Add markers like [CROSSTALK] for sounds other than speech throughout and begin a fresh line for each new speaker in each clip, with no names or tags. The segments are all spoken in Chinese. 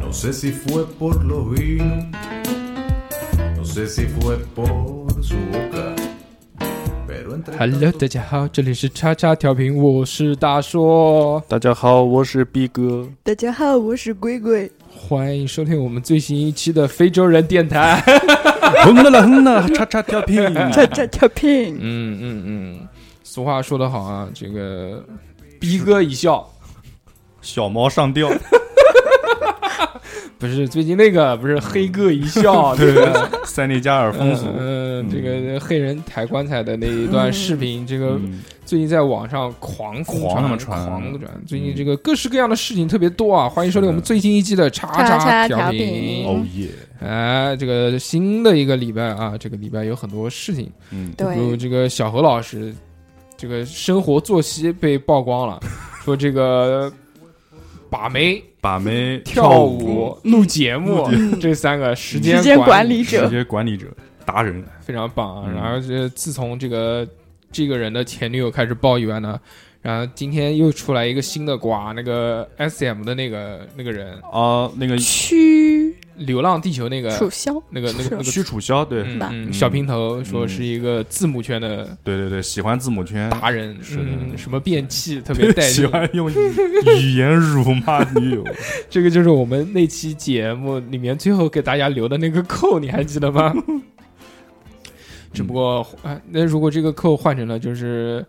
No sé si fue por los vinos, no sé si fue por su boca, pero entre
Hello，大家好，这里是叉叉调频，我是大硕，
大家好，我是毕哥。
大家好，我是鬼鬼。
欢迎收听我们最新一期的非洲人电台。
哼啦啦哼啦，叉叉调皮。
这这这拼，
嗯嗯嗯，俗话说得好啊，这个逼哥一笑，
小猫上吊，
不是最近那个不是黑哥一笑，这
[LAUGHS] 对
个。
塞内加尔风俗。
嗯，这个黑人抬棺材的那一段视频，这个
嗯
最近在网上狂疯
狂那么
传，
传
狂传。最近这个各式各样的事情特别多啊！欢迎收听我们最新一期的叉
叉
叉
叉
调
调
频
频。
哦耶，
哎，这个新的一个礼拜啊，这个礼拜有很多事情，
嗯，
比如
对，
这个小何老师，这个生活作息被曝光
[LAUGHS]
了，说这个把妹、
把妹、
跳
舞
舞、、录节目这三个时间
嗯时间
管
管理者
时间管理者、达人，
非常棒啊！
嗯
然后这自从这个这个人的前女友开始爆以外呢，然后今天又出来一个新的瓜，那个 S M 的那个那个人，
啊，那个
屈
流浪地球那个
楚萧，
那个那个
是
那个
屈楚萧，对
嗯
吧
嗯，小平头说是一个字母圈的
对对对，喜欢字母圈，
达人，
是的
嗯，什么变器特别带
喜
劲。
欢 [LAUGHS] 用语语言辱骂女友。
这个就是我们那期节目里面最后给大家留的那个扣，你还记得
[LAUGHS]
吗？只不过，啊，那如果这个扣换成了就是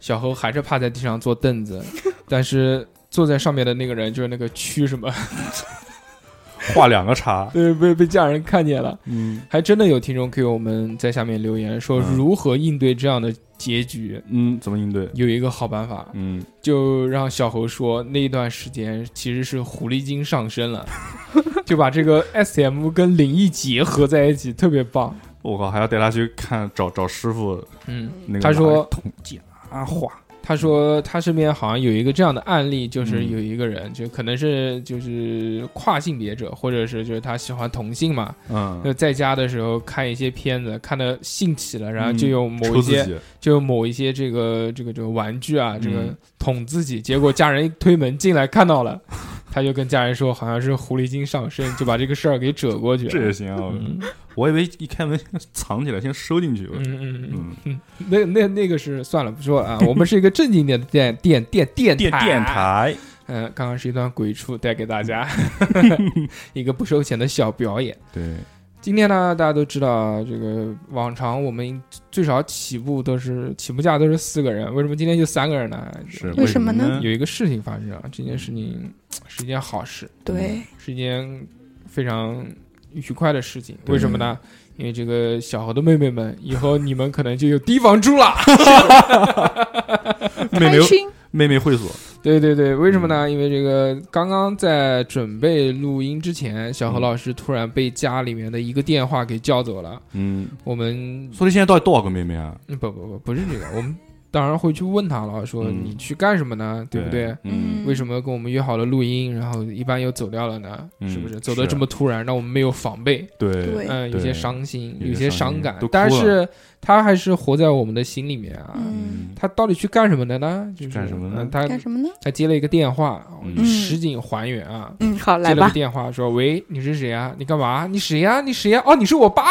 小猴还是趴在地上坐凳子，但是坐在上面的那个人就是那个蛆什么， [LAUGHS]
画两个叉，
对，被被家人看见了。
嗯
还真的有听众给我们在下面留言说
嗯
如何应对这样的结局，
嗯，怎么应对？
有一个好办法，
嗯，
就让小猴说那一段时间其实是狐狸精上身了， [LAUGHS] 就把这个 S M 跟灵异结合在一起，特别棒。
我靠，还要带他去看找找师傅
嗯，
那个
他说
哪里统计啊画，
他说他身边好像有一个这样的案例，就是
嗯
有一个人，就可能是就是跨性别者，或者是就是他喜欢同性嘛，
嗯，
就在家的时候看一些片子，看的兴起了，然后就有某
抽
一
自
些、
己，
就有某一些这个这个这个玩具啊，这个
嗯
捅自己，结果家人一推门进来看到了， [LAUGHS] 他就跟家人说好像是狐狸精上身，就把这个事儿给遮过去了。
这也行啊。
嗯
我以为一开门藏起来，先收进去。
嗯嗯嗯，
嗯，
那那那个是算了不说了啊，我们是一个正经点的电电电
[LAUGHS]
电
电电。台，
嗯，刚刚是一段鬼畜带给大
[LAUGHS]
家一个不收钱的小表演。
对，
今天呢，大家都知道，这个往常我们最少起步都是起步价都是四个人，为什么今天就三个人呢？
是
为什么呢
呢？
有一个事情发生啊，这件事情是一件好事，
对，
是一件非常愉快的事情。
对
为什么呢？因为这个小猴的妹妹们，以后你们可能就有地方住
[LAUGHS]
了。
妹妹
心，
妹妹会所，
对对对，为什么
嗯
呢？因为这个刚刚在准备录音之前，小何老师突然被家里面的一个电话给叫走了。
嗯，
我们
所以现在到底多少个妹妹啊？
嗯不不不不是这个，我们当然会去问他了，说
嗯
你去干什么呢？对不对？
嗯，
为什么跟我们约好了录音，然后一般又走掉了呢？
嗯
是不是走的
是
这么突然，让我们没有防备？
对
对，
嗯，有
对
些伤心，
有
有
些
些
伤
伤
心
感
都，哭
但
了
是他还是活在我们的心里面啊。
嗯，
他到底去干什么的呢？就是
干什么呢
嗯他
干什么呢？
他接了一个电话，
嗯
我们实景还原啊。
嗯，好，
接
来
了个
吧。
电话说：“喂，你是谁啊？你干嘛？你谁呀、你谁呀、哦，你是我爸。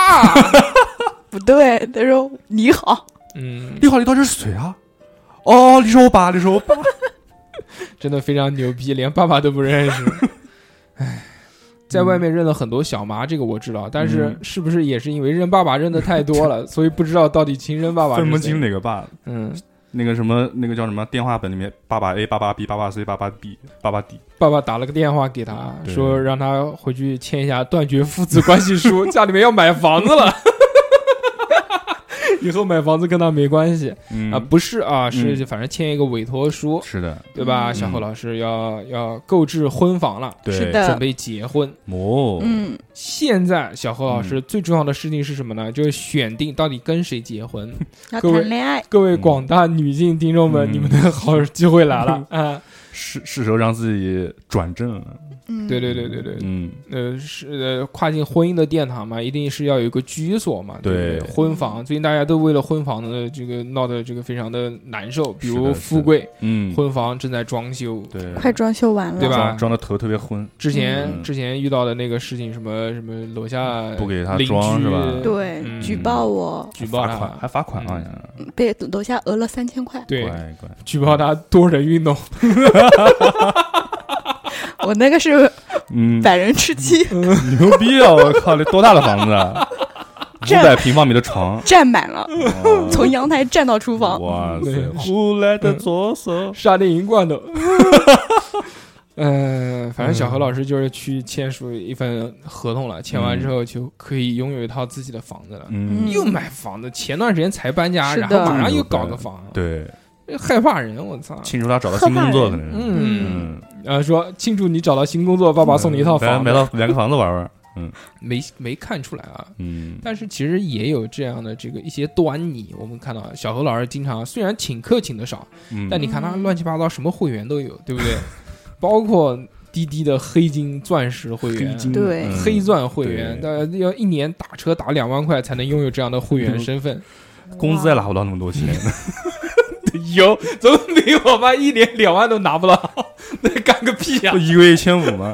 [LAUGHS] 不对，他说你好，”
嗯，
你好，你到底是谁啊？哦，你是我爸，你是我
[LAUGHS]
爸。
真的非常牛逼，连爸爸都不认
[LAUGHS]
识。唉，在外面认了很多小妈，这个我知道，但是
嗯
是不是也是因为认爸爸认的太多
[LAUGHS]
了，所以不知道到底亲生爸爸是
分不
谁
清？哪个爸，
嗯，
那个什么，那个叫什么？电话本里面，爸爸 A，爸爸 B，爸爸 C，爸爸 D，爸爸 D。
爸爸打了个电话给他，
对
说让他回去签一下断绝父子关系
[LAUGHS]
书，家里面要买房子了。以后买房子跟他没关系
嗯
啊，不是啊，是
嗯
反正签一个委托书，
是的，
对吧？
嗯
小侯老师要要购置婚房了，
对
是的
准备结婚。
哦，
嗯，
现在小何老师
嗯
最重要的事情是什么呢？就是选定到底跟谁结
[LAUGHS]
婚。
要
各位
谈恋爱，
各位广大女性听众们，
嗯
你们的好机会来了啊！
是是时候让自己转正了。
嗯，
对对对对对，
嗯，
呃，是呃，跨进婚姻的殿堂嘛，一定是要有一个居所嘛，对不
对
婚
嗯
房。最近大家都为了婚房的这个闹得这个非常的难受，比
是
如
的
富贵
嗯，
婚房正在装修，
对，
快装修完了，
对吧
装装的头特别昏，
之前、
嗯
之前遇到的那个事情，什么什么楼下
不给他
邻
装
居
是吧
对
嗯
举报我
举报
罚款，
他，
还罚款啊！
被楼下讹了三千块，
嗯对，
乖乖，
举报他多人运动，
我那个是
嗯， [LAUGHS]
百人吃鸡，
牛逼啊！我靠，这多大的房子啊？
这
五百平方米的床，
占满了，
嗯
哇
从阳台占到 [LAUGHS] 厨房，
哇
对嗯
塞，呼来的左手，
沙丁银罐头。嗯、反正小何老师就是去签署一份合同了，签完之后就可以拥有一套自己的房子了。
嗯，
又买房子，前段时间才搬家，
是
然
的
后马上又搞个房，
对，
害怕人，我操！
庆祝他找到新工作，可能是，
嗯，
嗯，
呃，说庆祝你找到新工作，爸爸送你一套
买
房
买
子，
到两个房子玩玩，
没没看出来啊。
嗯，
但是其实也有这样的这个一些端倪，我们看到小何老师经常虽然请客请的少，
嗯
但你看他乱七八糟什么会员都有，对不 [LAUGHS] 对？包括滴滴的黑金、钻石会员、
对
嗯
黑钻会员，
对
呃，要一年打车打两万块才能拥有这样的会员
嗯
身份。
工资也拿不到那么
[LAUGHS]
多钱，
有，怎么没有吧？一年两万都拿不到，那干个屁呀
[LAUGHS] 不！一个月一千五吗？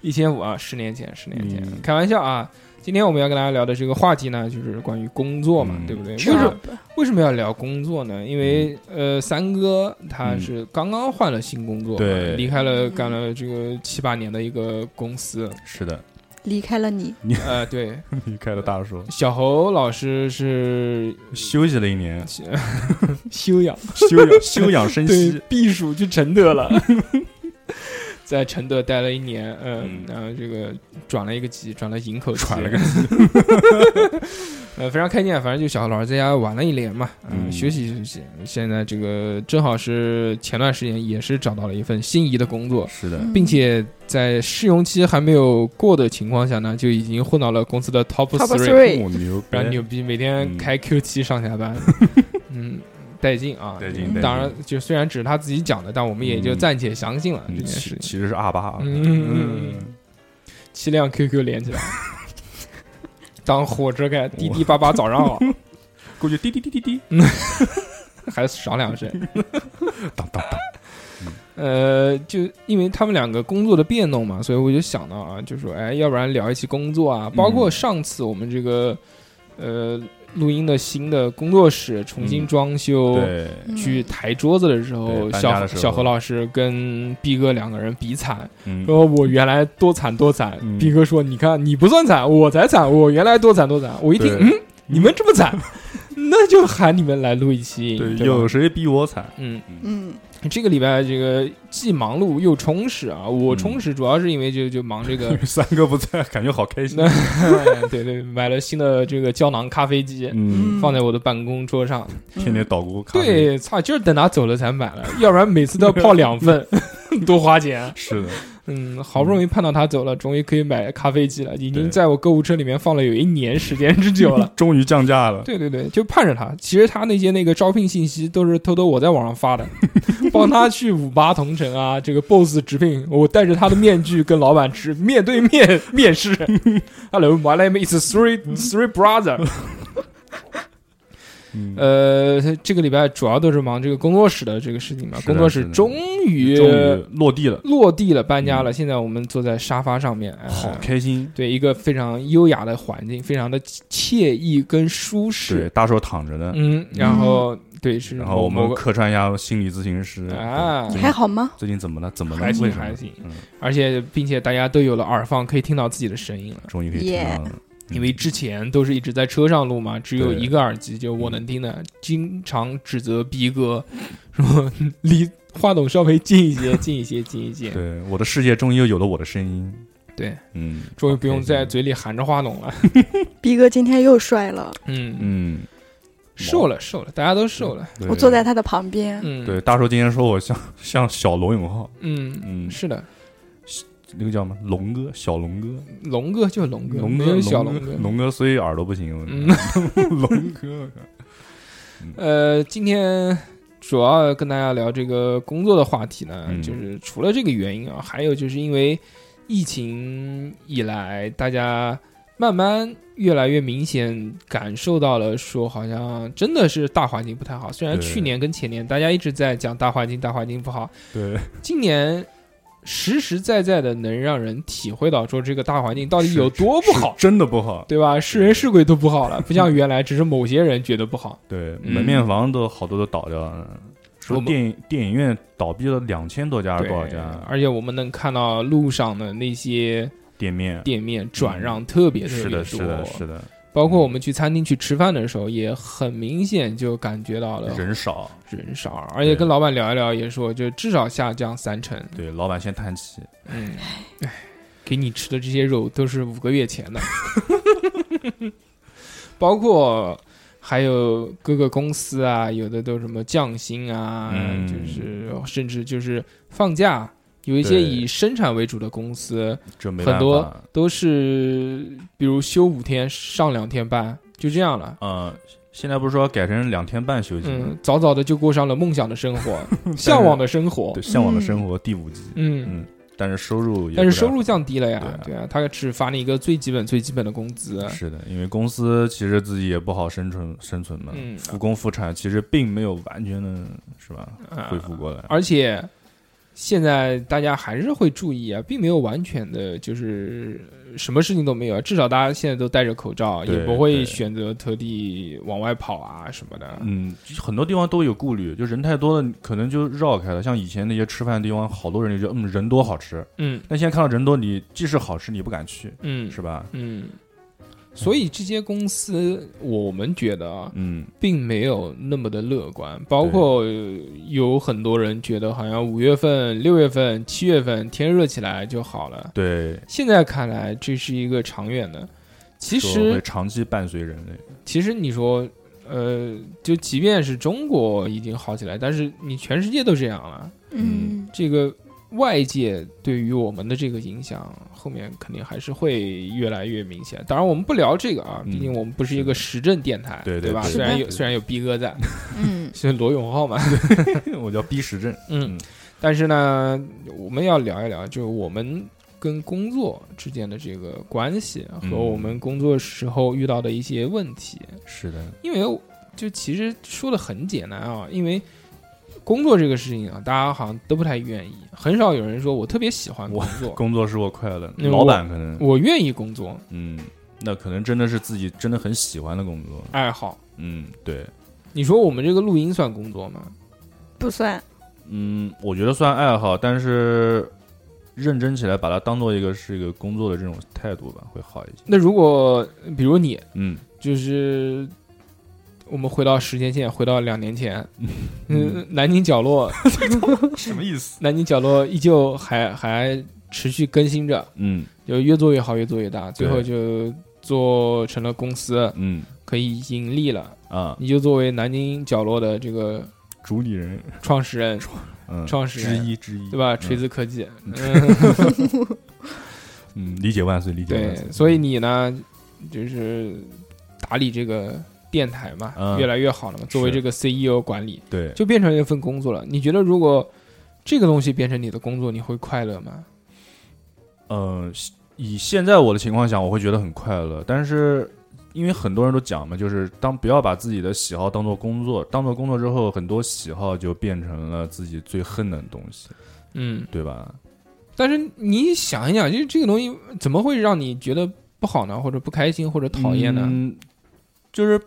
一千五啊，十年前，十年前，
嗯
开玩笑啊。今天我们要跟大家聊的这个话题呢，就是关于工作嘛，
嗯
对不对？为
是
什
吧
么？为什么要聊工作呢？因为、呃，三哥他是刚刚换了新工作嘛，
对
离开了干了这个七八年的一个公司，
是
[LAUGHS]
的，
离开了你，
呃，对，
离开了大叔，
小侯老师是 [LAUGHS]
休息了一年，
休养。
休养休养生
对
息，，
避暑去承德
[LAUGHS]
了，在承德待了一年，嗯
嗯，
然后这个转了一个级，转了营口，
喘了个，
[LAUGHS] 呃，非常开心啊，反正就小何老师在家玩了一年嘛，嗯，
嗯
休息休息。现在这个正好是前段时间也是找到了一份心仪的工作，
是的，
并且在试用期还没有过的情况下呢，就已经混到了公司的 top
Top
three，
three 对
我牛逼，
非常牛逼，每天
嗯
开 Q 七上下班，嗯，带劲啊，
带劲带劲
当然，就虽然只是他自己讲的，但我们也就
嗯
暂且相信了这
嗯，
件
其
事情。
其实是阿巴，
嗯，七辆 QQ 连起来，当火车开，滴滴叭叭早上好，
过去滴滴滴滴滴，
还少两声。
当当当，
呃，就因为他们两个工作的变动嘛，所以我就想到啊，就说，哎，要不然聊一期工作啊，包括上次我们这个，呃，录音的新的工作室重新
嗯
装修，
对，
嗯
去抬桌子的时候，
对搬家
小
的时候
小何老师跟逼哥两个人比惨，
嗯，
说我原来多惨多惨。
嗯
逼哥说：“你看你不算惨，我才惨，我原来多惨多惨。”我一听，
对
嗯，你们这么惨， [LAUGHS] 那就喊你们来录一期。
对，
吧
有谁比我惨？ [LAUGHS]
嗯，
嗯，
这个礼拜这个既忙碌又充实啊。我
嗯，
充实主要是因为就就忙这个
[LAUGHS] 三哥不在，感觉好开心
那。对对，买了新的这个胶囊咖啡机，
嗯，
放在我的办公桌上。
天
嗯
天捣鼓咖啡，
对，操，就是等他走了才买了，要不然每次都要泡两
[LAUGHS]
份，多花钱。啊
是的，
嗯，好不容易盼到他走了，终于可以买咖啡机了，已经
对。
在我购物车里面放了有一年时间之久了
[LAUGHS] 终于降价了。
对对对，就盼着他。其实他那些那个招聘信息都是偷偷我在网上
[LAUGHS]
发的，帮他去五八同城啊，这个 BOSS 直聘，我戴着他的面具跟老板直面对面面
[LAUGHS]
试。Hello, my name is Three Three Brother。
嗯，
呃，这个礼拜主要都是忙这个工作室的这个事情嘛。
是的
工作
是
室
的
终于
终于落地了，
落地了，搬家了。
嗯
现在我们坐在沙发上面，哎
好开心。
对，一个非常优雅的环境，非常的惬意跟舒
对
适。，
大手躺着呢，
嗯，然后对是某，
然后我
某
们
个
客串一下心理咨询师。
啊
你
对
还好吗？
最近怎么了？怎么了？
还行
为什么
还行
嗯，
而且并且大家都有了耳放，可以听到自己的声音了。
终于可以听到了。
因为之前都是一直在车上录嘛，只有
嗯对
一个耳机，就我能听的。经常指责逼哥说离话筒稍微近一些，近一些，近一些。
对，我的世界终于又有了我的声音。
对，
嗯，
终于不用
好开心
在嘴里含着话筒了。
逼哥今天又帅了，
嗯，
嗯，
瘦了，瘦了，大家都瘦了。
对
我坐在他的旁边，
嗯，
对，大叔今天说我像像小罗永浩，
嗯，
嗯，
是的，
那个叫什么龙哥，小龙哥，
龙哥就龙哥，
龙
没
哥，
有小
龙
龙哥。
龙哥虽 [LAUGHS] 耳朵不行，
嗯
我龙哥，
呃，今天主要跟大家聊这个工作的话题呢，
嗯
就是除了这个原因啊，还有就是因为疫情以来，大家慢慢越来越明显感受到了，说好像真的是大环境不太好。虽然
对
去年跟前年大家一直在讲大环境，大环境不好，
对，
今年实实在在的能让人体会到说这个大环境到底有多不好
是。真的不好。
对吧？是人是鬼都不好
[LAUGHS]
了，不像原来只是某些人觉得不好。
对，
嗯
门面房都好多都倒掉了，说
我们
电影电影院倒闭了两千多家，
对，
多少家
而且我们能看到路上的那些
店面？
店面转让特别特别
是
多，
的，嗯是的，是的，
包括我们去餐厅去吃饭的时候，也很明显就感觉到了
人少。
人少，而且跟老板聊一聊也说，就至少下降三成。
对，老板先叹气，
嗯，唉，给你吃的这些肉都是五个月前的， [LAUGHS] 包括还有各个公司啊，有的都什么降薪啊，
嗯
就是甚至就是放假，有一些
对
以生产为主的公司
这没办
很
法。
多都是，比如休五天上两天班，就这样了。
呃，现在不是说改成两天半休息吗？
嗯，早早的就过上了梦想的生
[LAUGHS]
活，向往的生活
对，。向往的生活第五季，
嗯，
嗯，但是收入也
但是
不
收
大
入降低了呀
对啊，
对啊，他只发你一个最基本最基本的工资。
是的，因为公司其实自己也不好生存生存嘛，
嗯
复工复产其实并没有完全的是吧
啊
恢复过来，
而且现在大家还是会注意啊，并没有完全的，就是呃什么事情都没有，至少大家现在都戴着口罩，
对
也不会
对
选择特地往外跑啊什么的。
嗯，很多地方都有顾虑，就人太多了，可能就绕开了。像以前那些吃饭的地方，好多人就觉得嗯人多好吃，
嗯
但现在看到人多，你即使好吃你也不敢去，
嗯
是吧？
嗯，所以这些公司，我们觉得啊，
嗯，
并没有那么的乐观。包括呃有很多人觉得，好像五月份、六月份、七月份天热起来就好了。
对，
现在看来，这是一个长远的。其
说
实
会长期伴随人类， [LAUGHS]
其实你说，呃，就即便是中国已经好起来，但是你全世界都这样了，
嗯，
这个外界对于我们的这个影响，后面肯定还是会越来越明显。当然，我们不聊这个啊，
嗯
毕竟我们不是一个时政电台，
对对
吧？
对
虽然
是
有虽然有逼哥在， [LAUGHS]
嗯，
是罗永浩嘛，
我叫逼时症，
嗯，但是呢，我们要聊一聊，就是我们跟工作之间的这个关系
嗯
和我们工作时候遇到的一些问题。
是的，
因为我就其实说的很简单啊，因为工作这个事情啊，大家好像都不太愿意，很少有人说我特别喜欢工作，
工作使我快乐，
嗯
老板可能，
我愿意工作，
嗯，那可能真的是自己真的很喜欢的工作，
爱好。
嗯，对，
你说我们这个录音算工作吗？
不算，
嗯，我觉得算爱好，但是认真起来，把它当做一个是一个工作的这种态度吧，会好一些。
那如果比如你
嗯，
就是。我们回到时间线，回到两年前，
嗯
嗯，南京角落，
什么意思？
南京角落依旧还还持续更新着，
嗯
就越做越好，越做越大，最
对
后就做成了公司，
嗯
可以盈利了。
啊，
你就作为南京角落的这个
主理人，
创始人，
嗯，
创始人
之一之一，
对吧？
嗯
锤子科技，
嗯
[LAUGHS] 嗯，
嗯，理解万岁，理解
对
万岁。，
所以你呢，就是打理这个电台嘛，
嗯
越来越好了嘛。作为这个 CEO 管理，
对，
就变成一份工作了。你觉得如果这个东西变成你的工作，你会快乐吗？
呃，以现在我的情况想，我会觉得很快乐，但是。因为很多人都讲嘛，就是当不要把自己的喜好当做工作，当做工作之后，很多喜好就变成了自己最恨的东西，
嗯，
对吧？
但是你想一想，就是这个东西怎么会让你觉得不好呢？或者不开心，或者讨厌呢？
嗯，就是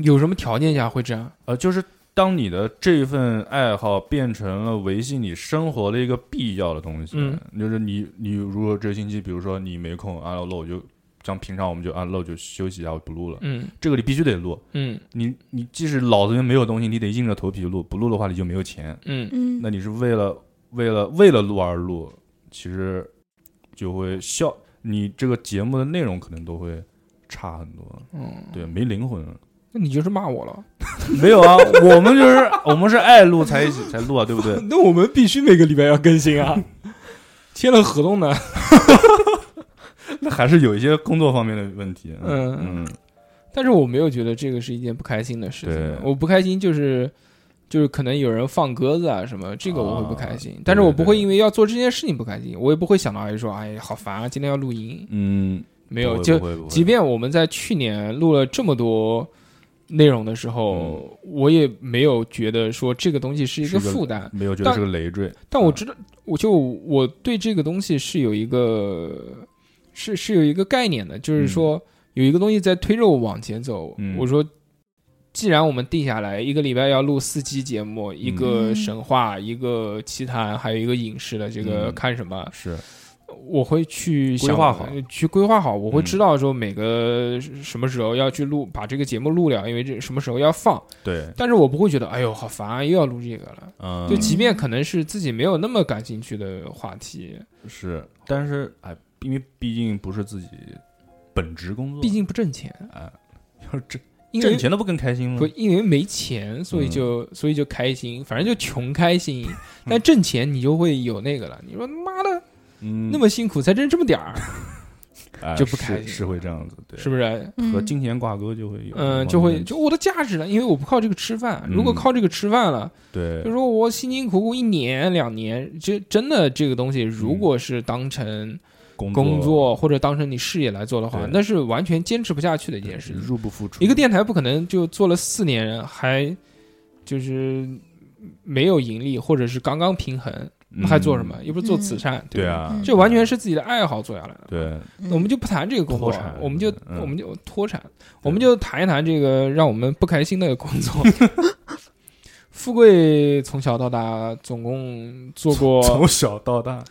有什么条件下会这样？
呃，就是当你的这份爱好变成了维系你生活的一个必要的东西，
嗯
就是你你如果这个星期，比如说你没空啊，那我就像平常我们就啊，那我就休息一下，我不录了。
嗯
这个你必须得录，
嗯
你你即使脑子里面没有东西，你得硬着头皮录，不录的话你就没有钱。
嗯
嗯，
那你是为了为了为了录而录，其实就会效你这个节目的内容可能都会差很多，
嗯，
对，没灵魂了。
那你就是骂我了。
没有啊，我们就是我们是爱录才一起才录啊，对不
[LAUGHS]
对？
[LAUGHS] 那我们必须每个礼拜要更新 [LAUGHS] 啊，签了合同呢。
那还是有一些工作方面的问题。
嗯
嗯
但是我没有觉得这个是一件不开心的事情
对，
我不开心就是就是可能有人放鸽子啊什么，这个我会不开心，但是
对
我不会
对
因为要做这件事情不开心，我也不会想到哎说哎好烦啊，今天要录音，
嗯，
没
不
有
会
就
不会不会
即便我们在去年录了这么多内容的时候，我也没有觉得说这个东西是一个
嗯是个嗯
负担，
没有觉得
但
是个累赘，嗯
但我知道，我就我对这个东西是有一个是是有一个概念的，就是说有一个东西在推着我往前走。
嗯
我说，既然我们定下来一个礼拜要录四期节目，一个
嗯
神话，一个奇谈，还有一个影视的这个
嗯
看什么，
是
我会去想呃
规划好，
去规划好，我会
嗯
知道说每个什么时候要去录，把这个节目录了，因为这什么时候要放。
对，
但是我不会觉得，哎呦，好烦啊，又要录这个了。
嗯，
就即便可能是自己没有那么感兴趣的话题，
是，但是哎，因为毕竟不是自己本职工作，
毕竟不挣钱，
哎，要是挣
因为
挣钱都不嗯更开心吗
不？因为没钱，所以就、所以就开心，反正就穷开心。但挣钱你就会有那个了，你说妈的
嗯，
那么辛苦才挣这么点儿，
哎
就不开
是
心
是会这样子，对，
是不是？
嗯
和金钱挂钩就会有，
嗯，就会就我的价值呢，因为我不靠这个吃饭，如果
嗯
靠这个吃饭了，
对
就，说我辛辛苦苦一年两年，就真的这个东西，如果是当成
工
工
作
作或者当成你事业来做的话
对，嗯
那是完全坚持不下去的一件
也
事
是
情。
入不敷出，
一个电台不可能就做了四年还就是没有盈利，或者是刚刚平衡，那还做什么？
嗯？
又不是做慈善，
对
吧，
啊，
这完全是自己的爱好做下来的。
对，
那
嗯
我们就不谈这个工作
脱产，
我们就
嗯
我们就脱产，我们就谈一谈这个让我们不开心的工作。 [LAUGHS] 富贵从小到大总共做
[LAUGHS]
过
从小到大，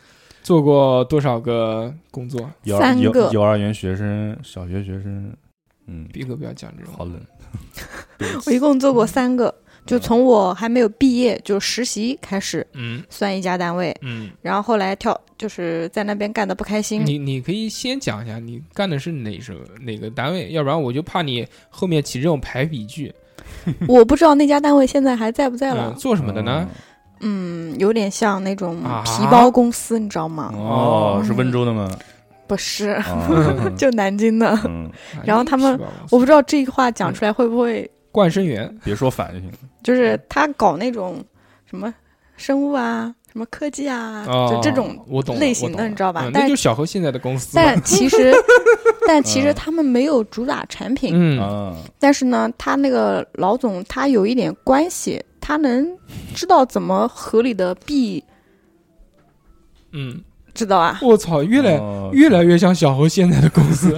做过多少个工作？
幼儿
三
幼
个
幼儿园学生、小学学生，嗯，
逼哥不要讲这种，
好
[LAUGHS]
冷，
我一共做过三个，就从我还没有毕业就实习开始
嗯
算一家单位，
嗯，
然后后来跳就是在那边干的不开心，
你你可以先讲一下你干的是哪什哪个单位，要不然我就怕你后面起这种排比句。
我不知道那家单位现在还在不在
嗯，
了。
做什么的呢？
嗯，有点像那种
啊
皮包公司，你知道
嗯？
吗？
哦，是温州的
[LAUGHS]
吗？
不是，
啊
就南京的。
嗯，
哎
然后他们
是吧
我不知道这句话讲出来会不会，
冠生园，
别说反就行了。
就是
嗯
他搞那种什么生物啊、什么科技啊，
哦
就这种
我懂了
类型的
我懂了
你知道吧
嗯
但
那就是小何现在的公司嘛。
但其实，
[LAUGHS]
但其实
嗯
他们没有主打产品，
嗯，
啊，
但是呢，他那个老总他有一点关系，他能知道怎么合理的避，
嗯，
知道啊？
我操，越来
哦
越来越像小何现在的公
[LAUGHS]
司。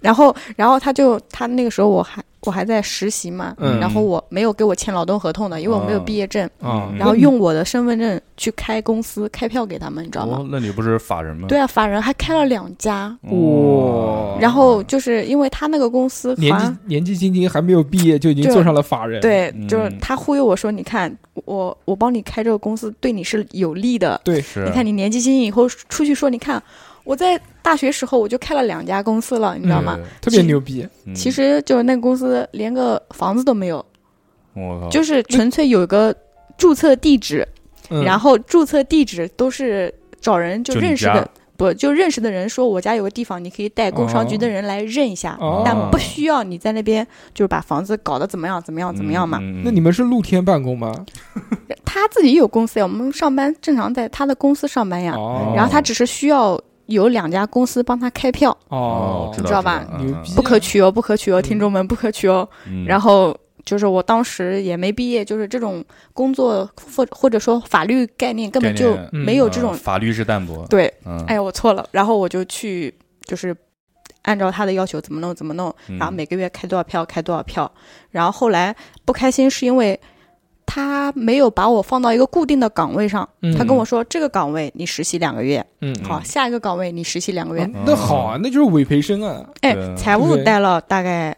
然后，然后他就他那个时候我还我还在实习嘛，
嗯
然后我没有给我签劳动合同的，因为我没有
哦
毕业证，
啊
嗯
然后用我的身份证去开公司开票给他们，你知道吗？
哦，那你不是法人吗？
对啊，法人还开了两家，
哦，
哇
然后就是因为他那个公司
年
还
纪年纪轻轻还没有毕业就已经
对
做上了法人，
对，就是
嗯
他忽悠我说：“你看，我我帮你开这个公司，对你是有利的。
对，
是，啊
你看你年纪轻以后出去说，你看我在大学时候我就开了两家公司了，你知道吗？
特别牛逼。
嗯
其实就是那个公司连个房子都没有，
我靠，
就是纯粹有一个注册地址，
嗯
然后注册地址都是找人就
就你
认识
家
的。”不，就认识的人说我家有个地方，你可以带工商局的人来认一下，
哦
但
嗯
不需要你在那边就是把房子搞得怎么样怎么样怎么样嘛。
嗯？嗯
那你们是露天办公吗？
他自己有公司呀，我们上班正常在他的公司上班呀。
哦，
然后他只是需要有两家公司帮他开票，
哦，
知道吧
牛
嗯
逼
不可取哦，不可取哦，
嗯
听众们不可取哦。然
后
后就是我当时也没毕业，就是这种工作或或者说法律概念根本就
概念
没有这种。
啊法律是淡薄，
对，
嗯，
哎呀，我错了。然后我就去就是按照他的要求怎么弄怎么弄，
嗯，
然后每个月开多少票，开多少票。然后后来不开心是因为他没有把我放到一个固定的岗位上，
嗯
他跟我说这个岗位你实习两个月，
嗯，
好，啊下一个岗位你实习两个月。
嗯
啊那好啊，那就是委培生啊。
哎，
对
财务待了大概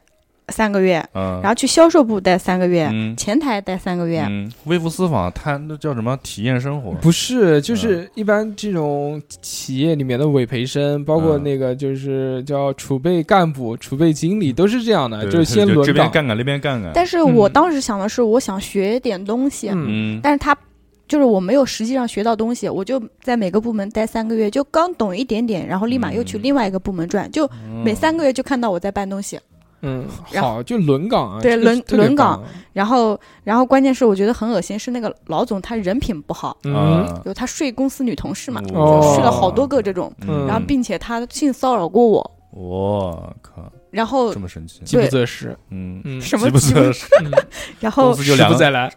三个月，
嗯，
然后去销售部待三个月，
嗯
前台待三个月。
嗯，微服私访，他那叫什么体验生活？
不是，
嗯
就是一般这种企业里面的委培生，包
嗯
括那个就是叫储备干部、储备经理，都是这样的，
嗯对
就是先轮
这边
岗。
干干，那边干干。
但是我
嗯
当时想的是，我想学点东西，
嗯，
嗯，
但是他。就是我没有实际上学到东西，我就在每个部门待三个月，就刚懂一点点，然后立马又去
嗯
另外一个部门转，就每三个月就看到我在搬东西，
嗯，
然后
好，就轮岗啊，
对
这个
轮
特别
轮岗
棒啊，
然后，然后关键是我觉得很恶心，是那个老总他人品不好，
嗯，
啊
有他睡公司女同事嘛，
嗯
哦
睡了好多个这种，
哦
嗯
然后并且他性骚扰过我，
我靠，
然后
这么神奇，
饥不择食，
嗯，
嗯，
什么
饥不
饥
择食，
嗯
然
公
后
司就
食
两
不
个，
再来，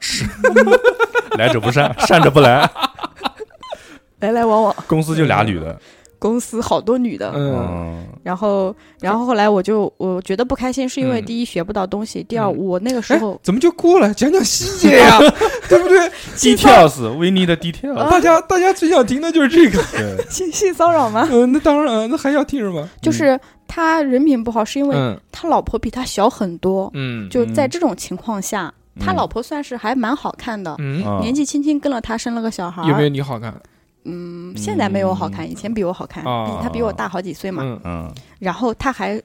来者不善，善者不来，
[LAUGHS] 来来往往，
公司就俩女的，
公司好多女的，
嗯
嗯，
然后，然后后来我就我觉得不开心，是因为
嗯
第一学不到东西，第二
嗯
我那个时候
怎么就过了？讲讲细节 [LAUGHS] 呀，对不对？
details，维尼的
啊
details，
大家大家最想听的就是这 [LAUGHS] 个，
对，
性 [LAUGHS] 性骚扰吗？
嗯，那当然，那还要听什么？
就是他人品不好，是因为
嗯
他老婆比他小很多，
嗯
就在
嗯
这种情况下，他老婆算是还蛮好啊看的，
嗯，
年纪轻轻跟了他生了个小孩儿，
有没有你好看？
嗯，现在没有好看，以前比我好看，
哦
比他比我大好几岁嘛。
嗯
嗯
然后他还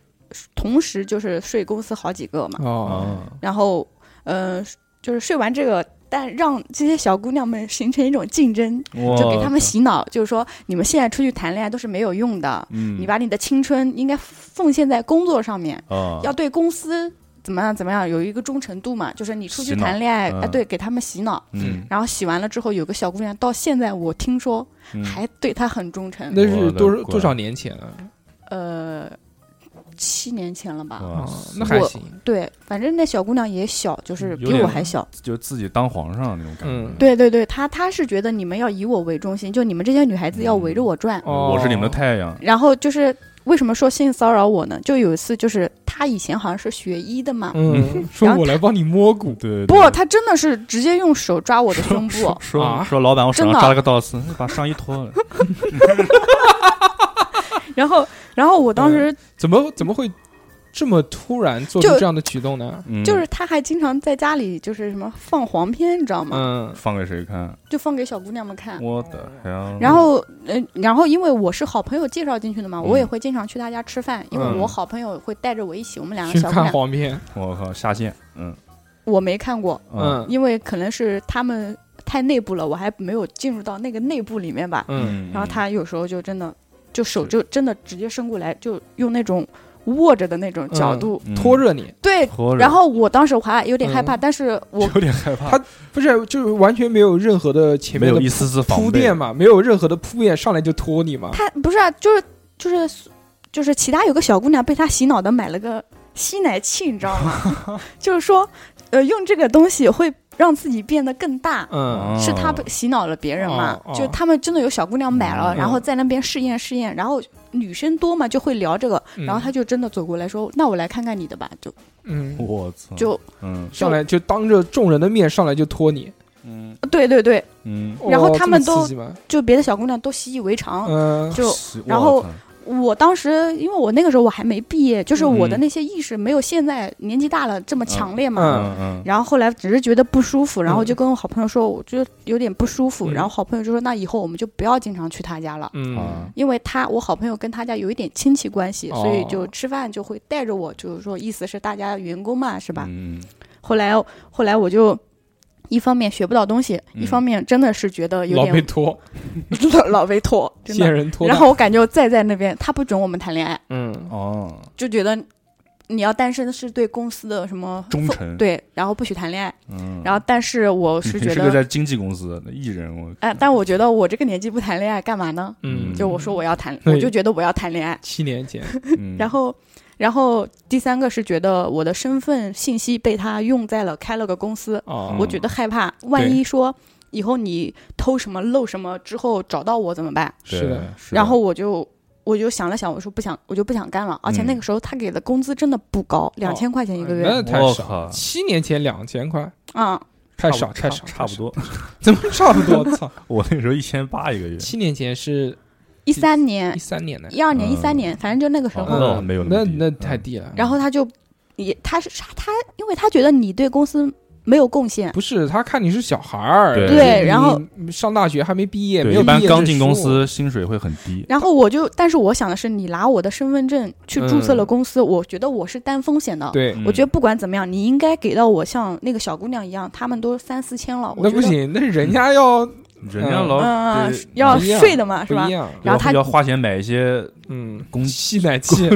同时就是睡公司好几个嘛，
哦，
啊，
然后呃，就是睡完这个，但让这些小姑娘们形成一种竞争，
嗯
就给他们洗脑，就是说你们现在出去谈恋爱都是没有用的，
嗯，
你把你的青春应该奉献在工作上面，
啊，
要对公司。怎么样？怎么样？有一个忠诚度嘛，就是你出去
洗脑
谈恋爱，
嗯
啊，对，给他们洗脑，
嗯，
然后洗完了之后，有个小姑娘到现在，我听说
嗯
还对他很忠诚。
那是多
我
少
的乖
多少年前啊了？
呃，七年前了吧？
哇
哦，那还
我
行，
对，反正那小姑娘也小，就
有
是比我
点
还小。
就自己当皇上那种感
嗯
觉，
对对对，她她是觉得你们要以我为中心，就你们这些女孩子要围着我转。
哦
我是你们的太阳，
然后就是为什么说性骚扰我呢？就有一次，就是她以前好像是学医的嘛，
嗯，说
然后
我来帮你摸骨
对，
不，她真的是直接用手抓我的胸部
[LAUGHS] 说，说
啊
说老板，我手上
真的
扎了个倒刺，把上衣脱
[LAUGHS]
了，
然后然后我当
嗯
时
怎么怎么会这么突然做出
就
这样的举动呢？
嗯
就是她还经常在家里就是什么放黄片，你知道吗？
嗯
放给谁看？
就放给小姑娘们看。
我的天！
嗯然后，呃，然后因为我是好朋友介绍进去的嘛，
嗯
我也会经常去他家吃饭，因为
嗯
我好朋友会带着我一起，我们两个
去
小姑
看
娘，
黄片，
我靠，下线，嗯
我没看过，
嗯
因为可能是他们太内部了，我还没有进入到那个内部里面吧。
嗯，
然后他有时候就真的，就手就真的直接伸过来，就用那种握着的那种
嗯
角度，
嗯
拖着你，
对。
拖着，
然后我当时我还有点害怕，
嗯
但是我
[LAUGHS] 有点害怕，
他不是就是完全没有任何的前
没
面
有
的
一丝丝防备
铺垫，嘛，没有任何的铺垫，上来就拖你嘛。
他不是啊，就是就是就是其他有个小姑娘被他洗脑的买了个吸奶器，你知道吗？
[LAUGHS]
就是说，呃，用这个东西会让自己变得更大。
嗯，
哦
是他被洗脑了别人嘛？
哦哦
就他们真的有小姑娘买了，
嗯
然后在那边试验试验，然后女生多嘛就会聊这个，
嗯
然后他就真的走过来说：“哦那我来看看你的吧。就
嗯，
我操，”
就
嗯
上来就当着众人的面上来就拖你，
嗯
对对对，
嗯，
[LAUGHS] 然后
哇
他们
这么
都
刺激吗
就别的小姑娘都习以为常。
嗯
就
我
然后
操
我当时因为我那个时候我还没毕业，就是我的
嗯
那些意识没有现在年纪大了这么强烈嘛。
嗯
嗯嗯
然后后来只是觉得不舒服，然后
嗯
就跟我好朋友说，我就有点不舒服。
嗯
然后好朋友就说，那以后我们就不要经常去他家了，
嗯
啊
因为他我好朋友跟他家有一点亲戚关系，
哦
所以就吃饭就会带着我，就是说意思是大家员工嘛，是吧？
嗯
后来后来我就。一方面学不到东西，
嗯
一方面真的是觉得有
老被
点
拖，
老 [LAUGHS] 老被拖，
[LAUGHS]
真
仙
的。
人拖。
然后，我感觉我再在那边，他不准我们谈恋爱，
嗯，
哦，
就觉得你要单身是对公司的什么
忠诚，
对，然后不许谈恋爱。
嗯，
然后，但是我
你
是觉
是个
得，
在经纪公司的艺人，我
哎，但我觉得我这个年纪不谈恋爱干嘛呢？
嗯，
就我说我要谈，
对
我就觉得我要谈恋爱。
七年
[LAUGHS]
前，
嗯
然后，然后第三个是觉得我的身份信息被他用在了开了个公司，
嗯
哦，
我觉得害怕，万一说以后你偷什么漏什么之后找到我怎么办？
对
是的，
是的啊
然后我就。我就想了想，我说不想，我就不想干了。而
嗯
且那个时候他给的工资真的不高，
哦
两千块钱一个月
那太
我
少，
靠，
七年前两千块，
啊、
太少
差
太
不
少，
差不多，
怎么差不多？
[LAUGHS]
操，
我那时候一千八一个月，
七年前是
一三年
一、三年的，
一二年、
嗯
一三年，反正就那个时
哦
候。
那
嗯，
没有
那
那么低
那
嗯
太低了。
然后他就也，他是他，因为他觉得你对公司没有贡献，
不是他看你是小孩儿，
对
对
你
然后
上大学还没毕业，没
对，
有
一般
毕业
刚
证
进公
书，
司薪水会很低，
然后我就，但是我想的是，你拿我的身份证去注册了
嗯
公司，我觉得我是担风险的。
对，
嗯我觉得不管怎么样，哦你应该给到我像那个小姑娘一样，他们都三四千了，我
那
觉
不
得
行，那人家要
人家老得
嗯，嗯要
不一样
睡的嘛，是
不
吧
一？样，
然后他
要花钱买一些
嗯，
公
吸奶器，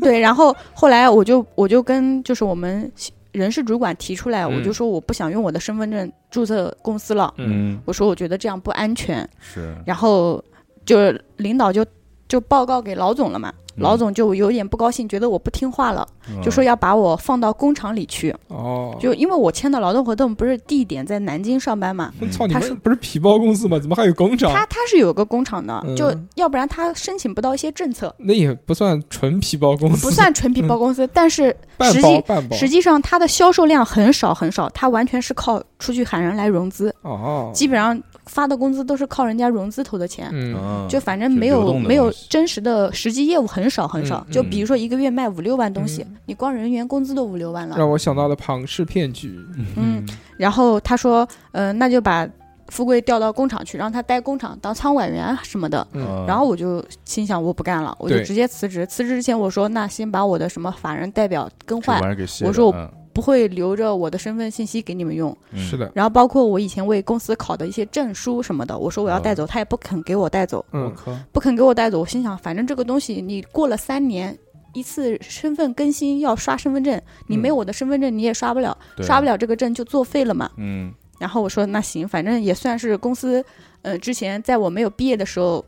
对，然后后来我就我就跟就是我们人事主管提出来，
嗯
我就说我不想用我的身份证注册公司了，
嗯，
[LAUGHS] 嗯
我说我觉得这样不安全，
是
然后就领导就就报告给老总了嘛，
嗯
老总就有点不高兴，觉得我不听话了，
嗯
就说要把我放到工厂里去，
哦，
就因为我签的劳动合同不是地点在南京上班嘛，
嗯
操你
他是
们不是皮包公司吗？怎么还有工厂？
他他是有个工厂的，
哦嗯
就要不然他申请不到一些政策，
那也不算纯皮包公司，嗯
不算纯皮包公司，但是
半
实
包
际
半包
实际上它的销售量很少很少，它完全是靠出去喊人来融资，
哦，
基本上发的工资都是靠人家融资投的钱。
嗯
就反正没
就流
有
动的
没有
东西
真实的实际业务很少很少，
嗯
就
嗯
比如说一个月卖五六万东西，
嗯
你光人员工资都五六万了。
让我想到了庞氏骗局，
嗯，然后他说，呃，那就把富贵调到工厂去，让他待工厂当仓管员啊什么的。
哦
嗯
然后我就心想，我不干了，我就
对
直接辞职。辞职之前我说，那先把我的什么法人代表更换，
换给卸
我
了
说我
嗯
不会留着我的身份信息给你们用。
嗯
是的，
然后包括我以前为公司考的一些证书什么的，我说
嗯
我要带走，他也不肯给我带走，
我
嗯，
靠，
不肯给我带走。我心想，反正这个东西你过了三年一次身份更新要刷身份证，你
嗯
没有我的身份证你也刷不了，
对
刷不了这个证就作废了嘛。
嗯
然后我说那行，反正也算是公司，呃，之前在我没有毕业的时候，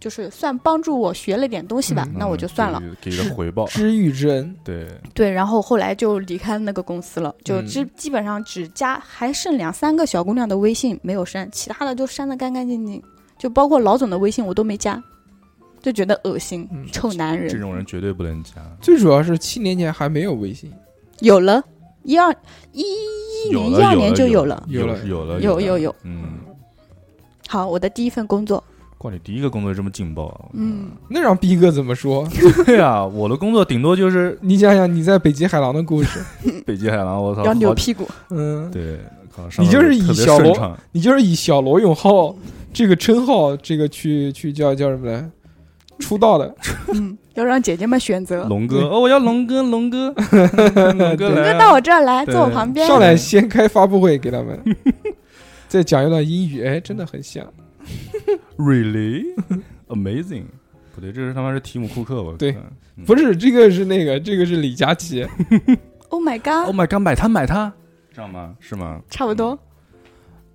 就是算帮助我学了点东西吧，
嗯
那我就算了。，
嗯给给了回报，
知遇之恩，
对，
对，然后后来就离开那个公司了，就
嗯
基基本上只加还剩两三个小姑娘的微信没有删，其他的就删的干干净净，就包括老总的微信我都没加，就觉得恶心，
嗯
臭男
这
人。
种人绝对不能加。
最主要是七年前还没有微信，
有了，一二一一
有
年、
了
一二年就
有
了。
有
了
有了
有
了
有有
嗯，
好，我的第一份工作，
哇，你第一个工作就这么劲爆啊，
嗯，
那让逼哥怎么说？
对啊，我的工作顶多就是
你想想你在北极海狼的故
[LAUGHS]
事，
北极海狼，我操，
要扭
好
屁股，
嗯，
对，靠
你就是以
特别
小
顺
罗
畅
你就是以小罗永浩这个称号，这个去去叫叫什么来出道的，
嗯，要让姐姐们选择。
龙
嗯
哥，哦，我要龙哥，龙哥，龙哥
龙
你
来
就
啊，
到我这儿来，
对
坐我旁边。
上来先开发布会给他 [LAUGHS] 们，再讲一段英语，哎，真的很像，
嗯 Really amazing？不对，这是他妈是提姆库克吧？
对
嗯，
不是这个是那个，这个是李佳琦，
Oh my
，Oh
god，
my god，买它买它，知道吗？是吗？
差不多。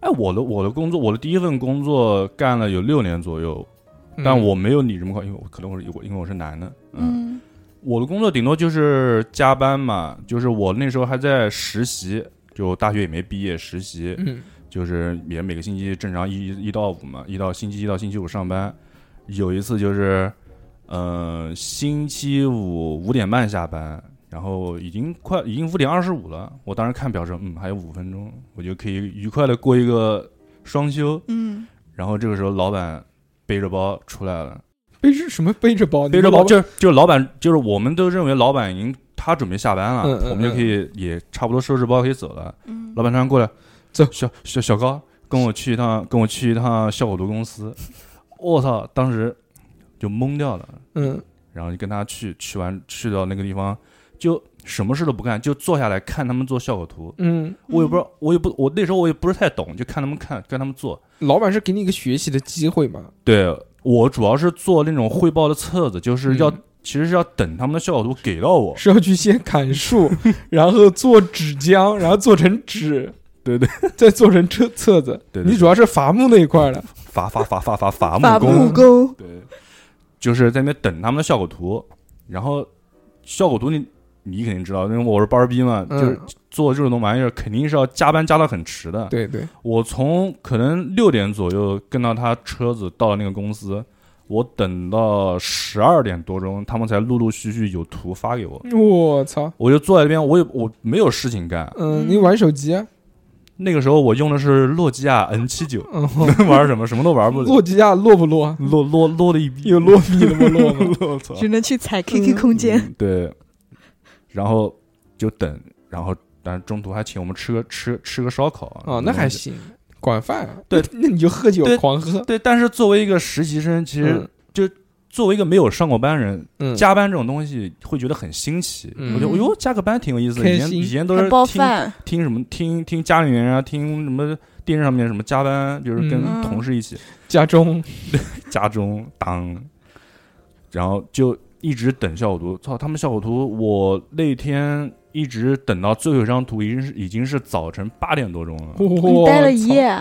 哎，我的我的工作，我的第一份工作干了有六年左右，
嗯
但我没有你这么快，因为我可能我是我因为我是男的，嗯，
嗯
我的工作顶多就是加班嘛，就是我那时候还在实习，就大学也没毕业，实习，
嗯
就是也每个星期正常一一到五嘛，一到星期一到星期五上班。有一次就是，呃，星期五五点半下班，然后已经快已经五点二十五了。我当时看表说，嗯，还有五分钟，我就可以愉快的过一个双休。
嗯，
然后这个时候，老板背着包出来了，
背着什么背着包，
背着
你们
包
老板
就是就是老板就是我们都认为老板已经他准备下班了，
嗯嗯
我们就
嗯
可以也差不多收拾包可以走了。老板突然过来，
走
小小小高，跟我去一趟，跟我去一趟效果图公司。我操，当时就懵掉了，
嗯
然后就跟他去，去完去到那个地方，就什么事都不干，就坐下来看他们做效果图。
嗯，
我也不知道，我也不，我那时候我也不是太懂，就看他们看，看他们做。
老板是给你一个学习的机会嘛，
对我主要是做那种汇报的册子，就是要、
嗯
其实是要等他们的效果图给到我。
是要去先砍 [LAUGHS] 树，然后做纸浆，然后做成纸，
对对，
再做成册册子，
对对对
你主要是伐木那一块的，
伐伐伐伐伐伐
伐
木工，
木
[LAUGHS]
工，
对，就是在那边等他们的效果图，然后效果图你你肯定知道，因为我是班儿逼嘛，
嗯
就是做这种玩意儿肯定是要加班加到很迟的。
对对，
我从可能六点左右跟到他车子到了那个公司，我等到十二点多钟，他们才陆陆续续有图发给
嗯
我。
我操，
我就坐在那边，我也我没有事情干。
嗯，你玩手机啊？
那个时候我用的是诺基亚 N 七九， [LAUGHS]
嗯，
能玩什么？什么都玩不了，
诺基亚落不
[LAUGHS]
落？
落落落的一逼，
有落你的不
[LAUGHS]
落 [LAUGHS] 吗？
我操！
只能去踩 QQ 空间。
嗯对，然后就等，然后但是中途还请我们吃个吃吃个烧烤
啊，那还
行。
行，管饭啊。
嗯对
[LAUGHS] 那，那你就喝酒
对
狂喝。
对，但是作为一个实习生，其实
嗯
作为一个没有上过班人，
嗯，
加班这种东西会觉得很新奇。
嗯
我觉得，哎呦，加个班挺有意思的。
开
以前
心
以前都
还
是
包
听
饭，
听什么听听家里人啊，听什么电视上面什么加班，就是跟
嗯
同事一起
家中
家中当，然后就一直等效果图。操，他们效果图，我那天一直等到最后一张图，已经是已经是早晨八点多钟了。
你
我
待了一，夜，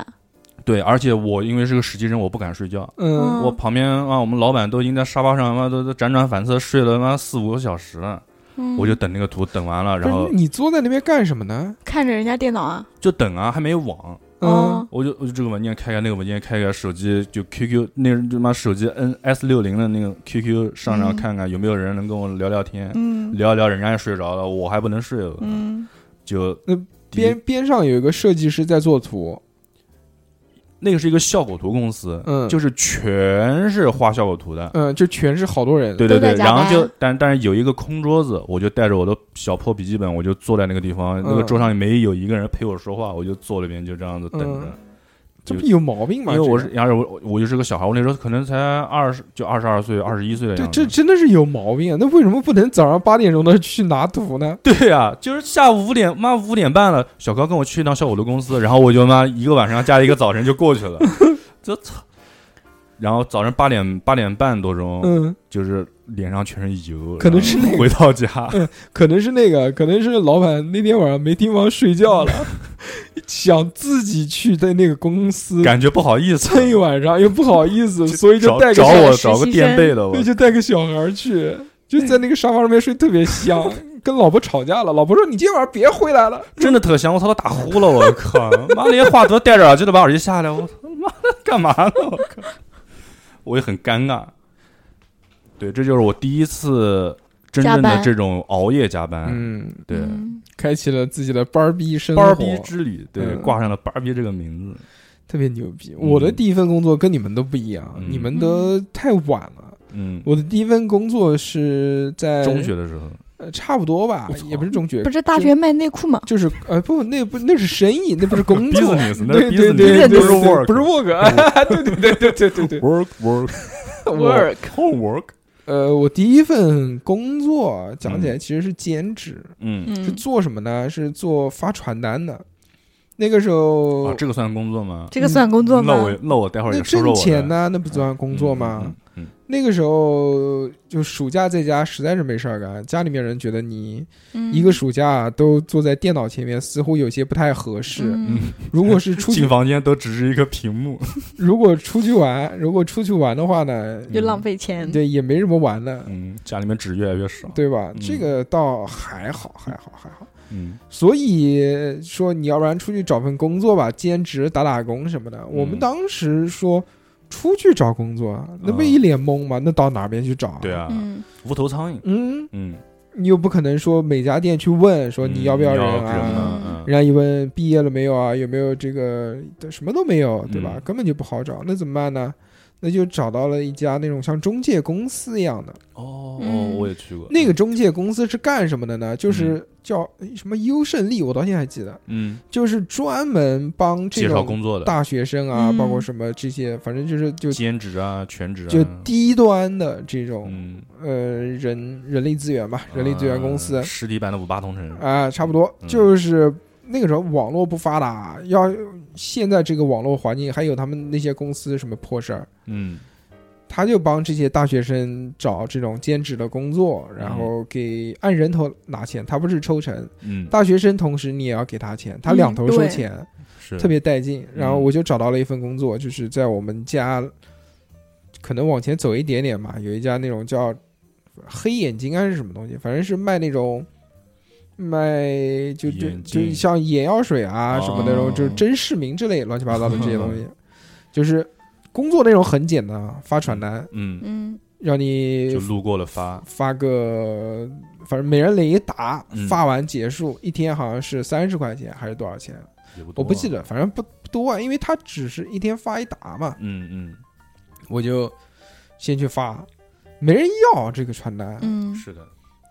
对，而且我因为是个实习生，我不敢睡觉。
[LAUGHS] 嗯，
嗯
我旁边啊，我们老板都已经在沙发上，妈都都辗转反侧睡了妈四五个小时了。
嗯
我就等那个图等完了，
不是
然后
你坐在那边干什么呢？
看着人家电脑啊，
就等啊，还没有网，
嗯
哦，
我就我就这个文件开开，那个文件开开，手机就 QQ 那他妈手机 N S 六零的那个 QQ 上上
嗯
看看有没有人能跟我聊聊天，
嗯
聊一聊人家也睡着了，我还不能睡了，
嗯，
就
那
第一
边边上有一个设计师在做图，
那个是一个效果图公司，
嗯
就是全是画效果图的，
嗯，就全是好多人，
对对
都在
对，
加
然后就
班
但但是有一个空桌子，我就带着我的小破笔记本，我就坐在那个地方，那个
嗯
桌上也没有一个人陪我说话，我就坐那边就这样子等着。
嗯这不有毛病吗？
因为我
这
是
个，
而且我我就是个小孩，我那时候可能才二十，就二十二岁、二十一岁的
对
样，
这
子。
真的是有毛病啊！那为什么不能早上八点钟的去拿图呢？
[LAUGHS] 对啊，就是下午五点，妈五点半了，小高跟我去一趟效果图公司，然后我就妈一个晚上加一个早晨就过
[LAUGHS]
去了，就操。然后早上八点八点半多钟，
嗯，
就是脸上全是油，
可能是
然后
那个嗯
回到家，
可能是那个，可能是老板那天晚上没地方睡觉
[LAUGHS]
了，想自己去在那个公司 [LAUGHS]
感觉不好意思，
蹭一晚上，又不好意思，所以就
找
带个
找
小
我
实习
找个垫背的，我
对，就带个小孩儿去，就在那个沙发上面睡，特别香。
哎
跟老婆吵架了，老婆说：“你今天晚上别回来了。
真的特香，我操，都打呼了，我靠， [LAUGHS] 妈连话都带着耳机都把耳机下来，我操，妈的干嘛呢，我靠，我也很尴尬。对，这就是我第一次真正
加
的
班
这种熬夜加”班，
嗯，
对，
嗯
开启了自己的班儿逼生活，
班儿逼之旅，对，
嗯
挂上了班儿逼这个名字，
特别牛逼。
嗯
我的第一份工作跟你们都不一样，
嗯
你们的太晚了。
嗯，
我的第一份工作是在
中学的时候，
呃差不多吧
我操，
也不是中学
不，是大学卖内裤吗？
就是呃不，那不那是生意，那不
[LAUGHS]
是工作。 [LAUGHS]
business，那
对对
business，
对，
不是
对
work，
不是 work，对 [LAUGHS] 对对对对对
[LAUGHS]
对
work 嗯 work
我
homework，
呃，我第一份工作讲起来其实是兼职，
嗯，
是
嗯，
做什么呢？是做发传单的。那个时候，
啊，这个算工作吗？
这个算工作
那
吗？
我那我待会儿
那
也说说
挣
我
钱
的
呢？那不算工作吗？？
嗯嗯嗯
那个时候就暑假在家实在是没事儿干，家里面人觉得你
嗯
一个暑假都坐在电脑前面，似乎有些不太合适。
嗯
如果是出
进
去，
房间都只是一个屏幕，
如果出去玩，如果出去玩的话呢，
又浪费钱，
嗯对，也没什么玩的，
嗯，家里面纸越来越少。
对吧？
嗯
这个倒还好，还好，还好。
嗯
所以说，你要不然出去找份工作吧，兼职打打工什么的。
嗯
我们当时说出去找工作，那不
嗯
一脸懵吗？那到哪边去找啊？，
对啊，
嗯
无头苍蝇。
嗯，
嗯，
你又不可能说每家店去问说你要不
要
人
人
啊？
啊？嗯
人家一问毕业了没有啊，有没有这个什么都没有，对吧？
嗯
根本就不好找，那怎么办呢？那就找到了一家那种像中介公司一样的，
哦哦
嗯，
我也去过
那个中介公司是干什么的呢？就是叫诶什么优胜利，我到现在还记得，
嗯，
就是专门帮这
介绍
种
工作的
大学生啊，
嗯
包括什么这些，反正就是就
兼职啊，全职啊，
就低端的这种
嗯，
呃人人力资源吧，人力资源公司
啊实体版的五八同城。
啊，差不多
嗯
就是那个时候网络不发达，要现在这个网络环境，还有他们那些公司什么破事儿。
嗯
他就帮这些大学生找这种兼职的工作，然后给按人头拿钱，他不是抽成，
嗯，
大学生同时你也要给他钱，他两头收钱，
是
特别带劲。然后
嗯
我就找到了一份工作，就是在我们家，可能往前走一点点吧，有一家那种叫黑眼睛啊还是什么东西，反正是卖那种。卖就就
眼
就
镜
像眼药水啊
哦
什么那种，就是真视明之类乱七八糟的这些东
[LAUGHS]
西，就是工作内容很简单啊，发传单，
嗯，
嗯
让
就
你
路过了发，
发个，反正每人领一沓
嗯，
发完结束，一天好像是三十块钱还是多少钱，
也不
我
多
不记。得，反正不不多啊，因为他只是一天发一沓嘛，
嗯嗯，
我就先去发，没人要这个传单，
嗯
是的，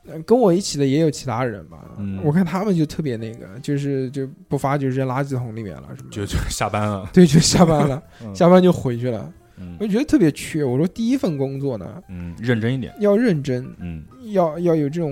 呃跟我一起的也有其他人嘛
嗯，
我看他们就特别那个，就是就不发就扔垃圾桶里面了什么
就
的，
就下班了。
对，就下班了
[LAUGHS] ，嗯
下班就回去了，
嗯
我就觉得特别缺，我说第一份工作呢
嗯，认真一点。
要认真，
嗯
要要有这种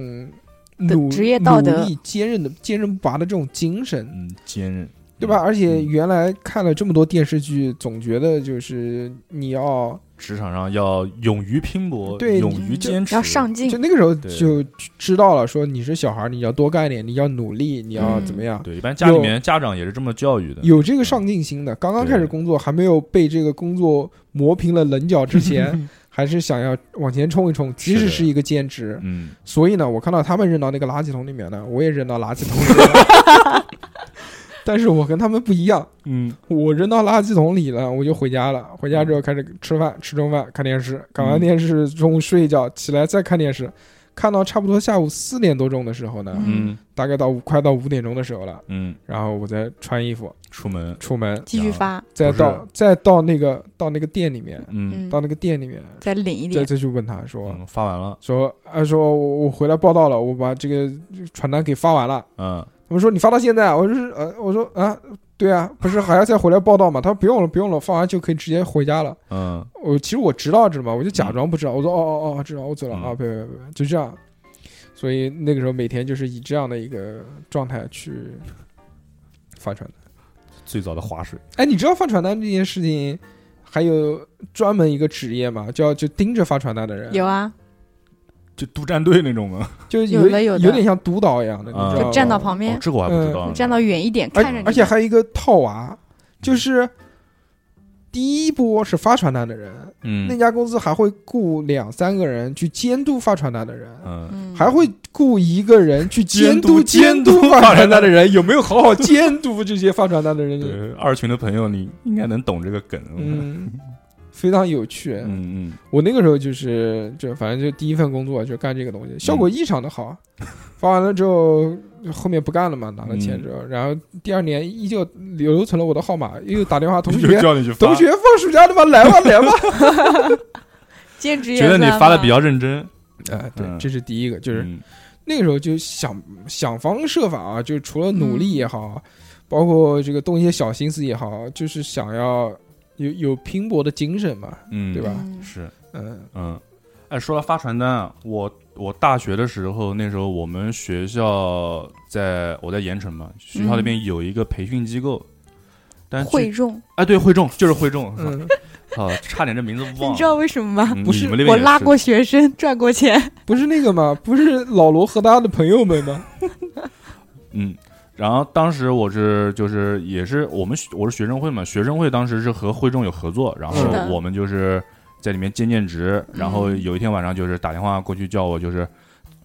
的
努
职业道德
努力、坚韧的、坚韧不拔的这种精神。
嗯，坚韧。
对吧？而且原来看了这么多电视剧，总觉得就是你要
职场上要勇于拼搏，
对
勇
嗯
于坚持，
要上进
就，那个时候
对
就知道了，说你是小孩儿，你要多干点，你要努力，你要怎么样？
对，一般家里面家长也是这么教育的。
嗯有这个上进心的，刚刚开始工作，还没有被这个工作磨平了棱角之 [LAUGHS] 前，嗯还是想要往前冲一冲，即
是
使
的
是一个兼职。
嗯，
所以呢，我看到他们扔到那个垃圾桶里面呢，我也扔到垃圾桶里了。 [LAUGHS] 但是我跟他们不一样，
嗯
我扔到垃圾桶里了，我就回家了。回家之后开始吃饭，吃中饭，看电视，看
嗯
完电视中午睡一觉，起来再看电视，看到差不多下午四点多钟的时候呢，
嗯
大概到五快到五点钟的时候了，
嗯，
然后我再穿衣服
出门，
出门，
继续发，
再
不是
到再到那个到那个店里面，
嗯，
嗯
到，那个店里面，
再领一
再
点，
再去问他说
嗯发完了，
说啊说我我回来报道了，我把这个传单给发完了。
嗯，
他们说你发到现在啊，我就是呃，我说啊，对啊，不是还要再回来报道吗？他说不用了，不用了，发完就可以直接回家了。
嗯，
我其实我知道知道嘛，我就假装不知道。我说哦哦哦，知道，我走了、
嗯
啊，别别别，就这样。所以那个时候每天就是以这样的一个状态去发传单。
最早的划水，
哎，你知道发传单这件事情，还有专门一个职业嘛，叫就盯着发传单的人，
有啊，
就督战队那
[LAUGHS]
种吗？
就
有的有的
点像督导一样的，你
啊
知道
就
吗？
站到旁
哦
边，，
这个我还不知道
嗯
呢。
站到远一点
而
看着你，
而且还有一个套娃，就是第一波是发传单的人，那
嗯
家公司还会雇两三个人去监督发传单的人，
嗯，
嗯
还会雇一个人去监督
监
监督
督
发
发传
传单
单的
的
[LAUGHS]
人有没有好好监督这些发传单的人。
对，二群的朋友你应该能懂这个梗。嗯
嗯，非常有趣。
嗯嗯，
我那个时候就是就反正就第一份工作就干这个东西，效
嗯
果异常的好。啊发完了之后，后面不干了嘛，拿了
嗯
钱之后，然后第二年依旧留存了我的号码，又打电话同
[LAUGHS] 就
学。
叫你去发，
同学放暑假的吧，来吧来
[LAUGHS]
吧。
兼职也嗯
觉得你
算
发的
吗
比较认真，
哎，对
嗯，
这是第一个，就是
嗯
那个时候就想想方设法啊，就除了努力也好，包括这个动一些小心思也好，就是想要有有拼搏的精神嘛。
嗯，
对吧
嗯
是，
嗯
嗯，哎，说到发传单啊，我我大学的时候，那时候我们学校在我在盐城嘛，学校那边有一个培训机构，但这
会众，
哎对会众就是会众，
嗯，
啊，差点这名字忘
你
了
知，道为什么吗？
嗯
不是
你们那边
我
也
拉
是
过学生，赚过钱，
不是那个嘛，不是老罗和他的朋友们吗？
嗯，然后当时我是就是也是我们学我是学生会嘛，学生会当时是和会众有合作，然后
是
的嗯
我们就是在里面兼兼职，然后有一天晚上就是打电话过去叫我就是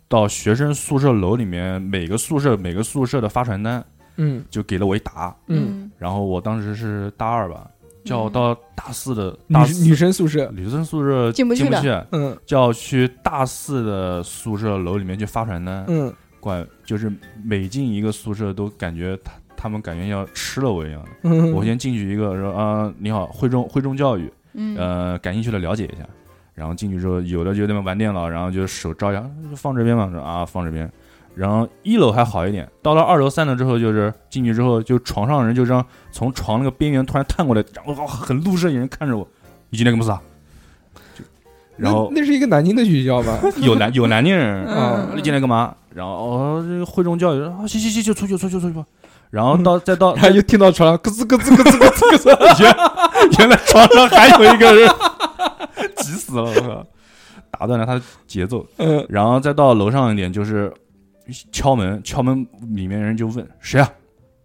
到学生宿舍楼里面每个宿舍每个宿舍的发传单，
嗯
就给了我一沓，
嗯，，
然后我当时是大二吧，叫
嗯
我到大四的大
女
四
女生宿舍，
女生宿舍
进不去
进不
的
去，
嗯
叫我去大四的宿舍楼里面去发传单，
嗯，
管就是每进一个宿舍都感觉他他们感觉要吃了我一样的。
嗯
我先进去一个说啊、你好，会中会中教育，
嗯，
呃，感兴趣的了解一下。然后进去之后，有的就在那边玩电脑，然后就手招一下，啊就放这边嘛，说啊放这边。然后一楼还好一点，到了二楼、三楼之后，就是进去之后，就床上人就这样从床那个边缘突然探过来，然后很怒视眼人看着我，你进来干嘛啊？就
那
然后
那是一个南京的学校吧？
有南有南
[LAUGHS]
京人，
啊
你进来干嘛？然后哦，这个会众教育啊，行行行，就出去出去出去吧。然后到再 [LAUGHS] 到
然后就听到床上咯吱咯吱咯吱咯吱咯吱，
嗯 [LAUGHS] 原原来床上还有一个人，急死了，我靠！打断了他的节奏。
嗯
然后再到楼上一点，就是敲门，敲门里面人就问谁啊？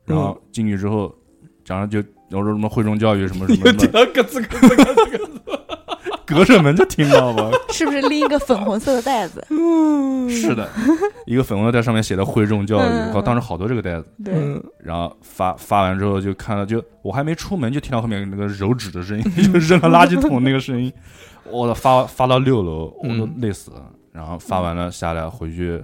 然后进去之后，然后就然后说什么会众教育什么什么
就
什
听
么，
到咯吱咯吱咯吱。
隔着门就听到吧。
是不是拎一个粉红色的袋
[LAUGHS]
子？
[LAUGHS] 是的，一个粉红的袋上面写的会众教育，
嗯
靠，当时好多这个袋子。
对，
嗯，
然后发发完之后就看到，就我还没出门就听到后面那个揉纸的
[LAUGHS]
声音，就扔到垃圾桶那个声音，我发发到六楼，我都
嗯
累死了。然后发完了下来回去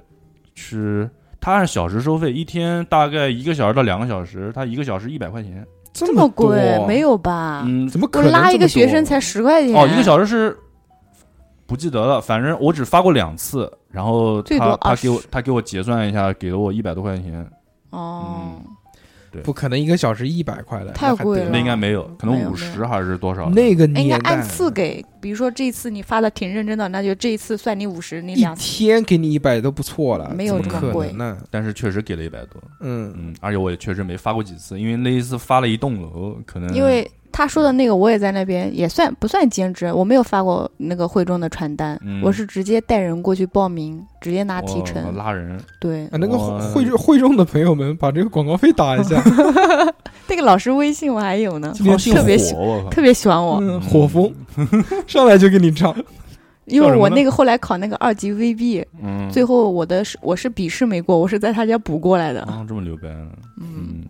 吃，他按小时收费，一天大概一个小时到两个小时，他一个小时一百块钱。
这
这么贵
多
没有吧？
嗯，
怎么
我
可能
拉一
这么
个学生
多
才十块钱，
哦，一个小时是不记得了，反正我只发过两次，然后
最
他
多
他
20
给我他给我结算一下，给了我一百多块钱。
哦，
对
不可能一个小时一百块的，
太
嗯那还
贵
得
那应该没有，可能
啊没有
五
没
十还是多少？
那个
应该
年代
按次给，比如说这次你发的挺认真的，那就这一次算你五十，你
一
两次
天给你一百都不错了，
没有
怎
这么
可
贵
能呢？
但是确实给了一百多，
嗯，
嗯，而且我也确实没发过几次，因为那一次发了一栋楼，可能
因为他说的那个我也在那边，也算不算兼职？我没有发过那个会中的传单，
嗯
我是直接带人过去报名，直接拿提
我
成。
拉人，
对，
啊，那个
我嗯
会会众的朋友们，把这个广告费打一下，
那个老师微信我还有呢，
今天姓
特别喜
火，我靠
特别喜欢我，
嗯，火风 [LAUGHS] 上来就给你唱，
因
叫什
为
么
我
呢
那个后来考那个二级 VB，
嗯，
最后我的是我是笔试没过，我是在他家补过来的。
啊这么牛掰呢，
嗯，
嗯，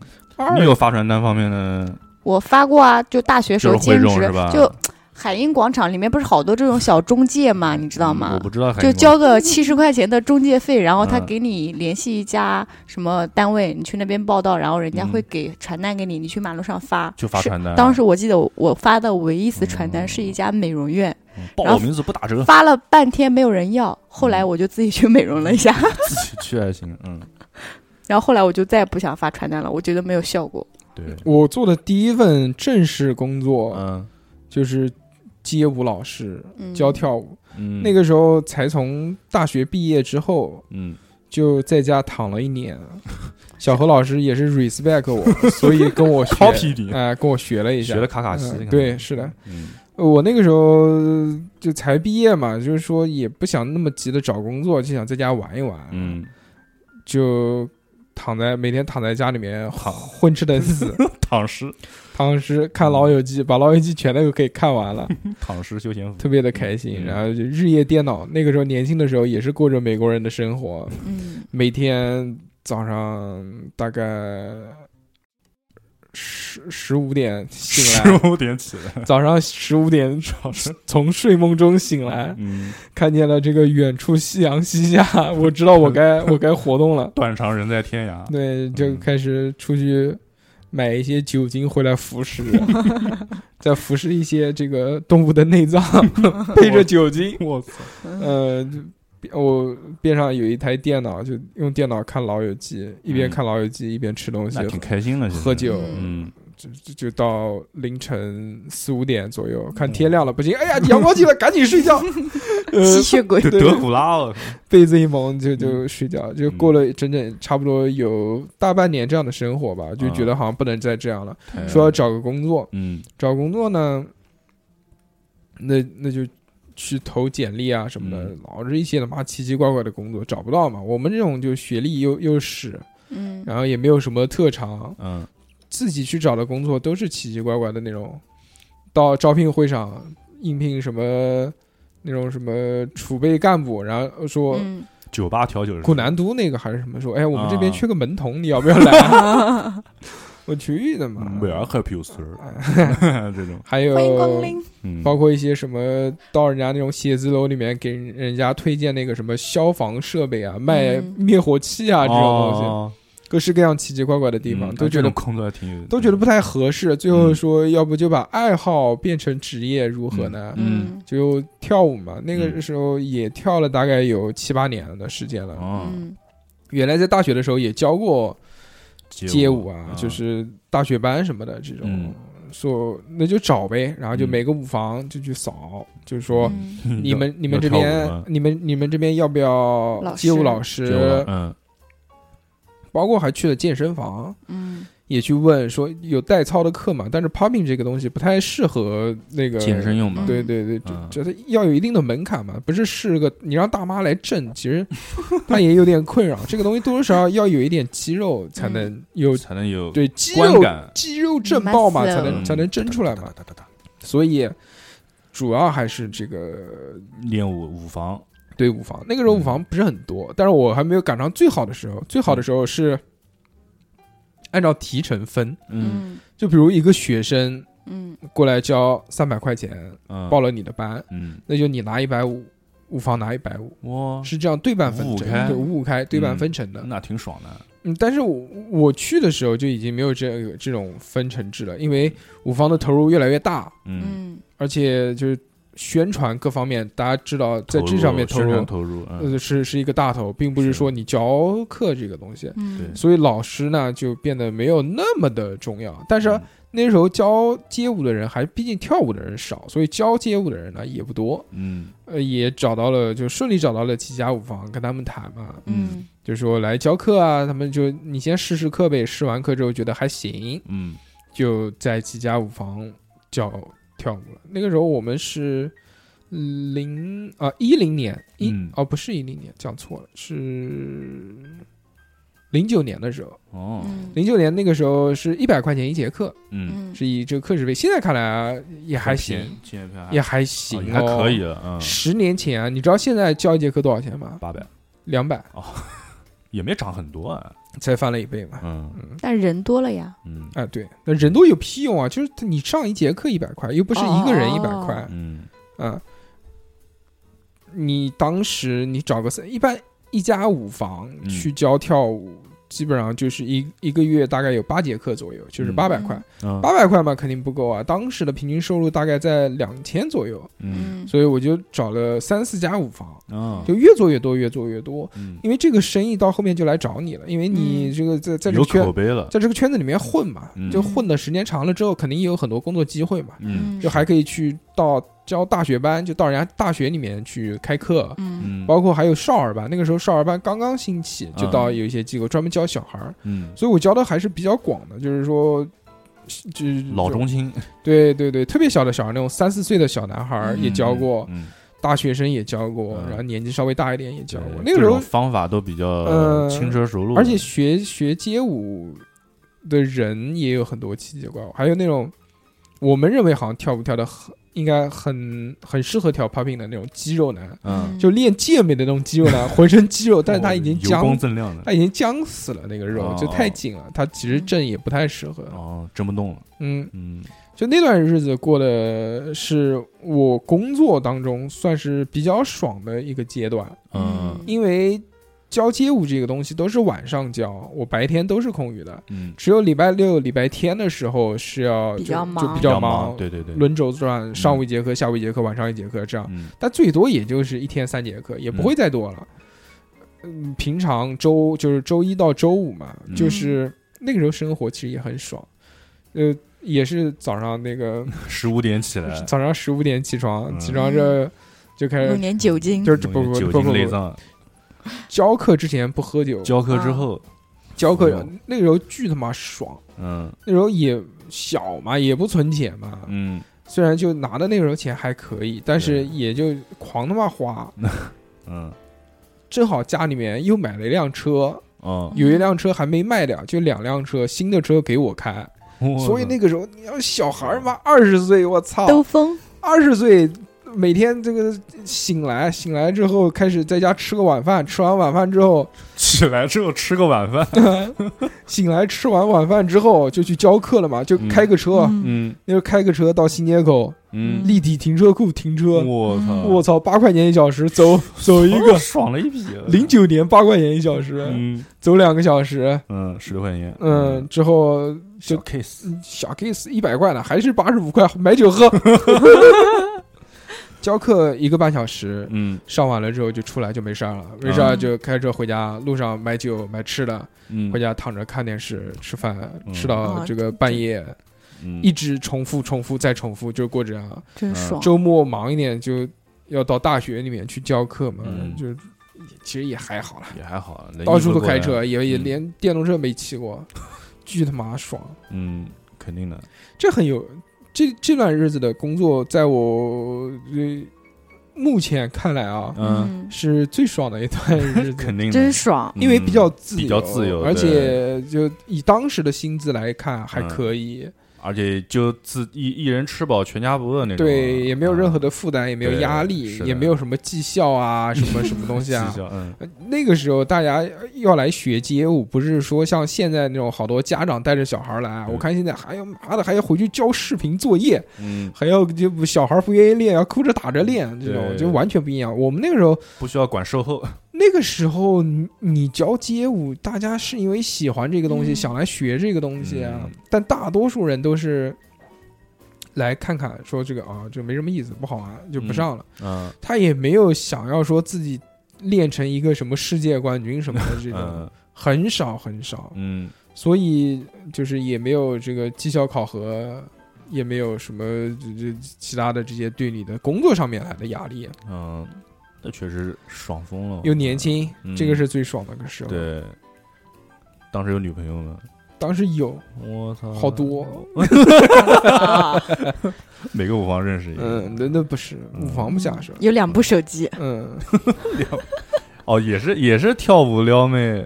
二
你有发传单方面的
我发过啊，就大学时
就是
候
会
兼
众
职
是吧？
就。海印广场里面不是好多这种小中介嘛，你知道吗？
我不知道还
就
有
交个七十块钱的中介费，然后他
嗯
给你联系一家什么单位，你去那边报道，然后人家
嗯
会给传单给你，你去马路上发。
就发
是
传单啊
当时我记得我我发的唯一一次传单
嗯
是一家美容院，
嗯报
然
我
后
名字不打折，
发了半天没有人要，后
嗯
来我就自己去美容了一下，
自己去还行，嗯，
然后后来我就再也不想发传单了，我觉得没有效果。
[LAUGHS]
对，
我做的第一份正式工作
嗯
就是街舞老师，
嗯，
教跳舞。
嗯，
那个时候才从大学毕业之后，
嗯，
就在家躺了一
[LAUGHS]
年。小何老师也是 respect 我，所以跟我学
Copy 你
哎、跟我学了一下
学。了卡卡西
嗯，
看
对是的，
嗯
我那个时候就才毕业嘛，就是说也不想那么急的找工作，就想在家玩一玩， [LAUGHS]
嗯，
就躺在每天躺在家里面混吃等
[LAUGHS]
死，
躺尸
当时看《老友记》，把《老友记》全都给看完了，
躺尸休闲服，
特别的开心。
嗯
然后就日夜颠倒，那个时候年轻的时候也是过着美国人的生活，
嗯，
每天早上大概十十五点醒来，
十五点起来，
早上十五点
躺尸，
从睡梦中醒来，
嗯，
看见了这个远处夕阳西下，我知道我该我该活动了。
断肠人在天涯，
对，就
嗯
开始出去买一些酒精回来服食，嗯 [LAUGHS] 再服食一些这个动物的内 [LAUGHS] 脏，配着酒精。
我操，
呃，就我边上有一台电脑，就用电脑看《老友记》，一边
嗯
看《老友记》一边吃东西
那，挺开心的，其实
喝酒
嗯，
就就就到凌晨四五点左右，看天亮了不行，哎呀，阳光进来，赶紧睡 [LAUGHS] 觉。呃
吸，血鬼
就
对
德古
[LAUGHS]
拉哦，
被子一蒙就就睡觉，就过了整整差不多有大半年这样的生活吧，就觉得好像不能再这样了，
嗯
说要找个工作，
嗯
找工作呢，那那就去投简历啊什么的
嗯，
老是一些他妈奇奇怪怪的工作找不到嘛。我们这种就学历又又屎，
[LAUGHS]
嗯，
然后也没有什么特长，
嗯
自己去找的工作都是奇奇怪怪的那种，到招聘会上应聘什么那种什么储备干部，然后说。
嗯，
酒吧调酒师
古南都那个还是什么说，哎，我们这边
啊
缺个门童，你要不要来？ [LAUGHS] 我去的嘛。
，Where help you sir，这种，
[LAUGHS] 还有
欢迎光临。
嗯，
包括一些什么到人家那种写字楼里面给人家推荐那个什么消防设备啊，卖
嗯
灭火器啊这种东西，
哦
各式各样奇奇怪怪的地方
嗯
都觉
这
得
种工作还挺有，
都觉得不太合适，最后说要不就把爱好变成职业如何呢？
嗯
就跳舞嘛，那个
嗯
时候也跳了大概有七八年的时间了。
哦
嗯
原来在大学的时候也教过街舞啊，
嗯
就是大学班什么的这种
嗯，
说那就找呗，然后就
嗯
每个舞房就去扫，就是说
嗯，
你们
要
你们这
要跳舞
边
吗
你们你们这边要不要
老
街舞
师
老
街舞
师，
嗯
包括还去了健身房。
嗯，
也去问说有代操的课嘛，但是 popping 这个东西不太适合那个
健身，用嘛，
对对对，
嗯
就就是要有一定的门槛嘛，不是是个你让大妈来震，其
[LAUGHS]
实她也有点困扰。这个东西多多少少要有一点肌肉
嗯
才能有
才能有
对肌
观
肉
感
肌肉震爆嘛，
Muscle
才能
嗯
才能蒸出来嘛。
哒哒哒
所以主要还是这个
练舞舞房，
对舞房，那个时候舞
嗯
房不是很多，但是我还没有赶上最好的时候。最好的时候是按照提成分，
嗯
就比如一个学生
嗯
过来交三百块钱
嗯，
报了你的班，
嗯
那就你拿一百五，舞房拿一百五。
哇，
是这样对半分
嗯五五
成，
开嗯
对五五开对半分成的。
那挺爽的，
嗯，但是我我去的时候就已经没有这个这种分成制了，因为舞房的投入越来越大，
嗯
嗯
而且就是宣传各方面，大家知道在这上面投
宣
入
传，投入，嗯，
呃，是是一个大头，并不是
是
说你教课这个东西。
嗯，
所以老师呢就变得没有那么的重要，但是
嗯
那时候教街舞的人还毕竟跳舞的人少，所以教街舞的人呢也不多。
嗯
呃，也找到了，就顺利找到了几家舞房，跟他们谈嘛，
嗯
就说来教课啊，他们就你先试试课呗，试完课之后觉得还行，
嗯
就在几家舞房教跳舞了。那个时候我们是零啊一零年一、
嗯
哦不是一零年，讲错了，是零九年的时候。
哦
嗯
零九年那个时候是一百块钱一节课，
嗯，
嗯
是以这个课时费。现在看来啊，也还行，，
纪念票
也还行、
哦
哦
还可以。了，嗯，
十年前啊，你知道现在教一节课多少钱吗？
八百
两百，
也没涨很多啊，
才翻了一倍嘛。
嗯
但人多了呀，
嗯
啊，对，那人多有屁用啊！就是你上一节课一百块，又不是一个人一百块啊、
嗯
你当时你找个三，一般一家舞房
嗯
去教跳舞，基本上就是一一个月大概有八节课左右，就是
嗯
八百块。
嗯
八百块嘛，肯定不够啊。当时的平均收入大概在两千左右，
嗯
所以我就找了三四家舞房，
啊
就越做越多，越做越多。
嗯，
因为这个生意到后面就来找你了，因为你
嗯
这个在在这个
有口
圈，
碑了，
在这个圈子里面混嘛，
嗯
就混的时间长了之后，肯定也有很多工作机会嘛，
嗯
就还可以去到教大学班，就到人家大学里面去开课。
嗯
嗯
包括还有少儿班，那个时候少儿班刚刚兴起，就
嗯
到有一些机构专门教小孩儿，
嗯
所以我教的还是比较广的，就是说，就
老中青
对对对，特别小的小孩，那种三四岁的小男孩儿也教过，
嗯，
大学生也教过，
嗯
然后年纪稍微大一点也教过。
对
那个时
各
候
种，方法都比较
呃
轻车熟路，
而且学学街舞的人也有很多奇奇怪怪，还有那种我们认为好像跳舞跳的很应该很很适合跳 popping 的那种肌肉男，
嗯，哦
就练健美的那种肌肉男， [LAUGHS] 浑身肌肉，但是他已经
油光
僵，
锃亮的
他已经僵死了，那个肉
哦
就太紧了，他其实
嗯
正也不太适合。
哦，震不动了，
嗯，
嗯
就那段日子过的是我工作当中算是比较爽的一个阶段，
嗯
因为教街舞这个东西都是晚上教，我白天都是空余的，
嗯，
只有礼拜六、礼拜天的时候是要
比
就
较
就
忙
比
比较
较
忙，对对嗯对，
轮轴转，上午一节课，下午一节课，晚上一节课这样，
嗯
但最多也就是一天三节课，也不会再多了。嗯，平常周就是周一到周五嘛，
嗯
就是那个时候生活其实也很爽，呃，也是早上那个。
十五点起
[LAUGHS]
来，
早上十五点起床，
嗯
起床这就开
弄
始，
点酒精，
呃就是不
弄
不
嗯点
不
酒
不
精累
不，
脏，
教课之前不喝酒，
教课之后，
教课
哦
那时候巨他妈爽，
嗯
那时候也小嘛，也不存钱嘛，
嗯，
虽然就拿的那时候钱还可以，但是
对
也就狂他妈花。
嗯
正好家里面又买了一辆车，
哦，
有一辆车还没卖掉，就两辆车，新的车给我开，所以那
个
个时候你要小孩儿嘛，二十岁，我操，
嗯兜风，
二十岁，每天这个醒来，醒来之后开始在家吃个晚饭，吃完晚饭之后，
[LAUGHS] 起来之后吃个
[LAUGHS]
晚饭，
醒来吃完晚饭之后就去教课了嘛，就开个车，
嗯
嗯
那时候开个车到新街口
嗯，
立体停车库停车，
我操，，
我操，八块钱一小时，走走一个
爽了一笔，
零九年八块钱一小时，
嗯
走两个小时，
嗯，十块钱，
嗯，，之后就
小 case，
嗯小 case 一百块呢，还是八十五块买酒喝， [LAUGHS] 教课一个半小时，
嗯
上完了之后就出来就没事儿了，没事儿就开车回家，路上买酒买吃的，
嗯，
回家躺着看电视吃饭，
嗯
吃到这个半夜，
嗯
一直重复重复再重复，就过这样。
真爽，
周末忙一点就要到大学里面去教课嘛，
嗯
就其实也还好啦，
也还好，能
到处
应
都
付过来
开车，，也也
嗯
连电动车没骑过， [LAUGHS] 巨他妈爽！
嗯，肯定的，
这很有这这段日子的工作，在我呃目前看来啊，
嗯，
是最爽的一段日
[LAUGHS]
子。
肯定的嗯
真，爽，
因为比较自由，
比较自由
而
对嗯
且就以当时的薪资来看还可以，
而且就自一一人吃饱全家不饿那种，
对，也没有任何
嗯
的负担，也没有
对
压
是
力，
的
也没有什么绩效
[LAUGHS]
啊，什么什么东西啊
计。较嗯
呃那个时候大家要来学街舞，不是说像现在那种好多家长带着小孩来啊，
嗯
我看现在还要妈的还要回去交视频作业，
嗯，
还要就不小孩不愿意练，要哭着打着练，这种
对
就完全不一样。我们那个时候，
不需要管售后，
那个时候你你教街舞，大家是因为喜欢这个东西，
嗯
想来学这个东西啊。
嗯
但大多数人都是来看看，说这个啊，这没什么意思，不好玩，就不上了。 [LAUGHS]
嗯
他也没有想要说自己练成一个什么世界冠军什么的这种，
[LAUGHS] 嗯
很少很少，
嗯
所以就是也没有这个绩效考核，也没有什么这这其他的这些对你的工作上面来的压力。
嗯，那确实爽疯了，
又年轻，
嗯
这个是最爽的个时候。，
对，当时有女朋友呢，
当时有
我操，
好多，
啊
每个舞房认识一个，
嗯，那那不是
嗯
无防不下手，
有两部手机，
嗯，
哦，也是也是跳舞撩妹，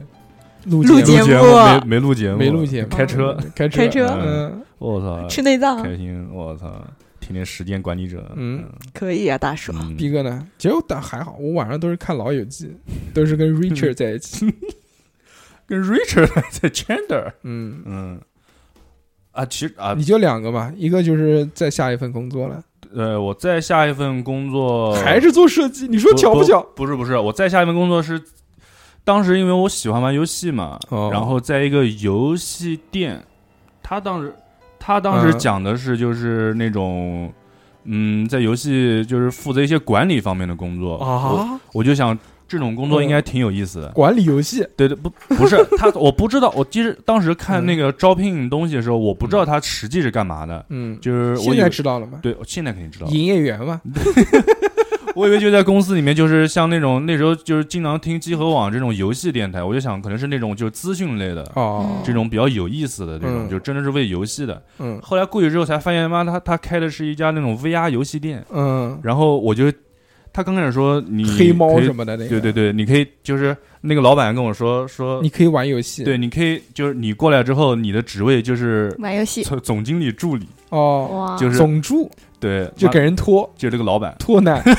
录
[LAUGHS]
录节
节
目
没没录节目，
没录节目，
开车，
开
开车
嗯，
我操，
吃内脏
开心，我操，天天时间管理者，
嗯
可以啊，大叔。
嗯
逼哥呢？其实我但还好，我晚上都是看《老友记》， [LAUGHS] 都是跟
嗯
Richard 在一起，
跟 Richard 在 Chandler，
嗯。
嗯，啊，其实啊
你，就两个嘛，一个就是在下一份工作了，
呃，我再下一份工作
还是做设计，你说巧
哦不
巧？
不是不是，我再下一份工作是，当时因为我喜欢玩游戏嘛，
哦
然后在一个游戏店，他当时他当时
嗯
讲的是就是那种。嗯，在游戏就是负责一些管理方面的工作我
啊，
我就想这种工作应该挺有意思的。
管理游戏，
嗯对对， [LAUGHS] 不不是他，我不知道，我其实当时看那个招聘东西的时候，我不知道他实际是干嘛的，
嗯，
就是我
现
以为
在知道了吗？
对，我现在肯定知道了，嗯
营业员嘛，
我以为就在公司里面，就是像那种那时候就是经常听集合网这种游戏电台，我就想可能是那种就是资讯类的。
哦，
这种比较有意思的这种，
嗯
就真的是为游戏的。
嗯
后来过去之后才发现，妈他他开的是一家那种 VR 游戏店。
嗯，
然后我就，他刚开始说你
黑猫
可以
什么的那个，
对对对，你可以就是那个老板跟我说说
你，可以玩游戏，
对，你可以就是你过来之后，你的职位就是
玩游戏，
总总经理助理，
哦，
哇，
就是
总助
对，
就
妈
给人拖
就这个老板
拖奶，嗯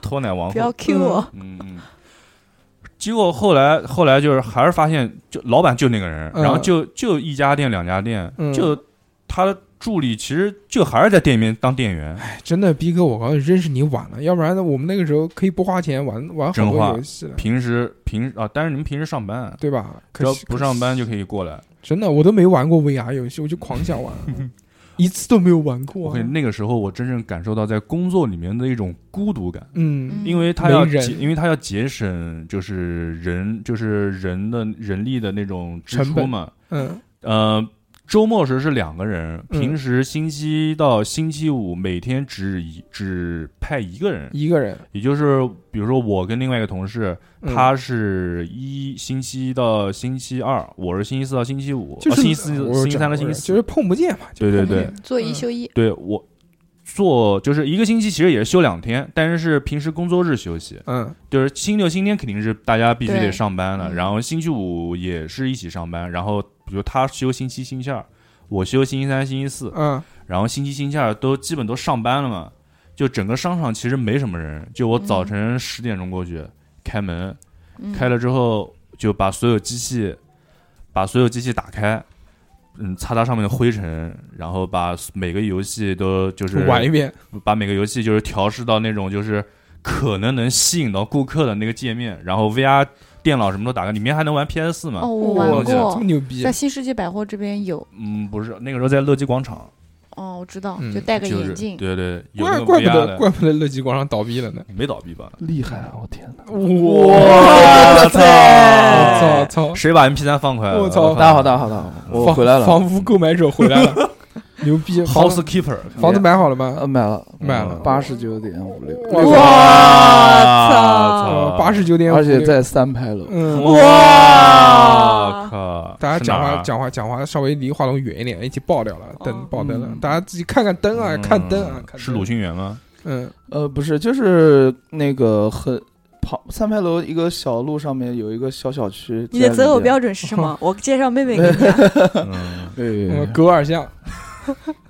托奶王
不
后。
要 Q 我，
嗯，嗯，结果后来后来就是还是发现，就老板就那个人，
嗯
然后就就一家店两家店，
嗯
就他的助理其实就还是在店里面当店员，
哎真的，逼哥，我告诉你，认识你晚了，要不然呢，我们那个时候可以不花钱玩玩好
真
多
话
游戏了，
平时平时啊，但是你们平时上班，啊
对吧？
只
可
要
惜
不上班就可以过来。
真的，我都没玩过 VR 游戏，我就狂想玩，
[LAUGHS]
一次都没有玩
我
过啊
跟。那个时候我真正感受到在工作里面的一种孤独感。
嗯，
因为他要
没人
节，因为他要节省，就是人，就是人的人力的那种支
成
出
本
嘛。
嗯
呃，周末时是两个人，
嗯
平时星期到星期五每天只一只派一个人，
一个人，
也就是比如说我跟另外一个同事，
嗯
他是一星期一到星期二，我是星期四到星期五，
就
哦
是
星期四、
我
星期三
讲
到星期
我
四，
就是碰不见嘛。就
对对
碰不
对
见，
嗯做一休一，
对我做就是一个星期，其实也是休两天，但是是平时工作日休息，
嗯
就是星期六、星期天肯定是大家必须
对
得上班了，
嗯
然后星期五也是一起上班，然后比如他休星期一、星期二，我休星期三、星期四，
嗯
然后星期一、星期二都基本都上班了嘛，就整个商场其实没什么人，就我早晨十点钟过去、开门，
嗯
开了之后就把所有机器，把所有机器打开。嗯，擦擦上面的灰尘，然后把每个游戏都就是
玩一遍，
把每个游戏就是调试到那种就是可能能吸引到顾客的那个界面，然后 VR 电脑什么都打开，里面还能玩 PS 四嘛？
哦，我
哇
玩
这
这
过
么，牛逼
在！新世纪百货这边有，
嗯，不是，那个时候在乐基广场，
哦，我知道
嗯，
就戴个
就是
眼镜，
对对，有那
怪怪不
个 VR
得
的，
怪不得乐极广场倒闭了呢！
没倒闭吧？
厉害啊！我天哪！
我
我
操！
操操！
谁把 MP 三放快了？
哦我操
大家好，大家好，大家好，我
房
回来了，
房屋购买者回来了， [LAUGHS] 牛逼！房子
Housekeeper，
房子买好了吗？
呃，买了，
买了
八十九点五六，
哇
操！
八十九点，
而且在三牌楼，
嗯，
哇靠！
大家
是
讲
哪儿
话
啊
讲话讲话稍微离话筒远一点，一起爆掉了，灯
哦
爆灯了
嗯，
大家自己看看灯啊，
嗯
看灯啊，看
是
灯
鲁，迅源吗？
嗯
呃，不是，就是那个很旁三牌楼一个小路上面有一个小小区，
你的
在里
择偶
面
标准是什么？我介绍妹妹给你啊。
嗯，
对，对
嗯，
对
狗二巷，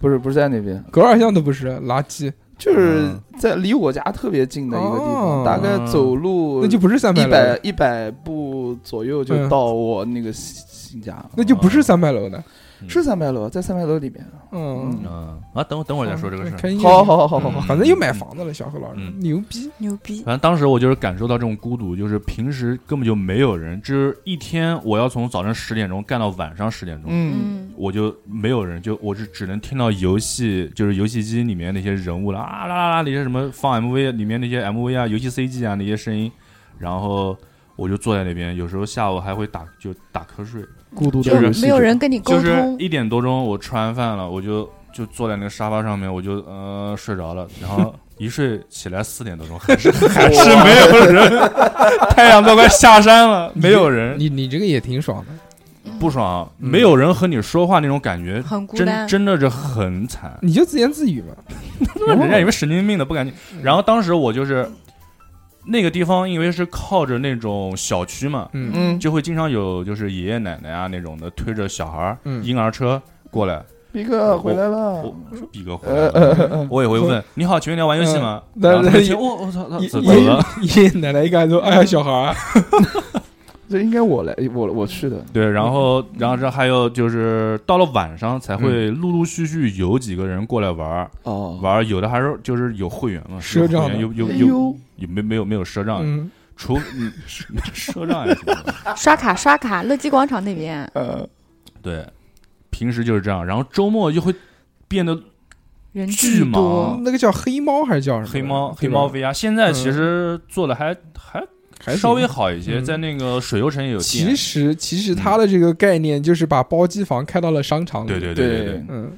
不是不是在那边，
狗二巷都不是垃圾，
就是在离我家特别近的一个地
哦
方，大概走路
那就不是三百
一
楼
百，一百步左右就
嗯
到我那个新新家了。啊
那就不是三百楼的，
嗯
是三牌楼，在三牌楼里面。
嗯，
嗯啊，等我等会儿
哦
再说这个事儿。
可以，
好好好好好好，
反正又买房子了，小何老师
嗯
牛逼，
牛逼，
反正当时我就是感受到这种孤独，就是平时根本就没有人，就是一天我要从早上十点钟干到晚上十点钟，
嗯，
嗯，
我就没有人，就我是只能听到游戏，就是游戏机里面那些人物啦啊啦啦啦那些什么放 MV 里面那些 MV 啊、游戏 CG 啊那些声音，然后我就坐在那边，有时候下午还会打就打瞌睡，
孤独
就
的游
是
戏
没有人跟你沟
就是
通，
一点多钟我吃完饭了，我就就坐在那个沙发上面，我就呃睡着了，然
[LAUGHS]
后一睡起来四点多钟还是还是没有人，太阳都快下山了，没有人，
你你这个也挺爽的，
不爽，没有人和你说话那种感觉，
很嗯孤
真
单，
真的是很
[LAUGHS]
惨。
你就自言自语嘛，
哦
他妈人家以为神经病的不敢进。
嗯
然后当时我就是那个地方，因为是靠着那种小区嘛，
嗯
嗯，
就会经常有就是爷爷奶奶啊那种的推着小孩儿、
嗯
婴儿车过来。
毕哥回来了，
我逼哥回来
呃
了，
呃呃，
我也会问你好，请问你要玩游戏吗？
嗯
然后他
那
们听我我操，操
爷
怎么了？啊
爷爷奶奶一看说：“哎呀，小孩儿，
这应该我来，我我去的。
对，然后然后这还有就是到了晚上才会陆陆续续有几个人过来玩儿
哦，
玩儿，有的还是就是有会员嘛，是
赊
有会
账
员
的
有有
哎
有
呦
有没没有没有赊账，
嗯，
[LAUGHS] 除嗯赊账也行。
啊刷卡刷卡，乐基广场那边，
呃，
对，平时就是这样，然后周末就会变得
人
巨
巨
忙
多，
那个叫黑猫还是叫什么？
黑猫黑
对吧嗯
猫 VR。现在其实做的还还
还行
稍微。好一嗯些，
嗯
在那个水游城也有
其
店。
实其实它的这个概念就是把包机房开到了商场里，
对对对
对
对，
嗯，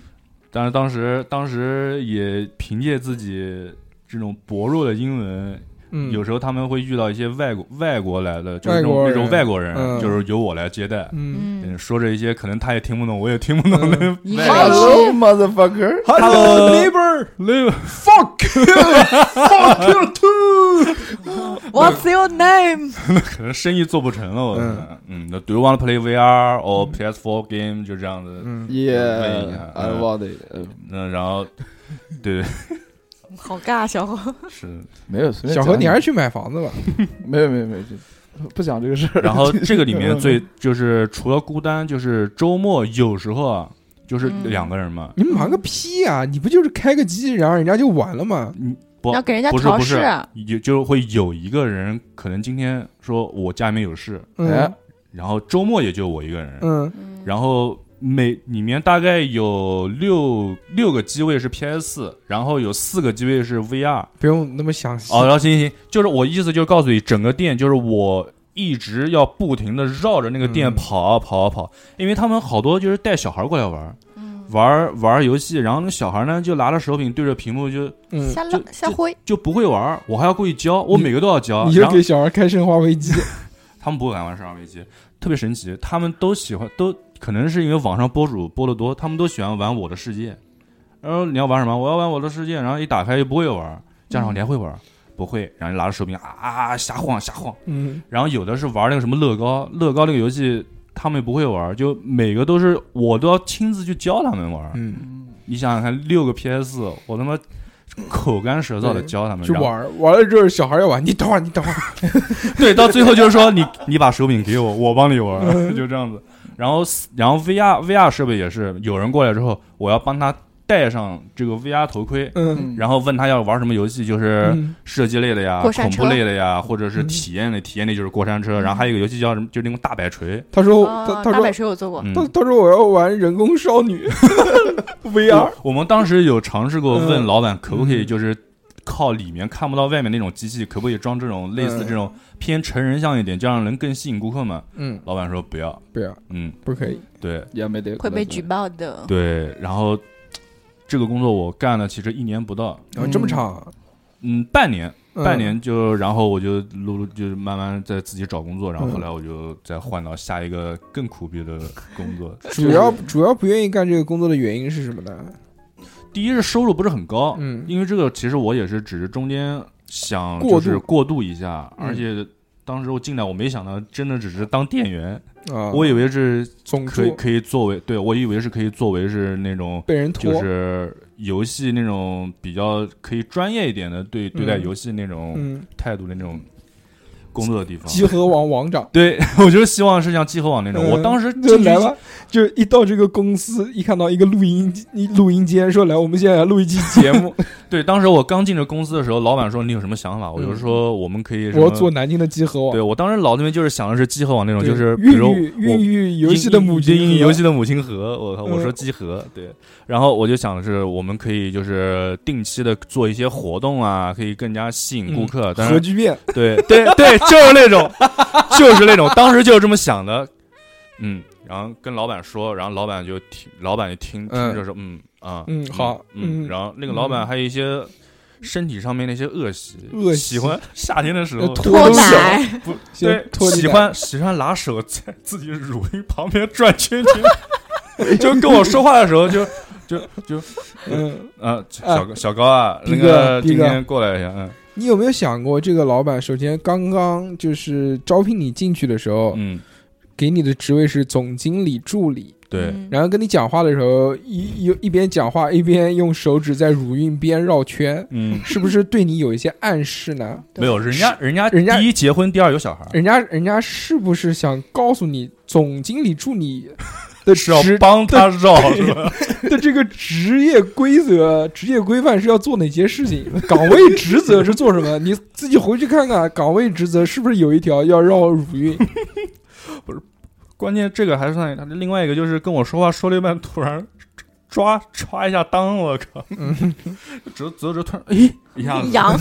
但是当时当时也凭借自己这种薄弱的英文，
嗯
有时候他们会遇到一些外国外国来的，就是
外
那种
国
那
人
种外国人，
嗯
就是由我来接待，
嗯
嗯，
说着一些可能他也听不懂，我也听不懂的
嗯
一
外国
开
人。
Hello 哎 motherfucker，
Hello
neighbor，
fuck，
What's your name？
可能生意做不成了。我
嗯
嗯，那 Do you want to play VR or PS4 game？就这样子。
嗯，
问一下
yeah，I
嗯
want it，呃
那然后，对，
好尬，小何，
是。
没有随便
小
讲。
何，你还是去买房子吧，
没有没有没有，这不讲这个事 [LAUGHS] 儿。
然后这个里面最就是除了孤单，就是周末有时候啊，就是
嗯
两个人嘛。
你忙个屁啊！你不就是开个机，然后人家就完了吗？
不
要给人家
嗯不是
调
不是
试，
有就会有一个人可能今天说我家里面有事，
哎
嗯
然后周末也就我一个人，
嗯
嗯
然后每里面大概有六六个机位是 PS 四，然后有四个机位是 VR，
不用那么详细
哦，。然后行行行，就是我意思就是告诉你，整个店就是我一直要不停的绕着那个店
嗯
跑啊跑啊跑，因为他们好多就是带小孩过来玩儿
嗯
玩儿玩儿游戏，然后那个小孩呢就拿着手柄对着屏幕就
嗯，
瞎
就
浪瞎挥，
就不会玩儿，我还要过去教，我每个都要教，
你
然
就
后
给小孩开生化 [LAUGHS] 危机，
他们不敢玩《生化危机》，特别神奇，他们都喜欢都可能是因为网上博主播的多，他们都喜欢玩《我的世界》，然后你要玩什么？我要玩《我的世界》，然后一打开又不会玩，家长连会玩。不会，然后就拿着手柄啊啊啊瞎晃瞎晃，
嗯，
然后有的是玩那个什么乐高，乐高那个游戏他们也不会玩，就每个都是我都要亲自去教他们玩。
嗯，
你想想看，六个 PS，我他妈口干舌燥的教他们
去
然后
玩儿玩了之嗯后，小孩要玩，你等会儿，你等会
[LAUGHS]
儿，
对，到最后就
[LAUGHS]
是说你你把手柄给我，我帮你
嗯
玩， [LAUGHS] 就这样子。然后然后 VR VR 设备也是，有人过来之后，我要帮他戴上这个 VR 头盔，
嗯，
然后问他要玩什么游戏，就是。
嗯
射击类的呀，
过山
恐
车
怖类的呀，或者是
嗯
体验类，体验类就是过山车，然后还有一个游戏叫什么，就那种大摆锤，
他说
哦
他他
大摆
说
锤我做过，
嗯
他他说我要玩人工少女 [LAUGHS] VR，
我们当时有尝试过问老板，可不可以
嗯
就是靠里面看不到外面那种机器，可不可以装这种类似这种偏成人像一点，这样能更吸引顾客嘛？
嗯，
老板说不要，
不要，
嗯，
不可以，
对
也没得
会被举报的。
对。然后这个工作我干了，其实一年不到，
啊，这么长啊，
嗯，半年，
嗯
半，年就，然后我就陆陆就是慢慢在自己找工作，然后
嗯
后来我就再换到下一个更苦逼的工
[LAUGHS]
作。
主要主要不愿意干这个工作的原因是什么呢？
第一是收入不是很高，
嗯
因为这个其实我也是只是中间想
过渡
就是过渡一下，
嗯
而且当时我进来我没想到真的只是当店员，
啊，
我以为是
总
可以
之
可以作为对我以为是可以作为是那种
被人拖
就，是游戏那种比较可以专业一点的对对待
嗯
游戏那种
嗯
态度的那种工作的
哦
地方。
集
[LAUGHS]
合网网长。
对， [LAUGHS] 我就是希望是像集合网那种。
嗯
我当时
就
进去
来了，就一到这个公司，一看到一个录音一录音间，说来，我们现在来录一期节目，
对，当时我刚进这公司的时候，老板说你有什么想法？我就
嗯
说我们可以什
我
么
要做南京的集合网
对，我当时脑子里面就是想的是集合网那种，
对
就是比
孕
如
育
我
孕育游戏的母
对孕育
亲，
游戏的母亲河，我靠，我说
嗯
集合，对，然后我就想的是，我们可以就是定期的做一些活动啊，可以更加吸引顾客，但
核
是
聚
[LAUGHS]
变，
对对对，就是那种， [LAUGHS] 就是那种，当时就是这么想的，嗯，然后跟老板说，然后老板就听，老板就听
嗯
听着说，嗯啊，
嗯好
嗯，
嗯
然后那个老板还有一些身体上面的一些恶习，
恶习
喜欢 [LAUGHS] 夏天的时候
呃脱
脱
都小
奶，
不
先
对，
脱离
喜
感
欢喜欢拿手在 [LAUGHS] 自己乳晕旁边转圈圈， [LAUGHS] 就跟我说话的时候就就就
嗯， [LAUGHS]
呃小高小高啊，那
逼
个
哥
今
逼哥哦
天过来一下，嗯
你有没有想过，这个老板首先刚刚就是招聘你进去的时候，
嗯，
给你的职位是总经理助理，
对，
嗯
然后跟你讲话的时候，一一一边讲话一边用手指在乳晕边绕圈，
嗯，
是不是对你有一些暗示呢？
没有，人家人家
人家
第一结婚，第二有小孩，
人家人家是不是想告诉你，总经理助理的
[LAUGHS] 是要
职
帮他绕是吧？ [LAUGHS]
的这个职业规则、职业规范是要做哪些事情？岗位职责是做什么？你自己回去看看，岗位职责是不是有一条要绕乳晕？
关键这个还算他另外一个就是跟我说话说了一半，突然抓抓一下裆，我靠，
嗯
[LAUGHS] 折折折，突然哎一下子，[LAUGHS]
[LAUGHS] 羊，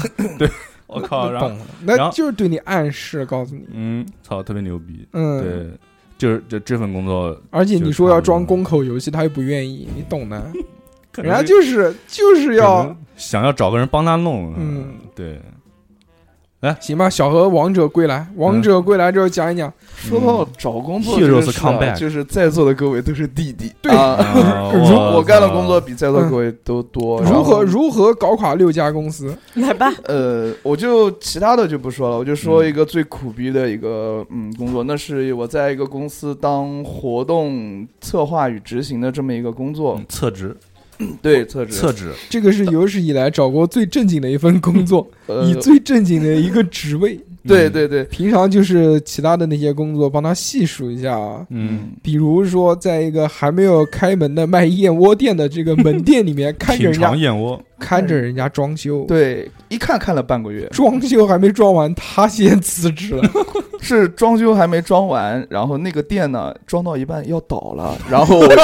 我
[LAUGHS]
靠，然后
懂了，
然
那
后
就是对你暗示，告诉你，
嗯，操，特别牛逼，
嗯，
对，就是这这份工作
而且
就
你
是
说
他
要
们
装公口游戏，他又不愿意，你懂
[LAUGHS]
的，
可
人
能
家就是就是
可
要
能想要找个人帮他弄，
嗯，
[LAUGHS]
对，
行吧。小何王者归来，
嗯
王者归来之后讲一讲，
说到找工作
Heroes
这个事啊
comeback
就是在座的各位都是弟弟，
对
啊，
啊
如
我干的工作，比在座各位都多。然后
如何如何搞垮六家公司？
来吧，
呃，我就其他的就不说了，我就说
嗯
一个最苦逼的一个嗯工作，那是我在一个公司当活动策划与执行的这么一个工作
嗯，厕纸，
对，厕职，
厕纸，
这个是有史以来找过最正经的一份工作，
呃
以，最正经的一个职位。
嗯
对对对，
平常就是其他的那些工作，帮他细数一下啊。
嗯，
嗯，
比如说，在一个还没有开门的卖燕窝店的这个门店里面，看着
品
人家
尝燕窝，
看着人家装修，，
对，一看看了半个月，
装修还没装完，他先辞
[LAUGHS]
职了。
是装修还没装完，然后那个店呢装到一半要倒了，然后我就，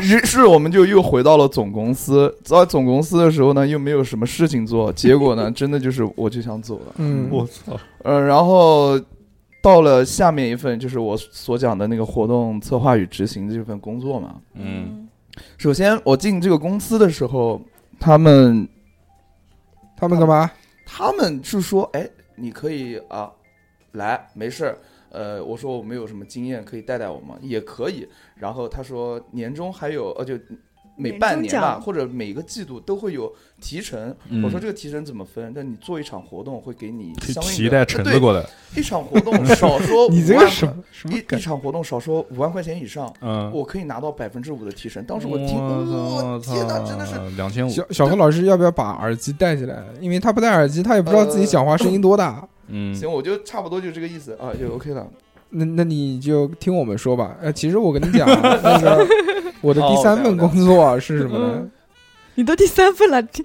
于是我们就又回到了总公司。到总公司的时候呢，又没有什么事情做，结果呢，真的就是我就想走了。
嗯，
我操，
呃，然后到了下面一份就是我所讲的那个活动策划与执行的这份工作嘛。
嗯，
首先我进这个公司的时候，他们
他们干嘛？
他们是说，哎，你可以啊，来，没事儿。呃，我说我没有什么经验，可以带带我吗？也可以。然后他说年终还有，呃，就
年
每
终
半年吧，
奖
或者每个季度都会有提成。
嗯
我说这个提成怎么分？那你做一场活动会给你
提
相应
提一
的
袋
呃
橙
对 [LAUGHS]
子过来，
一场活动少说
你这
5
个
万
什
块
么什么
[LAUGHS] 一一
梗？
场活动少说五万块钱以上，
嗯，
我可以拿到百分之五的提成。当时我听，
我
我
操
天哪，真的是
两千五，
小小何老师要不要把耳机戴起来？因为他不戴耳机，他也不知道自己讲话声音多大。
嗯，
行，我就差不多就这个意思啊，就 OK 了。
那那你就听我们说吧。呃，其实我跟你讲啊，那个我的第三份工作啊是什么呢？
你都第三份了，这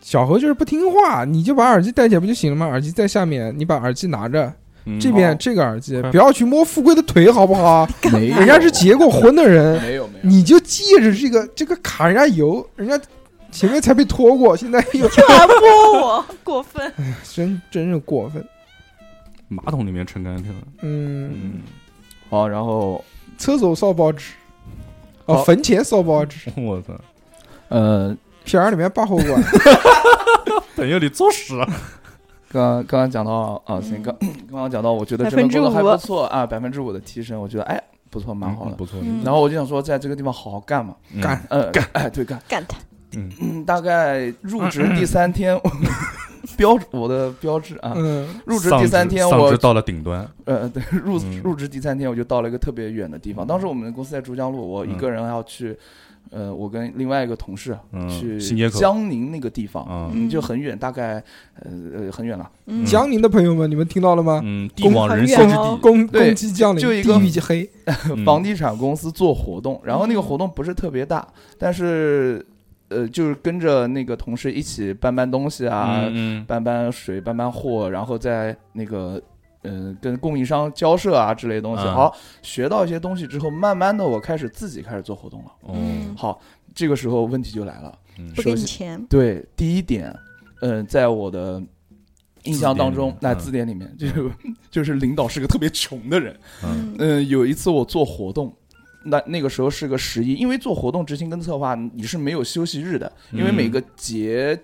小何就是不听话，你就把耳机戴起来不就行了吗？耳机在下面，你把耳机拿着，
嗯
这边
哦
这个耳机
快，
不要去摸富贵的腿，好不好？
没
人家是结过婚的人，
没有没有，
你就借着这个这个卡人家油，人家前面才被拖过，现在
[LAUGHS]
又
还摸我，过 [LAUGHS] 分，
真真是过分。
马桶里面撑杆跳，
嗯，
嗯，
好，然后
厕所烧报纸，哦，
好
坟前烧报纸，
嗯我操，
呃，
片儿里面拔火
[LAUGHS]
管，
等于你作死啊，
刚刚刚刚讲到啊，行，
嗯
刚 [COUGHS] 刚刚讲到，我觉得这份工作还不错啊，百分之五的提升，我觉得哎不错，蛮好
嗯
的。
不错，
嗯
然后我就想说，在这个地方好好干嘛，
嗯
干
呃，干，哎，对干，
干他，
[LAUGHS]
嗯，大概入职第三天，标志我的标志啊。
嗯，
入职
丧
第
志
三天
丧
我
志到了顶端，
呃，对，入
嗯
入职第三天我就到了一个特别远的地方。当时我们公司在珠江
嗯
路，我一个人还要去，呃，我跟另外一个同事啊
嗯
去
新街口
江宁那个地方，
嗯
嗯，就很远，大概呃呃很远了，
嗯
江宁的朋友们，你们听到了吗？
嗯，地
公
广人稀
很
之
远哦
地，
公
对
公鸡降临，
就一个
地狱之黑。
[LAUGHS]
嗯
房地产公司做活动，然后那个活动不是特别大，但是呃，就是跟着那个同事一起搬搬东西啊，
嗯嗯
搬搬水、搬搬货，然后在那个嗯、呃跟供应商交涉啊之类的东西。
嗯
好，学到一些东西之后，慢慢的我开始自己开始做活动了。
哦，
嗯
好，这个时候问题就来了。
嗯
不给你钱，
对，第一点，嗯、在我的印象当中，
字典里面
那
嗯
字典里面就就是 [LAUGHS] 领导是个特别穷的人。
嗯
嗯，
嗯，有一次我做活动，那那个时候是个十一，因为做活动执行跟策划你是没有休息日的，因为
嗯
每个节。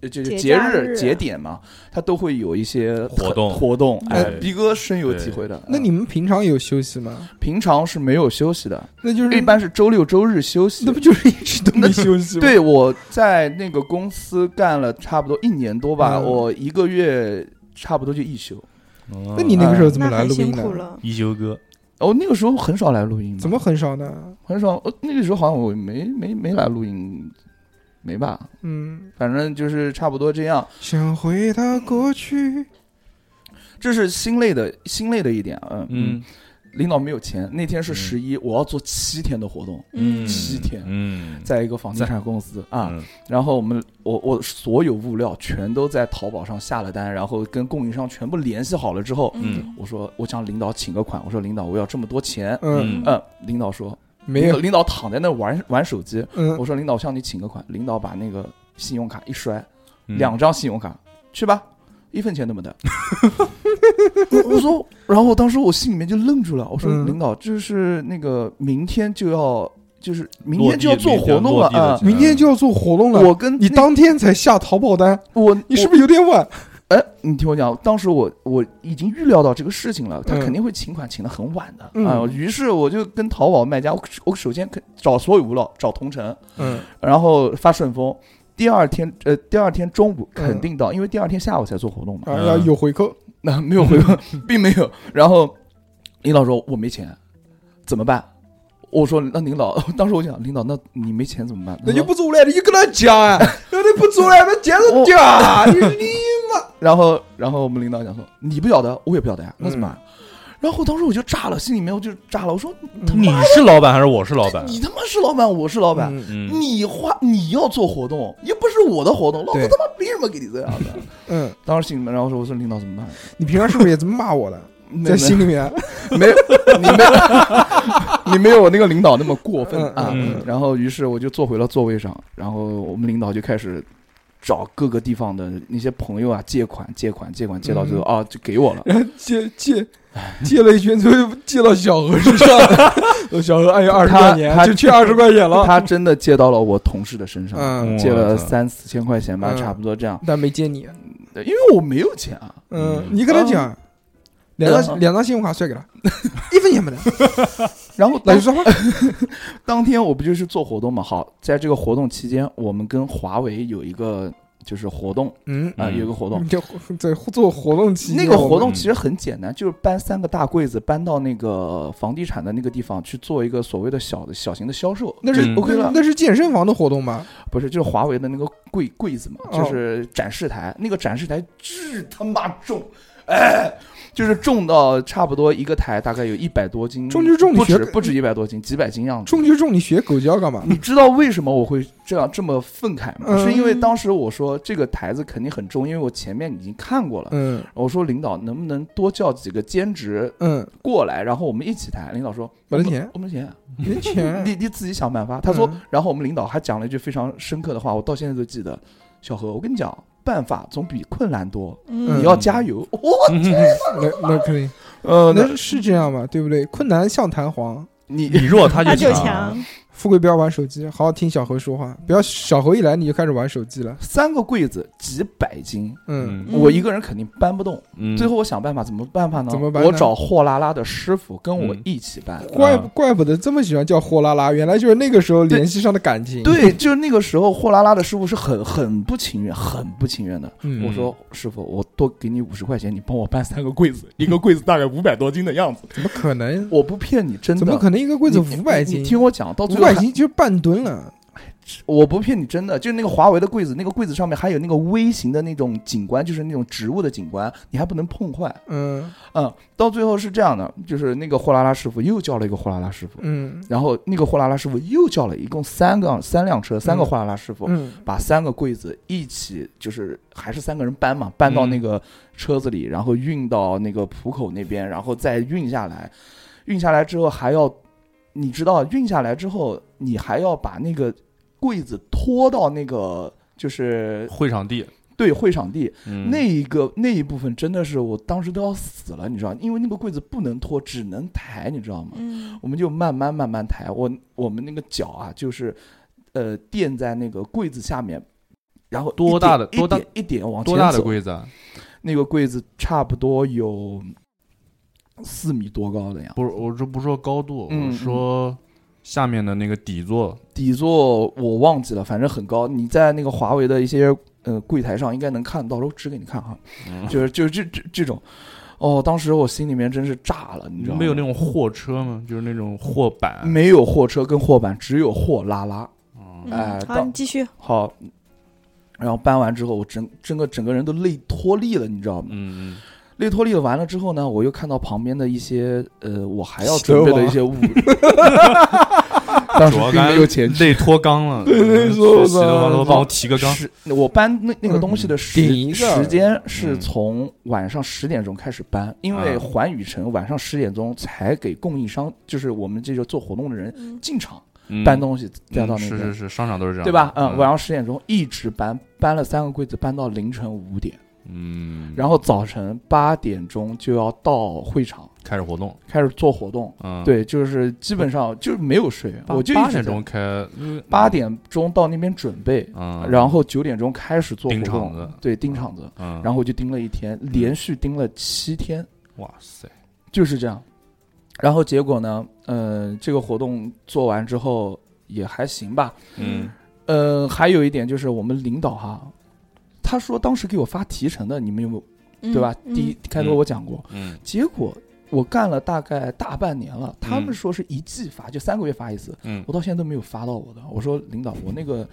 呃就是
节
节
假
日
日
节点嘛，它都会有一些
活动
活动。哎
对，
逼哥深有
对
体会的。
那
嗯
你们平常有休息吗？
平常是没有休息的，
那就是
一，般是周六周日休息
嗯那。不就是一直都没休息吗？
对，我在那个公司干了差不多一年多吧，
嗯
我一个月差不多就一休。
嗯
那你那个时候怎么
那
来
很
录
辛
音
苦
的？
了。
一休哥，
哦，那个时候很少来录音嘛，
怎么很少呢？
很少？哦，那个时候好像我没没没来录音，没吧？
嗯，
反正就是差不多这样。
想回到过去。
这是心累的，心累的一点啊。嗯
嗯，
领导没有钱，那天是
嗯
十一、我要做七天的活动，
嗯，
七天
嗯，
在一个房地产公司啊。
嗯，
然后我们，我我所有物料全都在淘宝上下了单，然后跟供应商全部联系好了之后，
嗯
我说我向领导请个款，我说领导我要这么多钱。
嗯，
嗯，领导说
没有。
领导躺在那玩玩手机。
嗯
我说领导向你请个款，领导把那个信用卡一摔，
嗯
两张信用卡，去吧，一分钱都没得。 [LAUGHS] 我我说，然后当时我心里面就愣住了，我说、
嗯
领导，就是那个明天就要，就是明
落
天
地
就要做活动了
落地的
啊
钱、
明天就要做活动了。
我跟
你
那
当天才下淘宝单，
我
你是
我
不是有点晚？
哎，你听我讲，当时我我已经预料到这个事情了，他
嗯
肯定会请款请的很晚的啊、
嗯
于是我就跟淘宝卖家，我我首先肯找所有物料，找同城，
嗯
然后发顺丰。第二天，呃，第二天中午
嗯
肯定到，因为第二天下午才做活动嘛。
啊，要有回扣。
那没有回
[LAUGHS]
复，并没有。然后领导说我没钱，怎么办？我说那领导， [LAUGHS] 当时我想领导，那你没钱怎么办？
那
他
就
说
不做了，你就跟他讲 [LAUGHS] 啊，那你不做了，那接着 [LAUGHS] 讲，啊你你
然后然后我们领导讲说你不晓得，我也不晓得呀，那怎么办？
嗯
然后当时我就炸了，心里面我就炸了，我说
你是老板还是我是老板？
你他妈是老板，我是老板，
嗯
嗯，
你花你要做活动，又不是我的活动，老子
对
他妈凭什么给你这样的？
[LAUGHS] 嗯，
当时心里面，然后说我说领导怎么办？
你平常是不是也这么骂 [LAUGHS] 我的？
没
在心里面， [LAUGHS]
没有，你没有，你没有我那个领导那么过分啊。
嗯
嗯
然后，于是我就坐回了座位上，然后我们领导就开始找各个地方的那些朋友啊借款、借款、借款，借到最后、啊就给我了。
嗯然后借借借了一圈，最后借到小何身上 [LAUGHS] 了。小何，哎呀，二十
他
块钱
他
就缺二十块钱了。
他真的借到了我同事的身上，
嗯，
借了
我操
三四千块钱吧，
嗯
差不多这样。
但没借你。
因为我没有钱啊，
嗯
嗯，
你跟他讲，两张
嗯
两张信用卡甩给他， [LAUGHS] 一分钱没得。
然后
[LAUGHS] 老
当
实说话，
[LAUGHS] 当天我不就是做活动嘛？好，在这个活动期间，我们跟华为有一个就是活动
嗯，
啊、
嗯
有一个活动
你，就在做活动期间，
那个活
我们
动其实很简单，就是搬三个大柜子搬到那个房地产的那个地方去做一个所谓的小的小型的销售，
那
就是
嗯
OK 了。
那是健身房的活动吗？
不是，就是华为的那个柜柜子嘛，
哦
就是展示台，那个展示台巨他妈重，哎，就是重到差不多一个台大概有一百多斤，
重就重
不
你学
止不止一百多斤，几百斤样子。
重就重，你学狗叫干嘛？
你知道为什么我会这样这么愤慨吗？
嗯
是因为当时我说这个台子肯定很重，因为我前面已经看过了。
嗯
我说领导能不能多叫几个兼职
嗯，
过来，然后我们一起谈。领导说
没得钱，
我没钱，
没钱
[LAUGHS] 你你自己想办法。他说
嗯，
然后我们领导还讲了一句非常深刻的话，我到现在都记得。小何，我跟你讲，办法总比困难多，
嗯
你要加油。我
[LAUGHS] 那那肯定，
呃
那是这样嘛，对不对？困难像弹簧，
你
嗯
你弱他
他
就
就
强，
强，
富贵不要玩手机，好好听小何说话，不要小何一来你就开始玩手机了。
[LAUGHS] 三个柜子几百斤，
嗯，
嗯
我一个人肯定搬不动。
嗯，
最后我想办法，怎么办法呢？
怎么办呢
我找货拉拉的师傅跟我
嗯
一起搬。
怪
啊
怪不得这么喜欢叫货拉拉，原来就是那个时候联系上的感情。，
对，就是那个时候，货拉拉的师傅是很很不情愿，很不情愿的。
嗯
我说师傅，我多给你五十块钱，你帮我搬三个柜子，一个柜子大概五百多斤的样子。
怎么可能？
我不骗你，嗯真
怎
的。
么可能一个柜子
你
五百
你
斤？
你听我讲，到
五
最后
百
还，
斤就是半吨了。
我不骗你，真的，就是那个华为的柜子，那个柜子上面还有那个微型的那种景观，就是那种植物的景观，你还不能碰坏。
嗯
嗯，到最后是这样的，就是那个货拉拉师傅又叫了一个货拉拉师傅，
嗯
然后那个货拉拉师傅又叫了一共三个三辆车，三
嗯
个货拉拉师傅，
嗯
把三个柜子一起，就是还是三个人搬嘛，搬到那个车子里，然后运到那个浦口那边，然后再运下来。运下来之后还要，你知道，运下来之后你还要把那个柜子拖到那个就是
会场地，
对会场地、
嗯
那一个那一部分，真的是我当时都要死了，你知道，因为那个柜子不能拖，只能抬，你知道吗？
嗯，
我们就慢慢慢慢抬，我我们那个脚啊，就是呃垫在那个柜子下面，然后一
多大
点
的
一
多大
点一点往前
多大的
走
柜子啊？
那个柜子差不多有四米多高的呀，
不是，我这不说高度，
嗯
我说下面的那个底座，
底座我忘记了，反正很高。你在那个华为的一些呃柜台上应该能看到，到时候指给你看哈，
嗯
就是就是这这这种。哦，当时我心里面真是炸了，你知道吗？嗯
没有那种货车吗？就是那种货板，
没有货车跟货板，只有货拉拉。
嗯
嗯
哎
好，
到
你继续。
好，然后搬完之后，我整整个整个人都累脱力了，你知道吗？
嗯，
累脱力了，完了之后呢，我又看到旁边的一些呃，我还要准备的一
[LAUGHS]
些物，当时并没有钱去。
累脱肛了，
嗯对
说
说
洗头房
吧
都帮我提个肛，
是，我搬那那个东西
嗯
的
顶一
时
个
时间是从晚上十点钟开始搬，因为
啊
环宇城晚上十点钟才给供应商，就是我们这个做活动的人
嗯
进场
嗯
搬东西，再到
嗯
那
是
个
是是，商场都是这样，
对吧？嗯，晚，上十点钟一直搬，搬了三个柜子，搬到凌晨五点。
嗯，
然后早晨八点钟就要到会场
开始活动，
开始做活动。
嗯，，
对，就是基本上就是没有睡，我就一直
八点
在
钟开，嗯
八，点钟到那边准备，
嗯，
然后九点钟开始做活
盯场
动
子，
对，盯场子，
嗯，
然后我就盯了一天，连续盯了七天，
哇塞，
就是这样。然后结果呢，呃，这个活动做完之后也还行吧。
嗯，
呃，还有一点就是我们领导哈，他说当时给我发提成的，你们有没有
嗯
对吧？
嗯
第一开头我讲过，
嗯
结果我干了大概大半年了，
嗯
他们说是一季发，就三个月发一次，
嗯
我到现在都没有发到我的。我说领导，我那个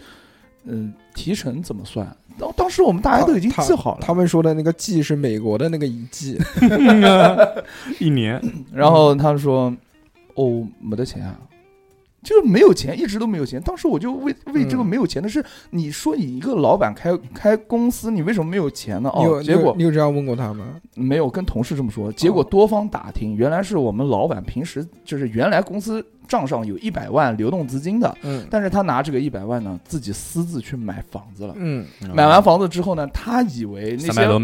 嗯、提成怎么算？当当时我们大家都已经
他
记好
他
了，
们说的那个季是美国的那个一季，
[LAUGHS] 一年，
然后
嗯
他说哦没得钱啊。就是没有钱，一直都没有钱。当时我就为为这个
嗯
没有钱的事，你说你一个老板开开公司，你为什么没有钱呢？
你有
哦，结
你有
果
你有这样问过他吗？
没有跟同事这么说，结果多方打听，原来是我们老板平时就是原来公司账上有一百万流动资金的，
嗯
但是他拿这个一百万呢，自己私自去买房子了。
嗯，
[LAUGHS] 买完房子之后呢，他以为那
嗯三百楼
些嗯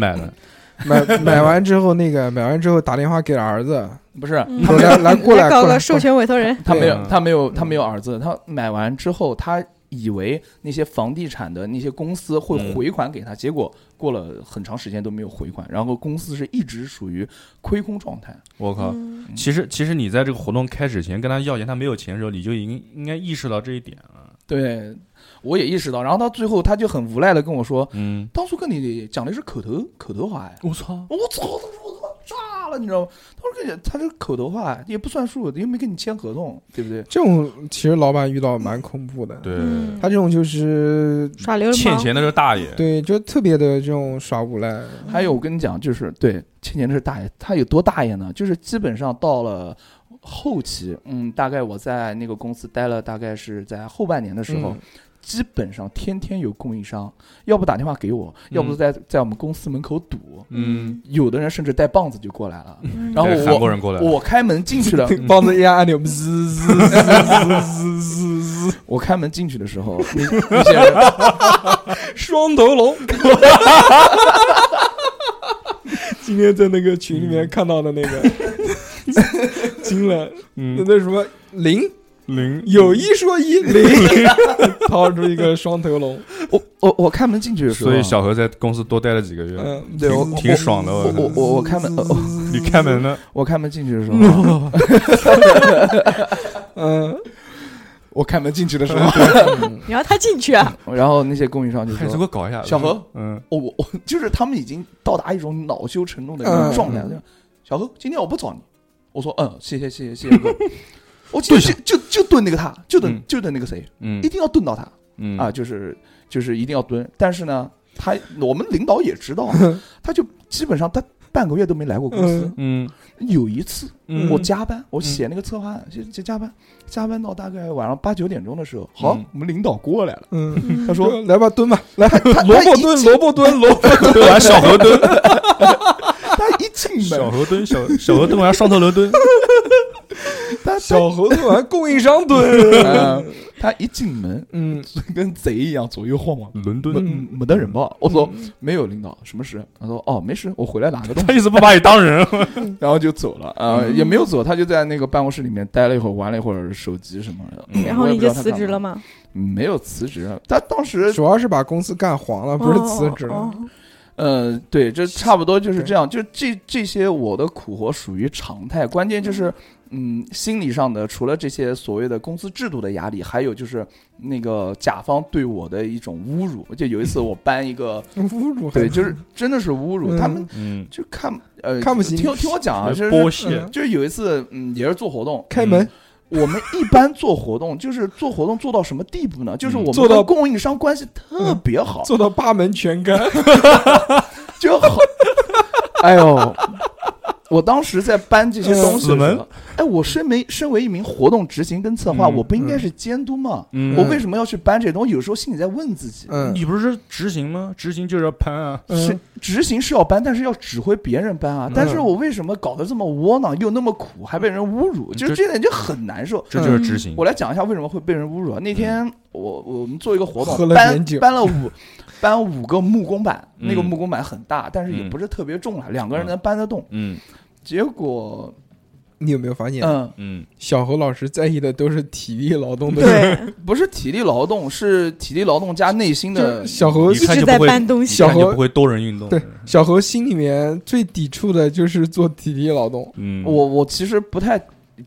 买
买
的，
买完之后那个 [LAUGHS] 买完之后打电话给儿子，
不是
嗯
说来来
[LAUGHS]
过来
来搞
过来
个，授权委托人。
他没
嗯
有他没有他没有儿子，他买完之后他。以为那些房地产的那些公司会
嗯
回款给他，结果过了很长时间都没有回款，然后公司是一直属于亏空状态。
我靠。
嗯
其实，其实你在这个活动开始前跟他要钱，他没有钱的时候，你就已经应该意识到这一点了。
对，我也意识到，然后到最后他就很无奈的跟我说：“
嗯，
当初跟你讲的是口头口头话呀，
我操，
我操，当时我他妈炸了，你知道吗？当时跟你他这口头话也不算数，又没跟你签合同，对不对？
这种其实老板遇到蛮恐怖的，
对，
嗯
他这种就是
耍流氓，
欠钱的是大爷，
对，就特别的这种耍无赖，
还有我跟你讲，就是对欠钱的是大爷，他有多大爷呢？就是基本上到了后期，嗯，大概我在那个公司待了大概是在后半年的时候。
嗯
基本上天天有供应商，要不打电话给我，要不在在我们公司门口堵。
嗯，
有的人甚至带棒子就过来了，
嗯
然后
对
我
韩国人过来了，
我开门进去了，
[LAUGHS] 帮着一按按钮，滋滋滋滋滋滋滋，
我开门进去的
[LAUGHS]
时候，那那些人
双头龙。今天在那个群里面看到的那个，惊了，
嗯
那，那什么零
零嗯
有一说一，零 [LAUGHS] 掏出一个双头龙，
我我我开门进去的时候
所
啊，
以小何在公司多待了几个月，
嗯，
对我
挺挺爽的。
我
我
我我我开门，呃哦
你开门呢？
我开门进去的时候
[LAUGHS]
啊，
嗯，
我开门进去的时候，
你让他进去啊！
嗯
然后那些供应商就
哎
还是
说
给我搞一下。
小何，
嗯，
我我我就是他们已经到达一种恼羞成怒的那种状态。
嗯
就是小何，今天我不找你，我说嗯，谢谢谢谢谢谢哥，我今天就就就蹲那个他，就蹲、
嗯
就蹲那个谁，
嗯
一定要蹲到他、
嗯
啊，就是就是一定要蹲。但是呢，他我们领导也知道，啊 [LAUGHS] 他就基本上他半个月都没来过公司。
嗯
有一次
嗯
我加班，我写那个策划案，就就加班，加班到大概晚上八九点钟的时候，好
嗯，
我们领导过来了，
嗯，
他说
来吧，蹲吧， [LAUGHS] 来，
他
萝卜
一
蹲，
[LAUGHS]
进
萝卜蹲，萝卜
蹲完小 [LAUGHS] 河蹲，
他一进
小
门，
河蹲，小小河蹲完双头龙 [LAUGHS] 蹲，
他
[LAUGHS]
他
小猴蹲完，供应商蹲，
呃他一进门
嗯，
跟贼一样左右晃晃，
伦
没
敦。
嗯
没得人吧？我说
嗯
没有领导，什么事？他说哦没事，我回来拿个东
他
西，
一直不把你当人，
然后就走了啊，呃也没有走，他就在那个办公室里面待了一会儿，玩了一会儿手机什么的。
嗯
然后你就辞职了
吗？
[LAUGHS]
吗？
嗯没有辞职，啊他当时
主要是把公司干黄了，不是辞职
哦
了，
哦
呃，对，这差不多就是这样，就这这些我的苦活属于常态，关键就是。嗯，心理上的除了这些所谓的公司制度的压力，还有就是那个甲方对我的一种侮辱。就有一次我搬一个
[LAUGHS] 侮辱还
对，就是真的是侮辱。
嗯
他们
[LAUGHS] 嗯，
就看呃
看不起你
听听我讲啊，就是
剥削
嗯，
就是有一次，嗯，也是做活动，
开门，
我们一般做活动就是做活动做到什么地步呢？就是我们
做到嗯
跟供应商关系特别好，
做到八门全干，
就好。哎呦，我当时在搬这些东西
死
的时
门
候，哎，我身为身为一名活动执行跟策划，
嗯
我不应该是监督吗？
嗯
我为什么要去搬这些东西？有时候心里在问自己，
嗯
你不是执行吗？执行就是要攀啊，
是
嗯
执行是要搬，但是要指挥别人搬啊。但是我为什么搞得这么窝囊，又那么苦，还被人侮辱？就
这
这点就很难受。
这就是执行。
嗯我来讲一下为什么会被人侮辱啊。那天
嗯
我我们做一个活
喝
动，
了
搬
点酒
搬了五搬五个木工板，
嗯
那个木工板很大，但是也
嗯
不是特别重了，两个人能搬得动。
嗯
结果，
你有没有发现，
嗯，
嗯
小侯老师在意的都是体力劳
[LAUGHS]
动的，
对，
不是体力劳动，是体力劳动加内心
就
的
是。小侯
你
一
看
直
就
在
不会
搬东
你
西。
小
看就
何
不会多人运动。
对小侯心里面最抵触的就是做体力劳动，
嗯，
我我其实不太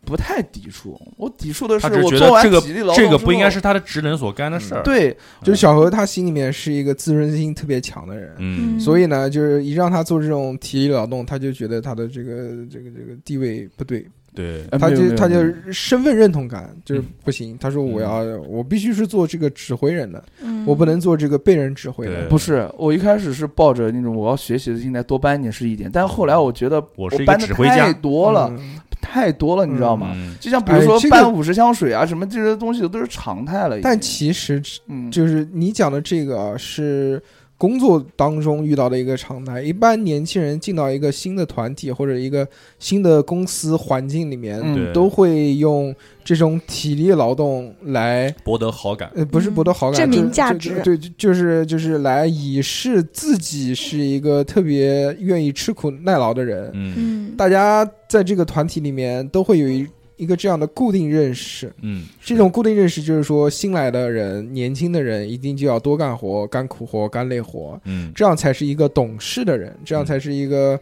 不太抵触，我抵触的是
他只
我
觉
做
得
完
这个
体力劳动
这个
之
不应
后
该是他的职能所干的事儿。，啊
对，
就是小何他心里面是一个自尊心特别强的人，
嗯
所以呢，就是一让他做这种体力劳动，他就觉得他的这个这个这个地位不对，
对，
哎
他
没有没
就
有
他就
没有嗯
身份认同感就是不行。他说我要我必须是做这个指挥人的，嗯我不能做这个被人指挥的
对。
嗯不是，我一开始是抱着那种我要学习的心态，多搬一点是一点，但后来我觉得
我是一个
搬的
指挥家
太多了，
嗯
太多了，你知道吗？
嗯
就像比如说
哎这个
搬五十箱水啊，什么这些东西都是常态了已经。
但其实
嗯，
就是你讲的这个啊是工作当中遇到的一个常态。一般年轻人进到一个新的团体或者一个新的公司环境里面，
嗯
对
都会用这种体力劳动来，
博得好感。
呃，不是
嗯
博得好感，
证明
就是
价
就
值
对，就就是就是来以示自己是一个特别愿意吃苦耐劳的人。
嗯
嗯，
大家在这个团体里面都会有一一个这样的固定认识，
嗯，
这种固定认识就是说，新来的人、年轻的人一定就要多干活、干苦活、干累活，
嗯
这样才是一个懂事的人，这样才是一个，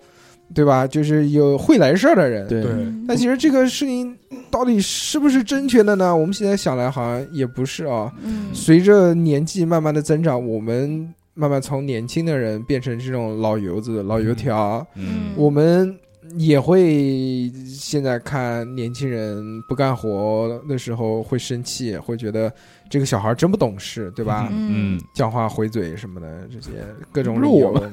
对吧？就是有会来事儿的人。
对
对
嗯
但其实这个事情到底是不是正确的呢？我们现在想来好像也不是啊。
嗯
随着年纪慢慢的增长，我们慢慢从年轻的人变成这种老油子、老油条，
嗯
我们也会现在看年轻人不干活的时候会生气，会觉得这个小孩真不懂事，对吧？
嗯
讲话回嘴什么的，这些各种
不是
理由
我，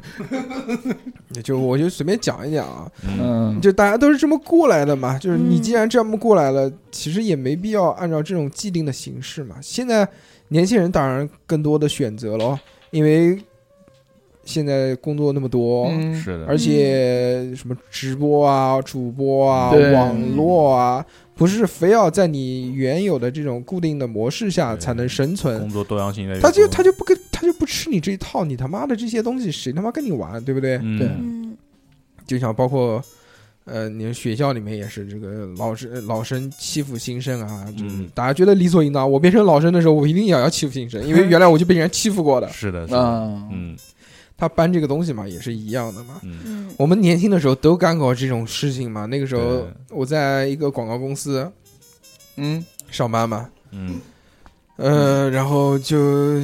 也 [LAUGHS] 就我就随便讲一讲啊，
嗯
嗯，
就大家都是这么过来的嘛。就是你
嗯
既然这么过来了，其实也没必要按照这种既定的形式嘛。现在年轻人当然更多的选择了，因为现在工作那么多，
嗯
是的，
而且什么直播啊、主播啊、
对
网络啊，不是非要在你原有的这种固定的模式下才能生存
工。作多样性越
他就他
就
就不跟他就不吃你这一套，你他妈的这些东西谁他妈跟你玩，对不对？
嗯
对
嗯
就像包括，呃，你看学校里面也是这个老师呃老生欺负新生啊，就是
嗯。
大家觉得理所应当。我变成老生的时候，我一定也要欺负新生，因为原来我就被人家欺负过的
是的，是的，
啊，
嗯
他搬这个东西嘛，也是一样的嘛。
嗯
嗯
我们年轻的时候都干过这种事情嘛。那个时候
对
我在一个广告公司
嗯，
上班嘛，
嗯
呃，然后就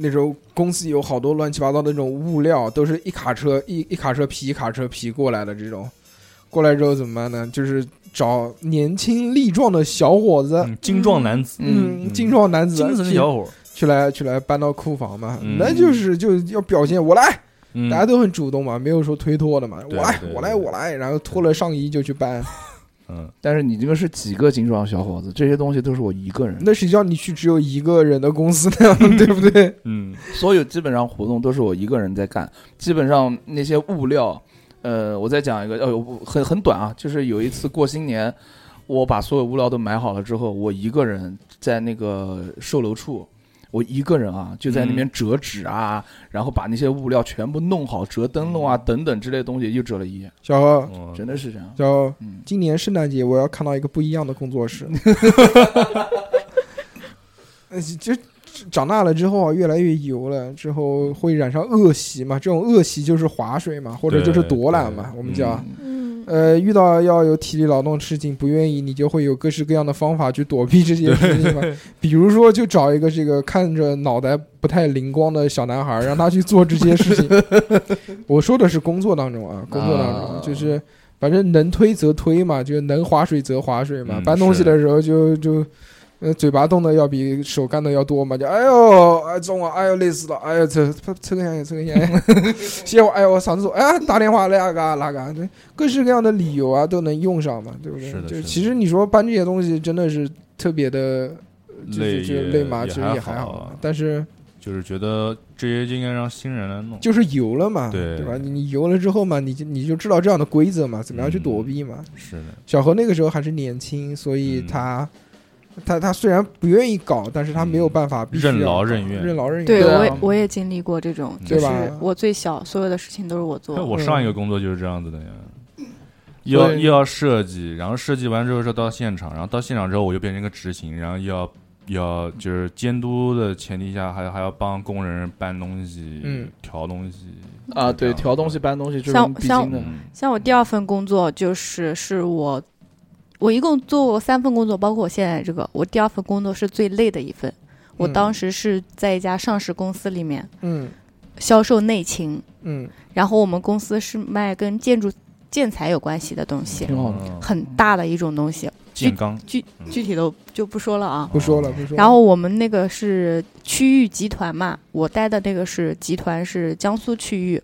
那时候公司有好多乱七八糟的那种物料，都是一卡车一一卡车皮一卡车皮过来的这种。过来之后怎么办呢？就是找年轻力壮的小伙子，
嗯，精壮男子，
嗯
嗯，精壮男子，
精神
去
小伙，
去来去来搬到库房嘛，
嗯
那就是就要表现我来，
嗯
大家都很主动嘛，没有说推脱的嘛，我
对
来
对
我来
对
我来，然后脱了上衣就去搬，
嗯
但是你这个是几个精壮小伙子，这些东西都是我一个人，
那谁叫你去只有一个人的公司呢？ [LAUGHS] 对不对？
嗯
所有基本上活动都是我一个人在干，基本上那些物料，呃，我再讲一个，呃，我很很短啊，就是有一次过新年，我把所有物料都买好了之后，我一个人在那个售楼处。我一个人啊，就在那边折纸啊，然后把那些物料全部弄好，折灯笼啊、等等之类的东西，又折了一夜，
小何，
哦
真的是这样。
小何，
嗯，
今年圣诞节我要看到一个不一样的工作室。 [LAUGHS] 呃就长大了之后啊，越来越油了，之后会染上恶习嘛？这种恶习就是划水嘛，或者就是躲懒嘛
对。
我们讲，
嗯，
呃，遇到要有体力劳动的事情，不愿意，你就会有各式各样的方法去躲避这些事情嘛。比如说，就找一个这个看着脑袋不太灵光的小男孩，让他去做这些事情。 [LAUGHS] 我说的是工作当中啊，工作当中
啊
就是。反正能推则推嘛，就能划水则划水嘛。
嗯
搬东西
是
的时候就就，呃，嘴巴动的要比手干的要多嘛。就哎呦，哎中了，哎呦累死了，哎呦抽抽抽根烟，抽根烟，哎歇会儿，哎呦我嗓子痛，哎呀打电话来啊嘎拉嘎，对，各式各样的理由啊都能用上嘛，对不对？
是的是
就
的
其实你说搬这些东西真的是特别的就
累
就就
也
累嘛，
也
其实
还
也还
好
好
啊，
但是
就是觉得这些就应该让新人来弄，
就是游了嘛，
对
吧？你你游了之后嘛，你就你就知道这样的规则嘛，怎么样去
嗯
躲避嘛。
是的，
小何那个时候还是年轻，所以
嗯
他、他他虽然不愿意搞，但是他没有办法，必须要
嗯任劳
搞
任怨
任劳任怨，
对，
对啊
我也我也经历过这种，就
对
是
吧
我最小，所有的事情都是我做
那
的。
我上一个工作就是这样子的呀，又要
所以
又要设计，然后设计完之后是到现场，然后到现场之后我又变成一个执行，然后又要又要就是监督的前提下，还还要帮工人搬东西、
嗯
调东西
啊，对，
就这样
调东西、搬东西，这是
像
必
像
经的。
嗯
像我第二份工作就是是我，我一共做过三份工作，包括我现在这个，我第二份工作是最累的一份。我
嗯
当时是在一家上市公司里面
嗯
销售内勤，
嗯，
然后我们公司是卖跟建筑建材有关系的东西，
挺好的
嗯
很大的一种东西，
建钢
具
嗯
具体的就不说了啊。
哦
不说了不说了。
然后我们那个是区域集团嘛，我待的那个是集团是江苏区域，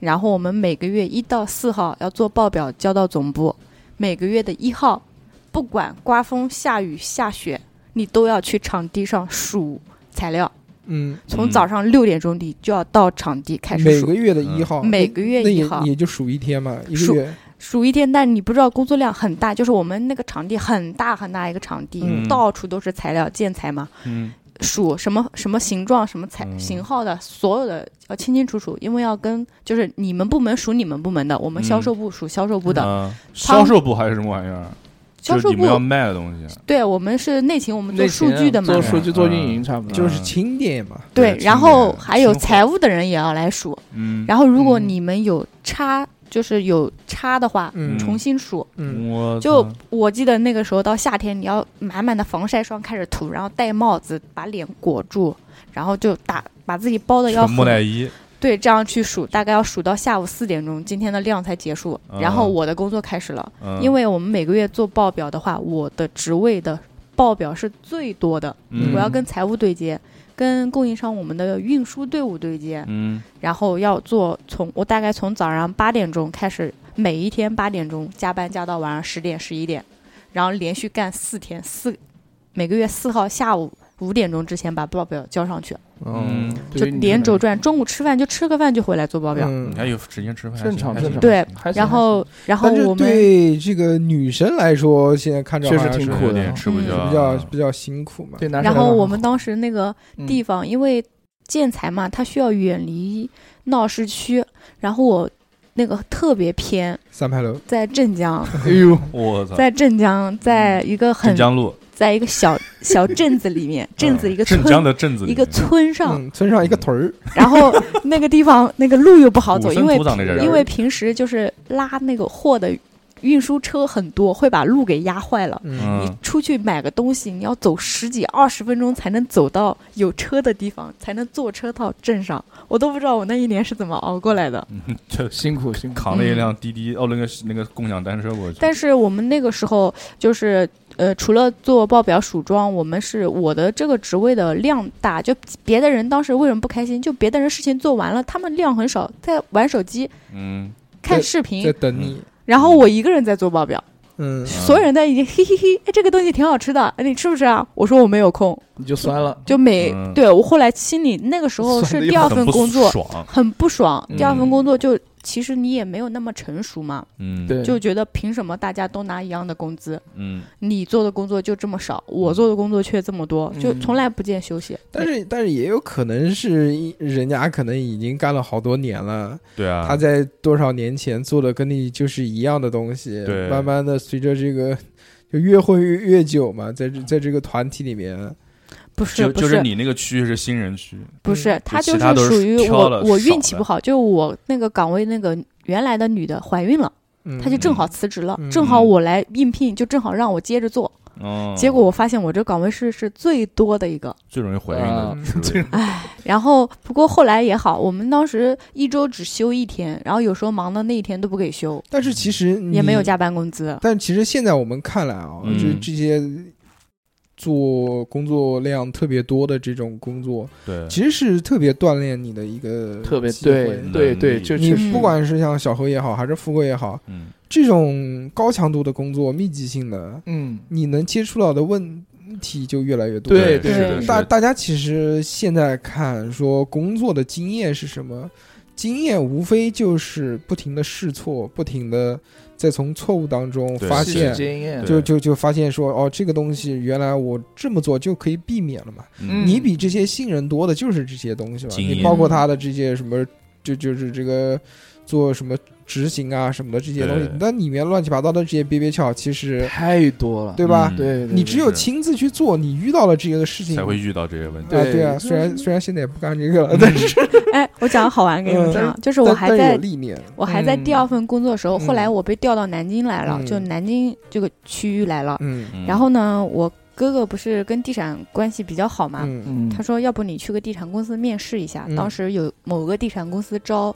然后我们每个月一到四号要做报表交到总部，每个月的一号，不管刮风下雨下雪，你都要去场地上数材料，
嗯，
从早上六点钟你就要到场地开始
每
数
个，月的一号，
嗯每个月
那
一
也
号
也就数一天嘛，一个
数
月，
数一天，但你不知道工作量很大，就是我们那个场地很大很大一个场地，
嗯
到处都是材料建材嘛，
嗯
数什么什么形状、什么材、
嗯
型号的，所有的要清清楚楚，因为要跟就是你们部门数你们部门的，我们
嗯
销售部数销售部的，
啊销售部还是什么玩意儿？
销售
就是你们要
部
卖的东西，
对我们是内勤，我们做
内
数
勤
据的嘛
啊做，数据、做运营
嗯
差不多。啊
就是轻点嘛。
对，
对
然后还有
清点
财务的人也要来数，
嗯，
然后如果
嗯
你们有差，就是有差的话，
嗯
重新数。
嗯
我
就
操
我记得那个时候到夏天，你要满满的防晒霜开始涂，然后戴帽子把脸裹住，然后就打把自己包的要
陈木
很
乃伊，
对，这样去数，大概要数到下午四点钟，今天的量才结束，然后
嗯
我的工作开始了。
嗯
因为我们每个月做报表的话，我的职位的报表是最多的，
嗯
我要跟财务对接，跟供应商我们的运输队伍对接，
嗯
然后要做从我大概从早上八点钟开始，每一天八点钟加班加到晚上十点十一点，然后连续干四天四，每个月四号下午五点钟之前把报表交上去，
嗯
哦
就
对于你
连
这
轴
种
转，中午吃饭就吃个饭就回来做报表。
嗯
你还有时间吃饭，
正常
还行
正常
对，
还行
然后，然后
但是
我们
对这个女生来说，现在看着
确
好
实
像
挺
是
苦
有
的
点
啊，
吃不
嗯
消，
比较比较辛苦嘛。
对，男生
然
来
后
说
我们当时那个
嗯
地方，因为建材嘛，它需要远离闹市区，然后我那个特别偏，
三牌楼，
在
[LAUGHS]
镇江，
哎呦，
我操，
在镇江，在一个
嗯
很
镇，江路，
在一个
[LAUGHS]
小小镇子里面，镇子一个
镇江
村，
的镇子里
一
面，
个村
[LAUGHS]
上，
嗯，村上一个屯儿，
然后那个地方那个路又不好
土
走，
生
因为
土长的人
因为平时就是拉那个货的运输车很多，会把路给压坏了。
嗯，
你
嗯，
出去买个东西，你要走十几二十分钟才能走到有车的地方，才能坐车到镇上。我都不知道我那一年是怎么熬过来的。
就
辛苦辛苦。
扛了一辆滴滴哦，那个那个共享单车过去，
但是我们那个时候就是呃，除了做报表数装，我们是呃我的这个职位的量大，就别的人当时为什么不开心？就别的人事情做完了，他们量很少，在玩手机、
嗯，
看视频
在，等你，
然后我一个人在做报表。
嗯，
所有人都已经嘿嘿嘿，哎，这个东西挺好吃的，哎，你吃不吃啊？我说我没有空，
你就酸了，
就每、
嗯
对我后来心里那个时候
酸得
是
要
第二
很
份
不
工作
爽，
很不爽，第二份
嗯
工作就其实你也没有那么成熟嘛，
嗯，，
对，
就觉得凭什么大家都拿一样的工资，
嗯，
你做的工作就这么少，我做的工作却这么多，就
嗯
从来不见休息。
但是但是也有可能是一人家可能已经干了好多年了，
对啊，
他在多少年前做的跟你就是一样的东西，
对
慢慢的随着这个就越混越越久嘛，在这在这个团体里面，
不是
就
不
就是你那个区是新人区，
不是
嗯，
他
就
就
其他都
属
是
于
挑
我
了
我
少
运气
的
不好，就我那个岗位那个原来的女的怀孕了。
嗯
他就正好辞职了，
嗯
正好我来应聘，就正好让我接着做。
哦，
结果我发现我这岗位是是最多的一个，
最容易怀孕
啊
的
嗯
职位，
然后不过后来也好，我们当时一周只休一天，然后有时候忙的那一天都不给休，
但是其实你
也没有加班
[LAUGHS]
工资。
但其实现在我们看来啊，
嗯
就这些做工作量特别多的这种工作，
对，
其实是特别锻炼你的一个
特别
机
对
会
对
嗯
对，就
你
确实
不管是像小何也好，还是富贵也好，
嗯，
这种高强度的工作、密集性的，
嗯，
你能接触到的问题就越来越多。
对
对对
是
对
的是
大
的，
大家其实现在看说工作的经验是什么？经验无非就是不停的试错，不停的在从错误当中
对
发
是
现，
经验
对
就就就发现说，哦，这个东西原来我这么做就可以避免了嘛。
嗯
你比这些新人多的就是这些东西嘛，
经验
你包括他的这些什么，就就是这个做什么执行啊什么的这些东西
对，
那里面乱七八糟的这些憋憋窍，其实
太多了，
对吧？
嗯
对，对
你只有
是
亲自去做，你遇到了这个事情
才会遇到这些问题，
啊，
对
对啊，虽然虽然现在也不干这个了，但是
哎，我讲个好玩给你们听啊，就是我
但
还
但是有
在
历练，
我还在第二份工作的时候，
嗯
后来我被调到南京来了，
嗯
就南京这个区域来了。
嗯
嗯
然后呢，我哥哥不是跟地产关系比较好嘛，
嗯
嗯，
他说：“要不你去个地产公司面试一下。
嗯
当时有某个地产公司招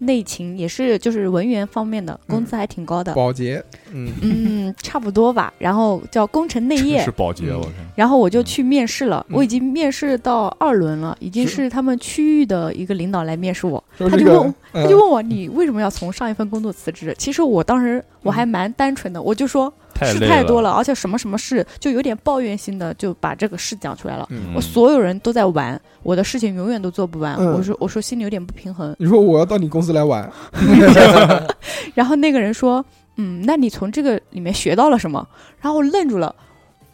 内勤，也是就是文员方面的，工
嗯
资还挺高的，
保洁，嗯
嗯，差不多吧。然后叫工程内
[LAUGHS]
真
业
是，保洁，
嗯
我看，
然后我就去面试了。
嗯
我已经面试到二轮了，已经
是
是他们区域的一个领导来面试我，
说
他
这
就
个
问
嗯
他就问我你为什么要从上一份工作辞职？其实我当时我
嗯
还蛮单纯的，我就说
太
事
累
太
了
多了，，而且什么什么事，就有点抱怨性的就把这个事讲出来了。”
嗯
我所有人都在玩，我的事情永远都做不完。
嗯
我说我说心里有点不平衡。
你说我要到你公司来玩，
然后那个人说，嗯，那你从这个里面学到了什么？然后我愣住了。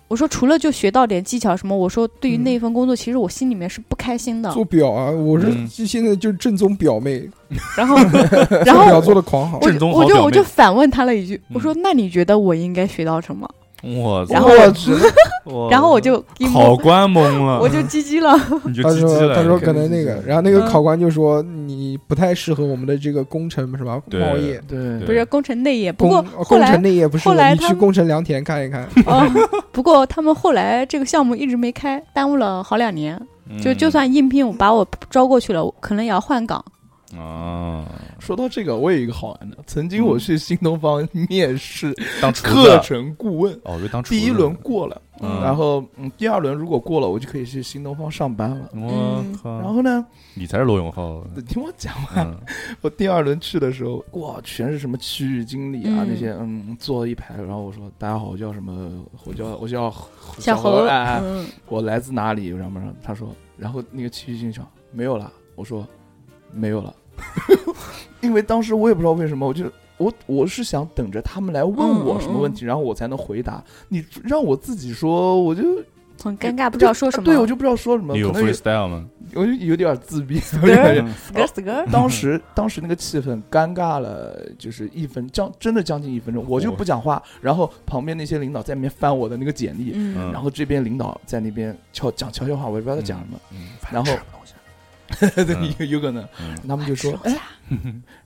我说除了就学到点技巧什么，我说对于那份工作，其实我心里面是不开心的。
嗯做表啊，我是
嗯
就现在就是正宗表妹，
然
[LAUGHS]
后
做
然后
表做的狂好
我，
正
就
宗
我
好
就
表
我
妹
就反问他了一句，
嗯
我说那你觉得我应该学到什么？
我
然
操，
后
我去，哦
我
然后我就一
考
摸，
官懵
我
了，
就唧唧了。
你就
他
唧唧
说
了，
他说可
肯定
能那
是
个
这，样
然后那个
嗯
考官就说你不太适合我们的这个工程什么
对
贸易。
对
不是工程内业，不
工呃
过后
工
来
程内业不是
后来
你
他
去
们
工程良田看一
[LAUGHS]
看，
哦，不过他们后来这个项目一直没开，耽误了好两年。
嗯
就
嗯
就算应聘我把我招过去了，我可能也要换岗。
嗯啊，
说到这个，我有一个好玩的，曾经我去新东方面试
当厨
课
子，
程顾问，
哦，就当厨
第一
子
轮，过了，
嗯
然后嗯，第二轮如果过了，我就可以去新东方上班了。
我
嗯
靠，
然后呢，
你才是罗永浩，
你听我讲
[LAUGHS]
完，
嗯
我第二轮去的时候，哇，全是什么区域经理啊
嗯
那些，嗯，坐了一排，然后我说大家好，我叫什么？我叫我叫
小
侯，
侯，
哎哎
嗯，
我来自哪里？然后他说，然后那个区域经理说没有了，我说没有
[LAUGHS]
了，因为当时我也不知道为什么，我就我我是想等着他们来问我
嗯嗯
什么问题，然后我才能回答。你让我自己说，我就
很尴尬，不知道说什么。
对， [LAUGHS] 我就不知道说什么，
你有
可能有
freestyle 吗？
我就有点自闭。
[LAUGHS] 死个死个，
当时当时那个气氛尴尬了，就是一分将真的将近一分钟，我就不讲话，然后旁边那些领导在那边翻我的那个简历，
哦
嗯，
然后这边领导在那边悄讲悄悄话，我也不知道他讲什么，
嗯，
然后
吃东西
对， [LAUGHS] 有有可能，
嗯
他们就说，
哎
哎，，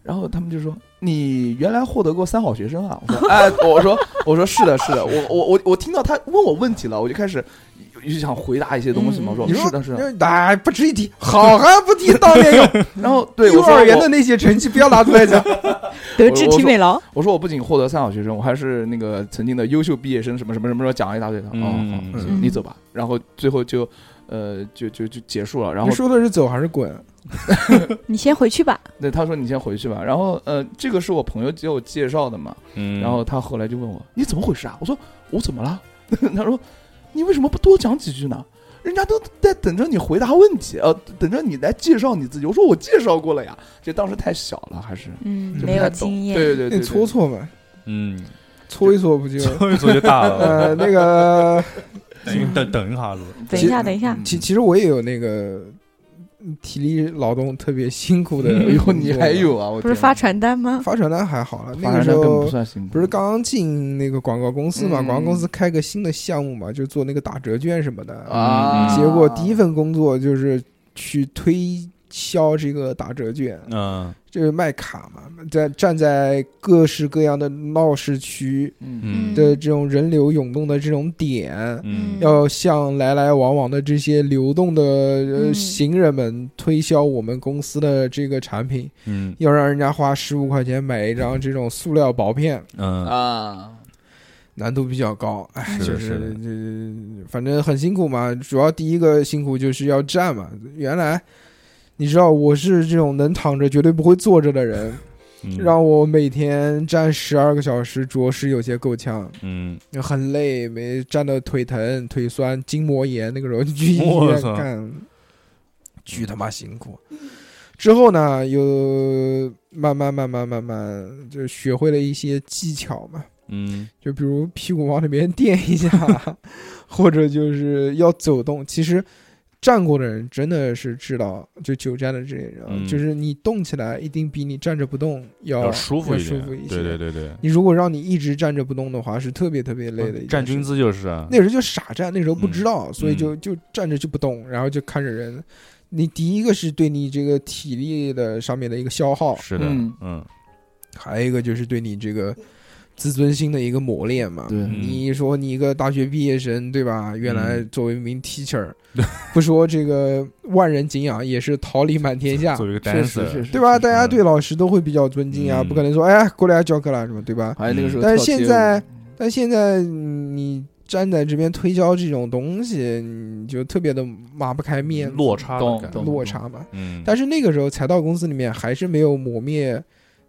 然后他们就说你原来获得过三好学生啊，我
[LAUGHS]
说哎，我说我说是的，是的，我我我我听到他问我问题了，我就开始
嗯
就想回答一些东西嘛，
嗯
我
你
说
说
是的，是的，
哎，不值一
[LAUGHS]
提，好汉不提当年勇。
然后对
幼
我说
儿园
我
的那些成绩不要拿出来讲。
德智体美劳，
[LAUGHS] 我说我不仅获得三好学生，我还是那个曾经的优秀毕业生，什么什么什么什么，讲了一大堆的。
嗯
哦，好
嗯
你走吧。然后最后就，呃，就就就结束了。然后
你说的是走还是滚？
你先回去吧。
对他说你先回去吧。然后呃，这个是我朋友给我介绍的嘛。
嗯，
然后他后来就问我你怎么回事啊？我说我怎么了？ [LAUGHS] 他说你为什么不多讲几句呢？人家都在等着你回答问题，呃，等着你来介绍你自己。我说我介绍过了呀，这当时太小了，还是
嗯
就，不
没有
太懂
经验。
对对
那
对对，
搓搓嘛，
嗯，
搓一搓不就？
搓一搓就大
[LAUGHS]
了。
[LAUGHS] 呃，那个，
等等等一下子，
嗯等一下，等一
嗯
下，
其其实我也有那个嗯体力劳动特别辛苦的 [LAUGHS] 工
以后
作。
你还有啊？我
不是
天
发
哪
传单吗？
发传单还好了，那
发
个
传
时
单根本
候
不算辛苦，
不是刚进那个广告公司嘛，
嗯
广告公司开个新的项目嘛，就做那个打折券什么的。
啊，
结果第一份工作就是去推销这个打折券，
嗯
就是卖卡嘛，在站在各式各样的闹市区
嗯
嗯
的这种人流涌动的这种点。
嗯
要向来来往往的这些流动的呃
嗯
行人们推销我们公司的这个产品，
嗯
要让人家花十五块钱买一张这种塑料薄片，
嗯
啊，
难度比较高，哎，
嗯
是
就
的
是
的
这反正很辛苦嘛。主要第一个辛苦就是要站嘛。原来你知道我是这种能躺着绝对不会坐着的人，
嗯，
让我每天站十二个小时，着实有些够呛，
嗯
很累，没站的腿疼、腿酸、筋膜炎，那个时候去医
我
院
操
看，巨他妈辛苦。之后呢，又慢慢慢慢慢慢就学会了一些技巧嘛。
嗯
就比如屁股往里面垫一
[LAUGHS]
下，或者就是要走动。其实站过的人真的是知道，就久站的这些人啊，
嗯
就是你动起来一定比你站着不动要
要舒服
要
一点，
舒服一些。
对对对对，
你如果让你一直站着不动的话，是特别特别累的一件事。
嗯站军姿就是啊，
那时候就傻站，那时候不知道，所以
嗯
就就站着就不动，然后就看着人。你第一个是对你这个体力的上面的一个消耗，
是的，
嗯
嗯
还有一个就是对你这个自尊心的一个磨练嘛。
对
嗯
你说你一个大学毕业生对吧？原来
嗯
作为一名 teacher，、不说这个万人敬仰，也是桃李满天下
[LAUGHS] 作，为一个
确实
dancer，
确实，
对吧？大家
嗯
对老师都会比较尊敬啊，
嗯
不可能说哎过来教课啦什么，对吧？
还有那个时
嗯
候，
但是现在，但现在嗯你站在这边推销这种东西，你就特别的抹不开面子
落差的
懂
感觉，
懂
落差嘛。
嗯，
但是那个时候，财道公司里面还是没有磨灭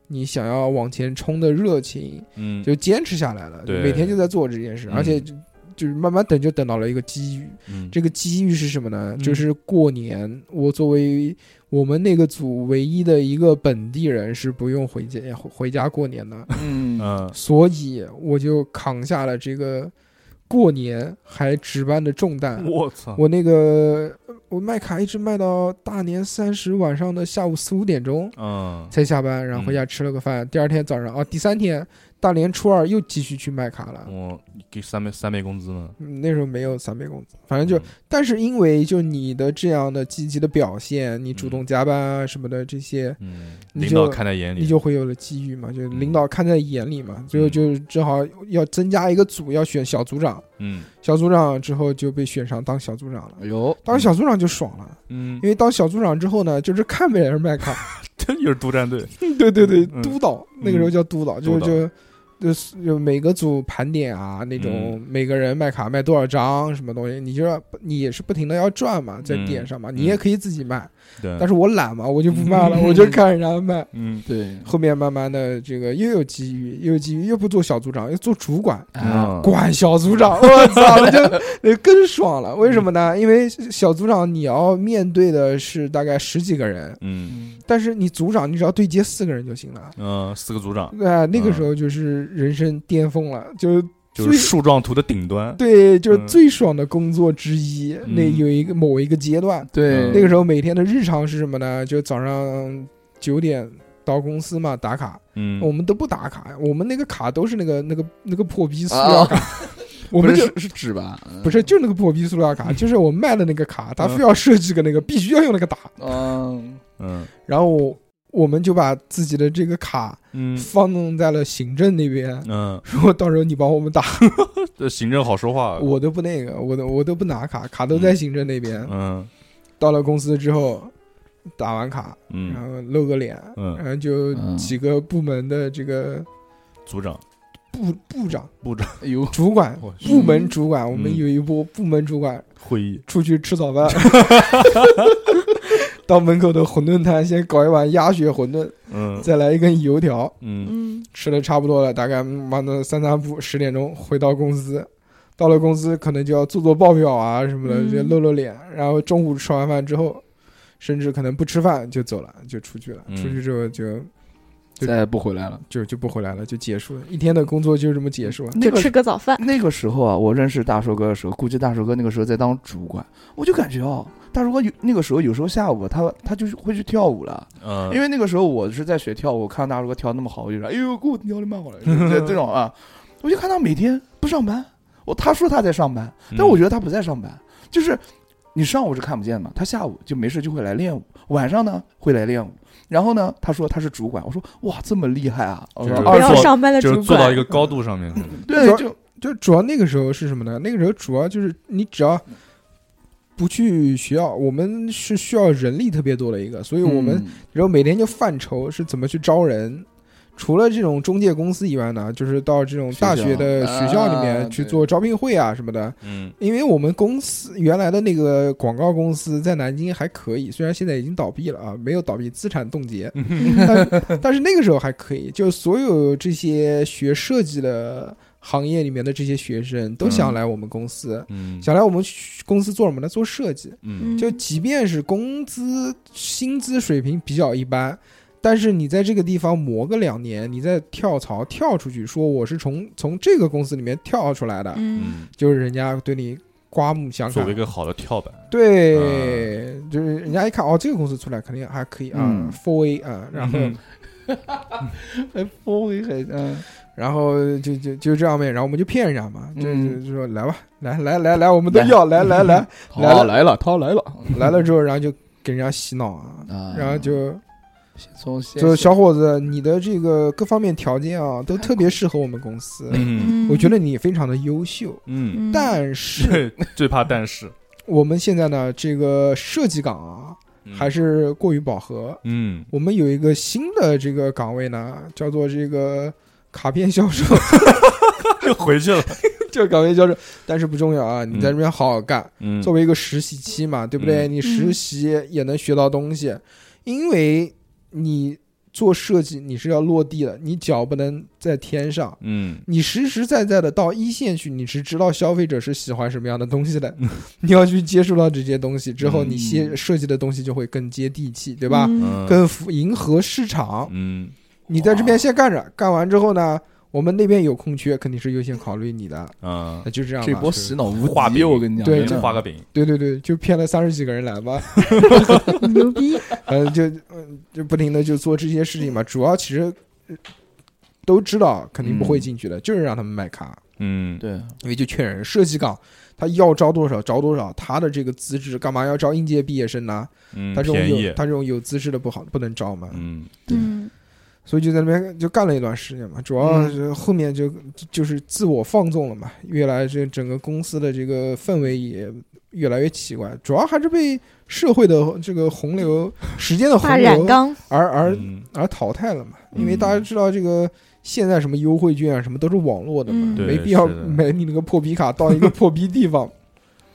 你想要往前冲的热情，
嗯
就坚持下来了，
对
每天就在做这件事，
嗯
而且就就是慢慢等，就等到了一个机遇。
嗯
这个机遇是什么呢？
嗯
就是过年，我作为我们那个组唯一的一个本地人是不用回家回家过年的，
嗯
嗯
所以我就扛下了这个过年还值班的重担。
我操，
嗯我那个我卖卡一直卖到大年三十晚上的下午四五点钟，
嗯
才下班，然后回家吃了个饭。第二天早上啊，第三天大年初二又继续去卖卡了。
我给三倍三倍工资呢，
嗯那时候没有三倍工资，反正
嗯
就，但是因为就你的这样的积极的表现，你主动加班啊什么的这些，
嗯，
你
领导
就
看在眼里，
你就会有了机遇嘛，就领
嗯
导看在眼里嘛，最后就正好要增加一个组，要选小组长，
嗯
小组长之后就被选上当小组长了。
哎呦，
当小组长就爽了，
嗯
因，为当小组长之后呢，就是看别人卖卡，
[LAUGHS] 这 [LAUGHS] 就是独占队，
对对对，
嗯
督导那个时候叫督导，就
督导
就就是就每个组盘点啊，那
嗯
种每个人卖卡卖多少张什么东西，你就要你也是不停的要赚嘛，在
嗯
点上嘛，
嗯
你也可以自己卖，
对，
但是我懒嘛，我就不卖了，
嗯
我
[LAUGHS]
就看人家卖。
嗯
对，
后面慢慢的，这个又有机遇，又有机遇，又不做小组长，又做主管，
嗯
啊，
管小组长，
[LAUGHS]
我操，那就那更爽了。为什么呢？因为小组长你要面对的是大概十几个人，
嗯
但是你组长你只要对接四个人就行了。哎
嗯，四个组长，
嗯
啊，那个时候就是人生巅峰了，就
就是树状图的顶端。
对，就是
嗯
最爽的工作之一。
嗯
那有一个某一个阶段，
对，
那个时候每天的日常是什么呢？就早上九点到公司嘛打卡，
嗯，
我们都不打卡，我们那个卡都是那个那个那个破逼塑料
啊
卡， [LAUGHS] 我们
不
就是
是纸吧？嗯
不是就那个破逼塑料卡，就是我卖的那个卡，他
嗯
非要设计个那个必须要用那个打，
嗯，
嗯
然后我我们就把自己的这个卡
嗯
放弄在了行政那边。
嗯，
说到时候你帮我们打，
这行政好说话。
我都不那个，我都我都不拿卡，卡都在行政那边。
嗯
到了公司之后，打完卡，然
嗯
后露个脸，然
嗯，
后就
嗯
几个部门的这个
组长
部部长、
哎呦，
主管、
我去
部门主管，我
嗯
们有一波部门主管
会议，
出去吃
[LAUGHS]
早饭，到门口的馄饨摊先搞一碗鸭血馄饨，
嗯
再来一根油条，
嗯
嗯，
吃的差不多了，大概妈的三三步十点钟回到公司。到了公司，可能就要做做报表啊什么的，
嗯
就露露脸。然后中午吃完饭之后，甚至可能不吃饭就走了，就出去了。
嗯
出去之后就对
再也不回来了。
就就不回来了，就结束了。一天的工作就这么结束了。
那
就
个
吃个早饭，
那个时候啊，我认识大寿哥的时候，估计大寿哥那个时候在当主管，我就感觉哦，大寿哥有那个时候有时候下午他他就会去跳舞了，
嗯，
因为那个时候我是在学跳舞，看到大寿哥跳那么好，我就说哎呦，给我跳的蛮好 [LAUGHS] 的，这这种啊，我就看他每天不上班，我他说他在上班，
嗯
但我觉得他不在上班，就是你上午是看不见的嘛，他下午就没事就会来练舞，晚上呢会来练舞。然后呢，他说他是主管，我说哇这么厉害啊！我说
就是
不
二
要
十
做
上班的
就
主
是做
管，
到一个高度上面去了。
对就
就主要那个时候是什么呢？那个时候主要就是你只要不去学校，我们是需要人力特别多的一个，所以我们
嗯
然后每天就犯愁是怎么去招人。除了这种中介公司以外呢，就是到这种大学的
学校
学校里面
啊
去
对
做招聘会啊什么的。
嗯
因为我们公司原来的那个广告公司在南京还可以，虽然现在已经倒闭了啊，没有倒闭，资产冻结，
嗯
但但是那个时候还可以，就所有这些学设计的行业里面的这些学生都想来我们公司，
嗯
想来我们公司做什么呢？做设计。
嗯
嗯
就即便是工资薪资水平比较一般，但是你在这个地方磨个两年，你再跳槽跳出去，说我是从从这个公司里面跳出来的，
嗯，
嗯，啊
就是人家对你刮目相
作为
看
一。个好的跳板，
对，就是人家一看哦，这个公司出来肯定还可以啊
嗯
，Four A 啊，然后
嗯
还风一很嗯，
然后就就就这样呗，然后我们就骗人家嘛，就
嗯
就就说来吧，来来来来，我们都要来来来来了
来了，他来了，
来了之后，然后就给人家洗脑啊，
啊
然后就。
从
就是小伙子，你的这个各方面条件啊，都特别适合我们公司。
嗯
嗯
我觉，得你非常的优秀，
嗯，
嗯
但是
对，最怕但是
我们现在呢，这个设计岗啊，还是过于饱和。
嗯
我们有一个新的这个岗位呢，叫做这个卡片销售， [LAUGHS]
又回去了，
这个岗位销售，但是不重要啊，你在这边好好干。
嗯
作为一个实习期嘛，对不对？你实习也能学到东西，因为你做设计你是要落地的，你脚不能在天上。
嗯
你实实在在的到一线去，你是知道消费者是喜欢什么样的东西的， [LAUGHS] 你要去接触到这些东西之后，
嗯
你些设计的东西就会更接地气，对吧？
嗯 [LAUGHS]
嗯
更符迎合市场。
嗯
你在这边先干着，干完之后呢，我们那边有空缺，肯定是优先考虑你的。
啊
那，就这样
这
吧
波。洗脑无
画
敌，
饼
我跟你讲，
对
真
这
的
画个饼，
对对对，就骗了三十几个人来吧，
牛逼，
呃，就嗯就不停的就做这些事情嘛。主要其实呃都知道肯定不会进去的，就是让他们卖卡。
嗯
对，
因为就劝人设计岗，他要招多少招多少，他的这个资质干嘛要招应届毕业生呢？
嗯，
他这种
便
有
宜，
他这种有资质的不好不能招嘛，
嗯
嗯
所以就在那边就干了一段时间嘛，主要是后面就就是自我放纵了嘛，越来这整个公司的这个氛围也越来越奇怪，主要还是被社会的这个洪流、时间的洪
大染
流
缸，
而而
嗯
而淘汰了嘛，因为大家知道这个现在什么优惠券啊什么都是网络的嘛
嗯，对
没必要
是的
买你那个破皮卡到一个破逼地方， [LAUGHS]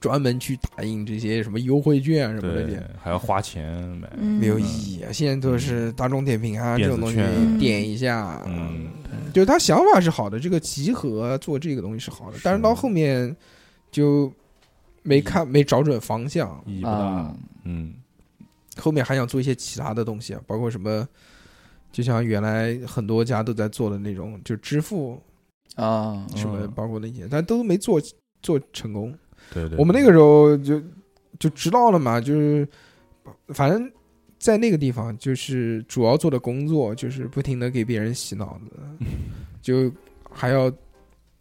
专门去打印这些什么优惠券啊什么这
对
些，，
还要花钱买，
嗯
没有意义啊！现在都是大众点评啊
嗯电
这种
子
东西
券
点一下，
嗯，
就是他想法是好的，这个集合做这个东西是好的，但是到后面就没看没找准方向，
意义不大
啊，，
嗯
后面还想做一些其他的东西，啊，包括什么，就像原来很多家都在做的那种，就支付
啊，
什么
嗯
包括那些，但都没做做成功。
对对，
我们那个时候就就知道了嘛，就是反正在那个地方，就是主要做的工作就是不停的给别人洗脑子，
[LAUGHS]
就还要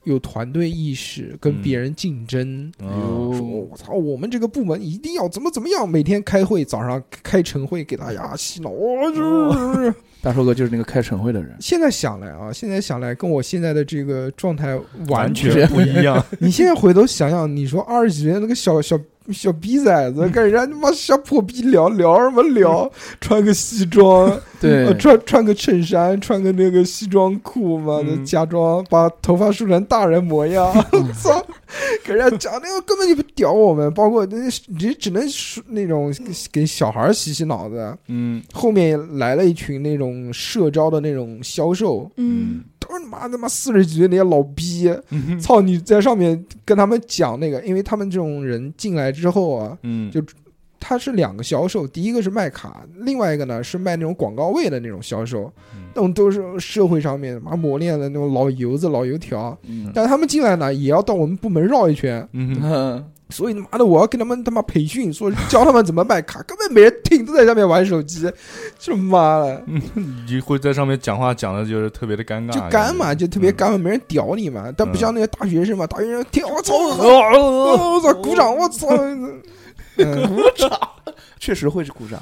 有团队意识，跟别人竞争。
嗯
说我操，我们这个部门一定要怎么怎么样，每天开会，早上开晨会给大家洗脑。哦，就是 [LAUGHS]
大寿哥就是那个开晨会的人，
现在想来啊，现在想来跟我现在的这个状态
完
完
全不一样，
你现在回头想想，你说二十几岁那个小小小逼崽子，跟人家他妈小破逼聊聊什么聊？穿个西装，
对
呃穿穿个衬衫，穿个那个西装裤嘛，
嗯
假装把头发梳成大人模样， [LAUGHS] 操！给人家讲那个根本就不屌我们，包括那些你只能是那种给小孩洗洗脑子。
嗯
后面来了一群那种社招的那种销售，
嗯，
都是妈他妈四十几岁那些老逼，操！你在上面跟他们讲那个，因为他们这种人进来之后啊，
嗯
就他是两个销售，第一个是卖卡，另外一个呢是卖那种广告位的那种销售，那种都是社会上面妈磨练的那种老油子、老油条。
嗯
但他们进来呢，也要到我们部门绕一圈，
嗯，
所以他妈的，我要跟他们他妈培训，说教他们怎么卖卡，根本没人听，都在下面玩手机， [LAUGHS] 就妈的，
你会在上面讲话讲的就是特别的尴尬，
就干嘛，就特别干嘛，没人屌你嘛。但不像那些大学生嘛，大学生听我操，我操，鼓掌，我操，嗯，
确实会是鼓掌。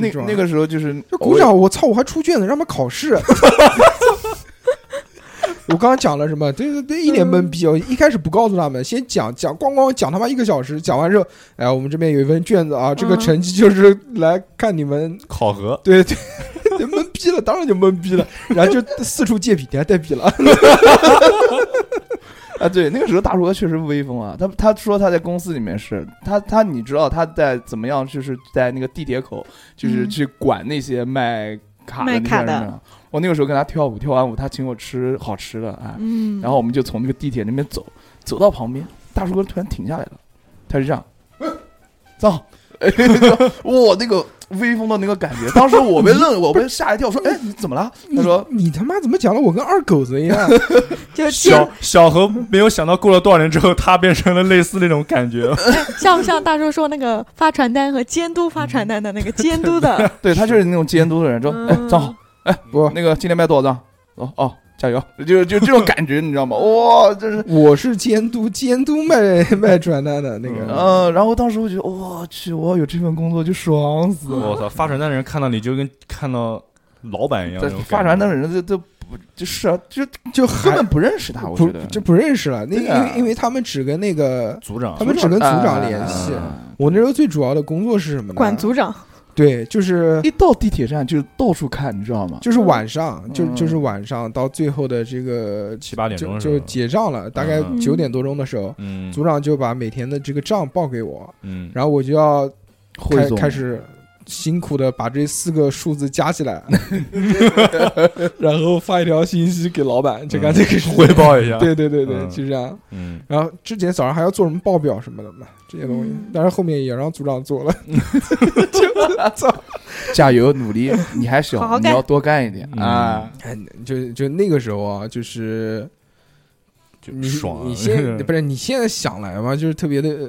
那
那
那个时候就是
就鼓掌，我操，我还出卷子，让他们考试。 [LAUGHS] 我刚刚讲了什么？对对对，一脸懵逼哦！一开始不告诉他们，先讲讲，咣咣讲他妈一个小时，讲完之后，哎，我们这边有一份卷子啊，这个
嗯
成绩就是来看你们
考核，
对对，就懵逼了，当然就懵逼了，然后就四处借笔，你还带笔了，
啊，对，那个时候大叔哥确实威风啊。他他说他在公司里面是，他他你知道他在怎么样，就是在那个地铁口，就是
嗯
去管那些卖卡的
卖
那些
卡
人
的
啊。我那个时候跟他跳舞，跳完舞他请我吃好吃的啊，哎
嗯，
然后我们就从那个地铁那边走，走到旁边，大叔哥突然停下来了，他就这样，藏，哎 [LAUGHS] 哇，那个威风的那个感觉，当时我被愣，我被吓一跳，我说，哎，你怎么了？他说，
你你他妈怎么讲的？我跟二狗子一样，
[LAUGHS]
[LAUGHS]
就见
小小何没有想到过了多少年之后，他变成了类似那种
[LAUGHS]
感觉，
像不像大叔说那个发传单和监督发传单的那个监督的？
[LAUGHS] 对他就是那种监督的人，说，
嗯
哎，藏好，
不，
那个今天卖多少张？哦哦，加油！就就这种感觉，你知
[LAUGHS]
道吗？哇，这是。
我是监督，监督卖卖传单的那个，
嗯，然后当时我觉得，我去，我有这份工作就爽死了。
我操！发传单的人看到你就跟看到老板一样
这，发传单的人都都不就是啊就根
就还
本不认识他，我觉
不
得
就不认识了，那
对
因
啊
为因为他们只跟那个
组长
啊他们只跟组长联系。
啊
我那时候最主要的工作是什么呢？
管组长，
对，就是
一到地铁站就到处看，你知道吗？
就是晚上，就
嗯
就是晚上到最后的这个
七八点钟
就
的时
就
候，
结账了，大概
嗯
九点多钟的时候，
嗯
组长就把每天的这个账报给我，
嗯，
然后我就要
汇
开
总
开始辛苦的把这四个数字加起来， [LAUGHS] 然后发一条信息给老板，就干脆给
汇。报一下，
对对对对，
嗯
就这样。
嗯，
然后之前早上还要做什么报表什么的嘛，这些东西，
嗯
但是后面也让组长做了，就操，
加油努 [LAUGHS] 力，你还小，
好好
你
干
要多干一点啊！
哎，就就那个时候啊，就是
就
你
爽啊。
你现
[LAUGHS]
不是你现在想来嘛，就是特别的呃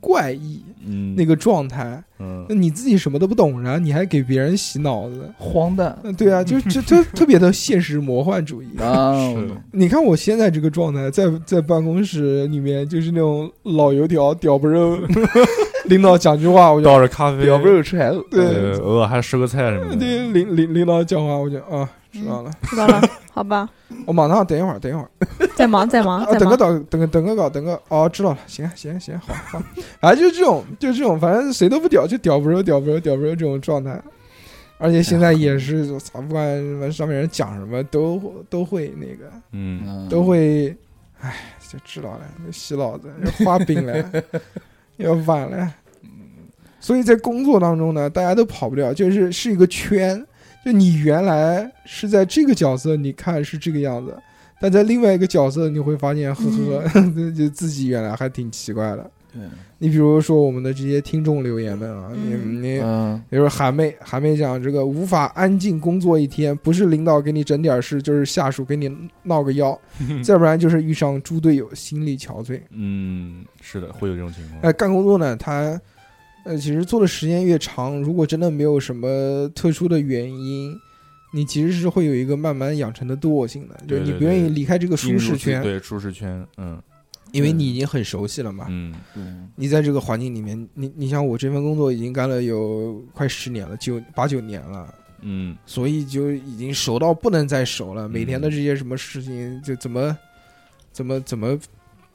怪异
嗯
那个状态。
嗯
那你自己什么都不懂，然后你还给别人洗脑子。
荒 [LAUGHS] 诞
嗯，对啊，就
[LAUGHS]
就就特别的现实魔幻主义。
啊！
是的
你看我现在这个状态，在在办公室里面就是那种老油条、屌不肉， [LAUGHS] 领导讲句话我
[LAUGHS]
就
倒着咖啡，
表不肉吃海狗，
对
呃偶尔还吃个菜什么的。
对领领领导讲话我就啊知道了，
知道了，好吧，
我马上等一会儿，等一会儿。[LAUGHS]
再忙再忙
啊，
再
等个
忙，
等等个等个稿，等个哦，知道了，行行行，好好，反正就是这种，就是这种，反正谁都不屌，就屌不肉，屌不肉，屌不肉这种状态。而且现在也是，我操，不管什么上面人讲什么，都都会那个，
嗯，
嗯
都会，哎，就知道了，洗脑子， [LAUGHS] 要画饼了， [LAUGHS] 要晚了。所以在工作当中呢，大家都跑不了，就是是一个圈。就你原来是在这个角色，你看是这个样 [LAUGHS] 子，但在另外一个角色，你会发现，呵呵，就自己原来还挺奇怪的。你比如说我们的这些听众留言们啊，你
嗯
你
嗯，
比如说韩妹，韩妹讲这个无法安静工作一天，不是领导给你整点事，就是下属给你闹
[LAUGHS]
个腰，再不然就是遇上猪队友，心力憔悴。
嗯，是的，会有这种情况。
哎，干工作呢，他呃，其实做的时间越长，如果真的没有什么特殊的原因，你其实是会有一个慢慢养成的惰性的，就是
对
你
对
不愿意
对
离开这个
进
舒适
入自
圈，
对舒适圈，嗯
因为你已经很熟悉了嘛。
嗯，
对，
你在这个环境里面，你你像我这份工作已经干了有快十年了，九八九年了。
嗯，
所以就已经熟到不能再熟了。每天的这些什么事情，就怎么怎么怎么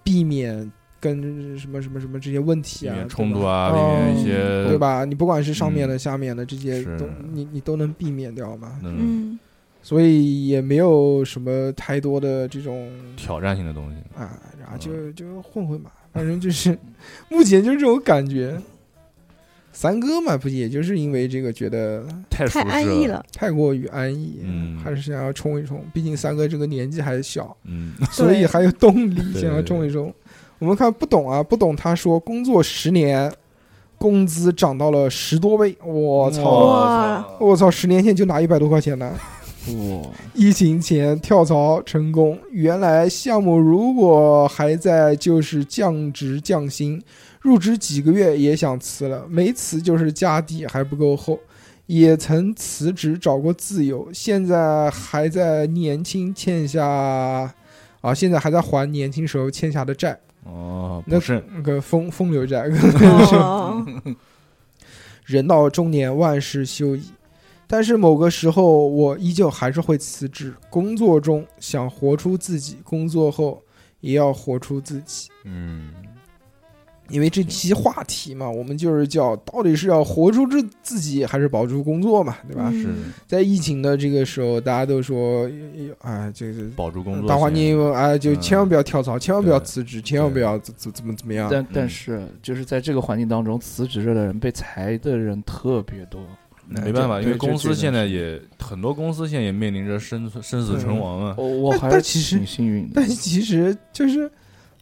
避免跟什么什么什么这些问题
避
啊
免冲突
对吧
啊，避
哦
免一些
对？吧？你不管是上面的、
嗯
下面的这些
是
都，你你都能避免掉嘛。
嗯，
嗯
所以也没有什么太多的这种
挑战性的东西。
啊，然后
嗯
就就混混嘛，反正就是 [LAUGHS] 目前就是这种感觉。三哥嘛，不也就是因为这个觉得
太舒
太
适
安逸，了，
太过于安逸，
嗯
还是想要冲一冲。毕竟三哥这个年纪还
[LAUGHS]
小，
嗯，
所以还有动力
对
想要冲一冲。我们看不懂啊，不懂他说工作十年，工资涨到了十多倍，我操！
哇
我操，十年前就拿一百多块钱呢。
哇，
疫情前跳槽成功，原来项目如果还在，就是降职降薪，入职几个月也想辞了，没辞就是家底还不够厚。也曾辞职找过自由，现在还在年轻欠下啊，现在还在还年轻时候欠下的债，
哦，
那
不是，
那个风风流债，
哦，
人到中年万事休矣。但是某个时候，我依旧还是会辞职。工作中想活出自己，工作后也要活出自己。
嗯，
因为这期话题嘛，我们就是叫到底是要活出自自己，还是保住工作嘛，对吧？
嗯
是
在疫情的这个时候，大家都说，啊、哎，这个
保住工作
大环
先，
境，哎，就
嗯
千万不要跳槽，千万不要
对
辞职，千万不要怎怎怎么怎么样。
但但
嗯
是就是在这个环境当中，辞职的人被裁的人特别多，
没办法，
对
因为
这
公
这
司
真
现在也很多公司现在也面临着生存生死存亡啊。
我我
但
还
但
是
其实
挺幸运的
[LAUGHS] 但，其实就是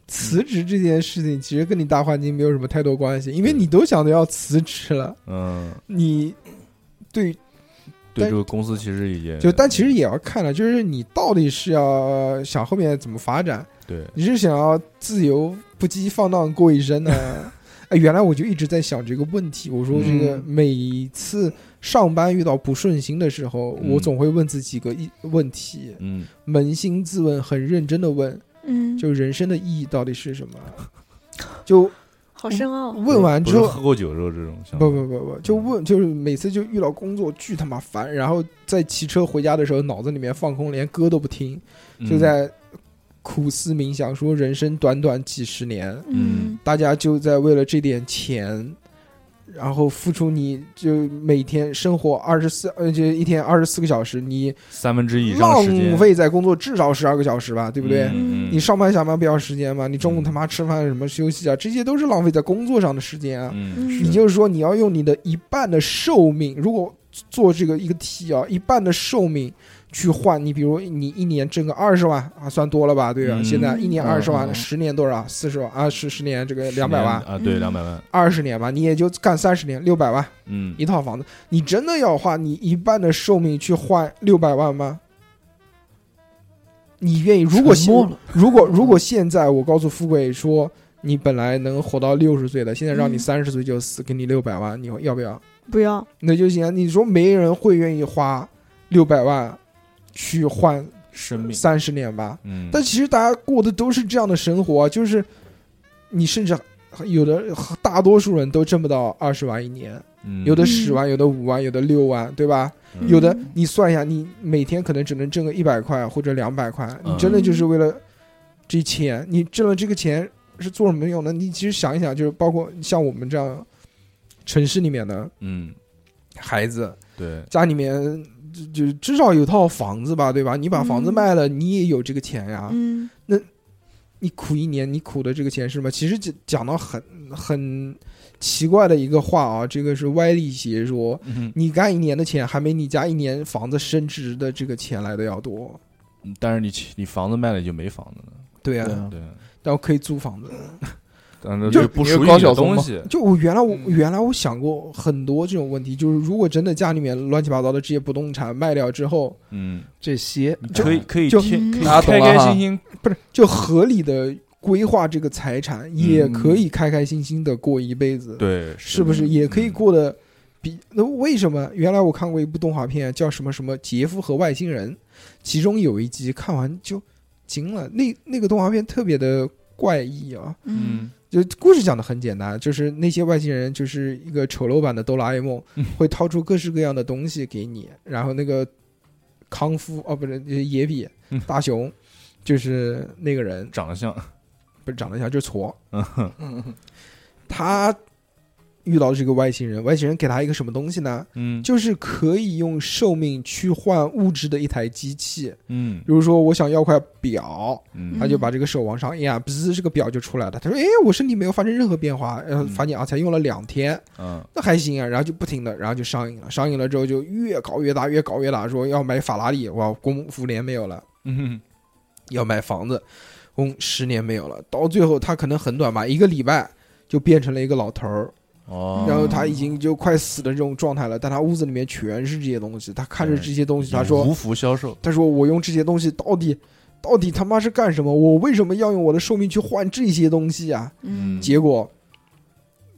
辞职这件事情，其实跟你大环境没有什么太多关系，因为你都想着要辞职了，
嗯，
你对
对
但
这个公司其实也
就但其实也要看了，就是你到底是要想后面怎么发展，
对，
你是想要自由不羁放荡过一生呢？ [LAUGHS] 哎，原来我就一直在想这个问题。我说这个
嗯
每次上班遇到不顺心的时候，
嗯
我总会问自己个一问题，
嗯，
扪心自问，很认真的问，
嗯，
就人生的意义到底是什么？就
好深奥，
问完
不
之
是
后，
喝过酒之后这种想法，
不不不不，就问，就是每次就遇到工作巨他妈烦，然后在骑车回家的时候，脑子里面放空，连歌都不听，
嗯
就在苦思冥想，说人生短短几十年，
嗯
大家就在为了这点钱，然后付出你就每天生活二十四，呃，就一天二十四个小时，你
三分之一以上
浪
时间，
费在工作至少十二个小时吧，对
对
不对？
嗯，嗯
你上班下班不要时间吗？你中午
嗯
他妈吃饭什么休息啊，这些都是浪费在工作上的时间啊。
嗯
嗯
是
也就是说，你要用你的一半的寿命，如果做这个一个题啊，一半的寿命去换你，比如你一年挣个二十万啊，算多了吧？对吧？
嗯
现在一年
嗯
二十
嗯
万，
嗯
十、年多少？四十万啊，十十年这个
十
两百
年
万，
啊，对，
嗯
两百万，
二十年吧，你也就干三十年，六百万
嗯，
一套房子，你真的要花你一半的寿命去换六百万吗？你愿意？如果现
沉默了
如果如果现在我告诉富贵说你本来能活到六十岁的，现在让你
嗯
三十岁就死，给你六百万，你会要不要？
不要，
那就行啊。你说没人会愿意花六百万去换
生命，
三十年吧？
嗯，
但其实大家过的都是这样的生活啊，就是你甚至有的大多数人都挣不到二十万一年，
嗯
有的十万，有的五万，有的六万，对吧？
嗯
有的你算一下，你每天可能只能挣个一百块或者两百块，你真的就是为了这钱，你挣了这个钱是做什么用的？你其实想一想，就是包括像我们这样城市里面的
嗯，
孩子，
对，
家里面就就至少有套房子吧，对吧？你把房子
嗯
卖了，你也有这个钱呀。
嗯
你苦一年，你苦的这个钱是什么？其实讲讲到很很奇怪的一个话啊，这个是歪理邪说，
嗯
你干一年的钱还没你家一年房子升值的这个钱来的要多。
但是你你房子卖了就没房子了，
对呀、
对啊
对，
但我可以租房子。
但那
就
嗯不
你是
属于
高
你的
晓松
东
吗
西。
就我原来我
嗯
原来我想过很多这种问题，就是如果真的家里面乱七八糟的这些不动产卖掉之后，
嗯，
这些
你可以可以
就
听，可以
大家懂
开
了
开
哈
心心
不是就合理的规划这个财产，也可以开开心心的过一辈子，，
对，
是不是也可以过得比那为什么？原来我看过一部动画片叫什么什么《杰夫和外星人》，其中有一集看完就惊了，那那个动画片特别的怪异啊，
嗯，
就故事讲的很简单，就是那些外星人就是一个丑陋版的哆啦 A 梦，会掏出各式各样的东西给你，然后那个康夫哦不是就是野比
嗯
大雄，就是那个人
长得像，
不是长得像就是矬，
嗯
他遇到这个外星人，外星人给他一个什么东西呢？
嗯
就是可以用寿命去换物质的一台机器，
嗯
比如说我想要块表，
嗯
他就把这个手往上一按，滋，这个表就出来了。他说：“哎，我身体没有发生任何变化，然后
嗯
发现啊，才用了两天，
嗯
那还行啊。”然后就不停的，然后就上瘾了。上瘾了之后就越搞越大，越搞越大，说要买法拉利，哇，功夫连没有了；
嗯
要买房子，嗯，十年没有了。到最后他可能很短吧，一个礼拜就变成了一个老头儿，
哦，
然后他已经就快死的这种状态了，但他屋子里面全是这些东西。他看着这些东西，他说：“
无福消受，
他说我用这些东西到底到底他妈是干什么？我为什么要用我的寿命去换这些东西啊？
嗯
嗯
结果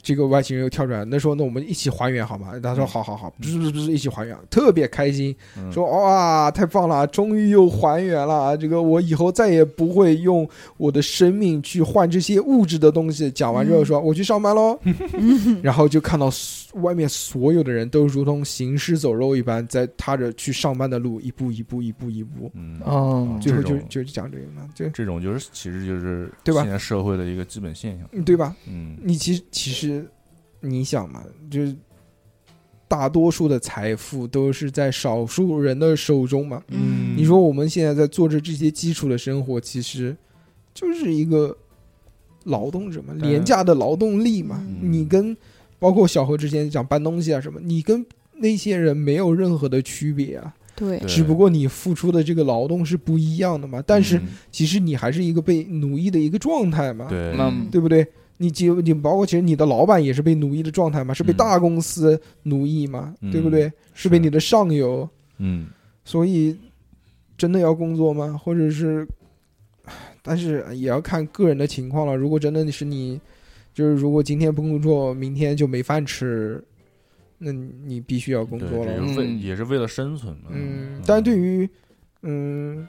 这个外星人又跳出来，那说那我们一起还原好吗？他说好好好，不是不是不是一起还原，特别开心，
嗯
说哇太棒了，终于又还原了。这个我以后再也不会用我的生命去换这些物质的东西。讲完之后
嗯
说我去上班喽，
[LAUGHS]
然后就看到所外面所有的人都如同行尸走肉一般，在踏着去上班的路一步一步一步一步。
嗯
哦，
最后就
这种
就讲这个嘛，就
这种就是其实就是
对吧
现在社会的一个基本现象，
嗯对吧？
嗯
你其实其实你想嘛，就是大多数的财富都是在少数人的手中嘛。
嗯
你说我们现在在做着这些基础的生活，其实就是一个劳动者嘛，
对
廉价的劳动力嘛。
嗯
你跟包括小何之前讲搬东西啊什么，你跟那些人没有任何的区别啊，
对
对
只不过你付出的这个劳动是不一样的嘛。但是
嗯
其实你还是一个被奴役的一个状态嘛，
对，
那
嗯
对不对？你就你包括其实你的老板也是被奴役的状态嘛，是被
嗯
大公司奴役嘛，
嗯
对不对？是被你的上游，
嗯
所以真的要工作吗？或者是，唉但是也要看个人的情况了。如果真的是你，就是如果今天不工作，明天就没饭吃，那你必须要工
对，
作了
这。就是为
嗯
也是为了生存嘛，
嗯，但是对于嗯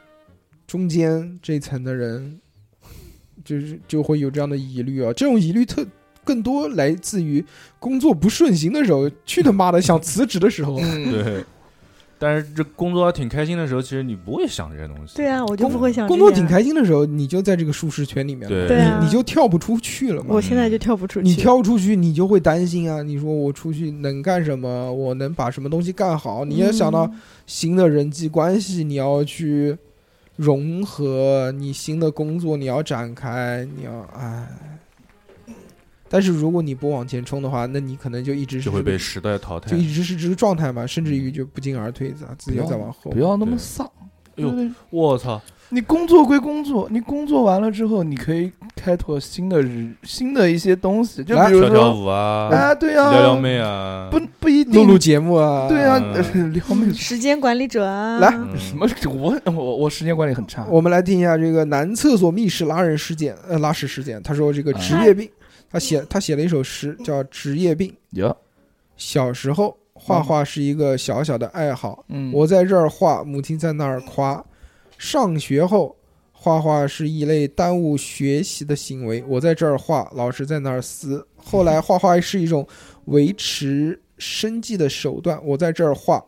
中间这层的人，就是就会有这样的疑虑啊。这种疑虑特更多来自于工作不顺行的时候，去他妈的想辞职的时候。
嗯，
对，但是这工作还挺开心的时候，其实你不会想这些东西，
对啊，我就不会
嗯
想
工作挺。开心的时候，你就在这个舒适圈里面了，
对
对啊
你就跳不出去了嘛。
我现在就跳不出去。
你跳不出去，你就会担心啊！你说我出去能干什么？我能把什么东西干好？你要想到
嗯
新的人际关系，你要去融合；你新的工作，你要展开，你要哎。但是如果你不往前冲的话，那你可能就一直是
就会被
这
时代淘汰
个就。一直是这个状态嘛，甚至于就不胫而退，啊自己
不要
再往后
不。要那么
对
丧。
哎呦
对不
嗯
对
我操，
你工作归工作，你工作完了之后，你可以开拓新的日新的一些东西，就
来
比如
跳跳
说
舞啊，
哎
啊，对啊，
撩撩妹啊，
不不一
录
定
录节目啊，
对 [LAUGHS] 啊，
嗯
呃撩
[LAUGHS]
妹
时间管理者啊，
来
嗯
什么？ [LAUGHS] 我我我时间管理很差，
我们来听一下这个男厕所密室拉人事件，呃，拉屎事件。他说这个职业病，
啊
他写他写了一首诗叫《职业病》。
呀，
小时候
啊
画画是一个小小的爱好，
嗯，
我在这儿画，母亲在那儿夸。上学后，画画是一类耽误学习的行为，我在这儿画，老师在那儿撕。后来，画画是一种维持生计的手段，我在这儿画，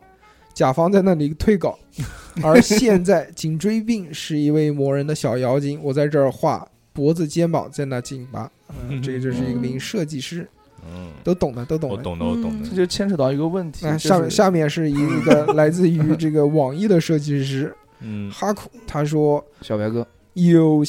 甲方在那里退
[LAUGHS]
稿。而现在，颈椎病是一位磨人的小妖精，我在这儿画，脖子肩膀在那紧巴。嗯，这个就是一名设计师，
嗯，
都懂的，都懂
我
的。
懂的，我懂
这
的。
就牵扯到一个问题，
那
就是
下下面是一个来自于这个网易的设计师
嗯，
哈库，他说
小白哥，
有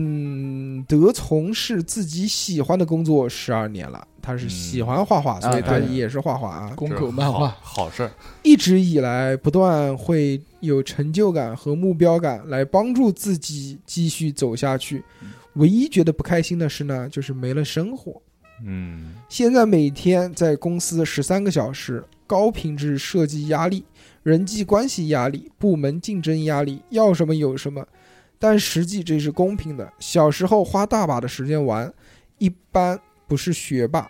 幸得从事自己喜欢的工作十二年了，他是喜欢画画，所以他
对
也是画画啊。
宫
这
口漫画
好，好事儿，
一直以来不断会有成就感和目标感来帮助自己继续走下去。唯一觉得不开心的是呢，就是没了生活。
嗯，
现在每天在公司十三个小时，高品质设计压力、人际关系压力、部门竞争压力，要什么有什么。但实际这是公平的。小时候花大把的时间玩，一般不是学霸，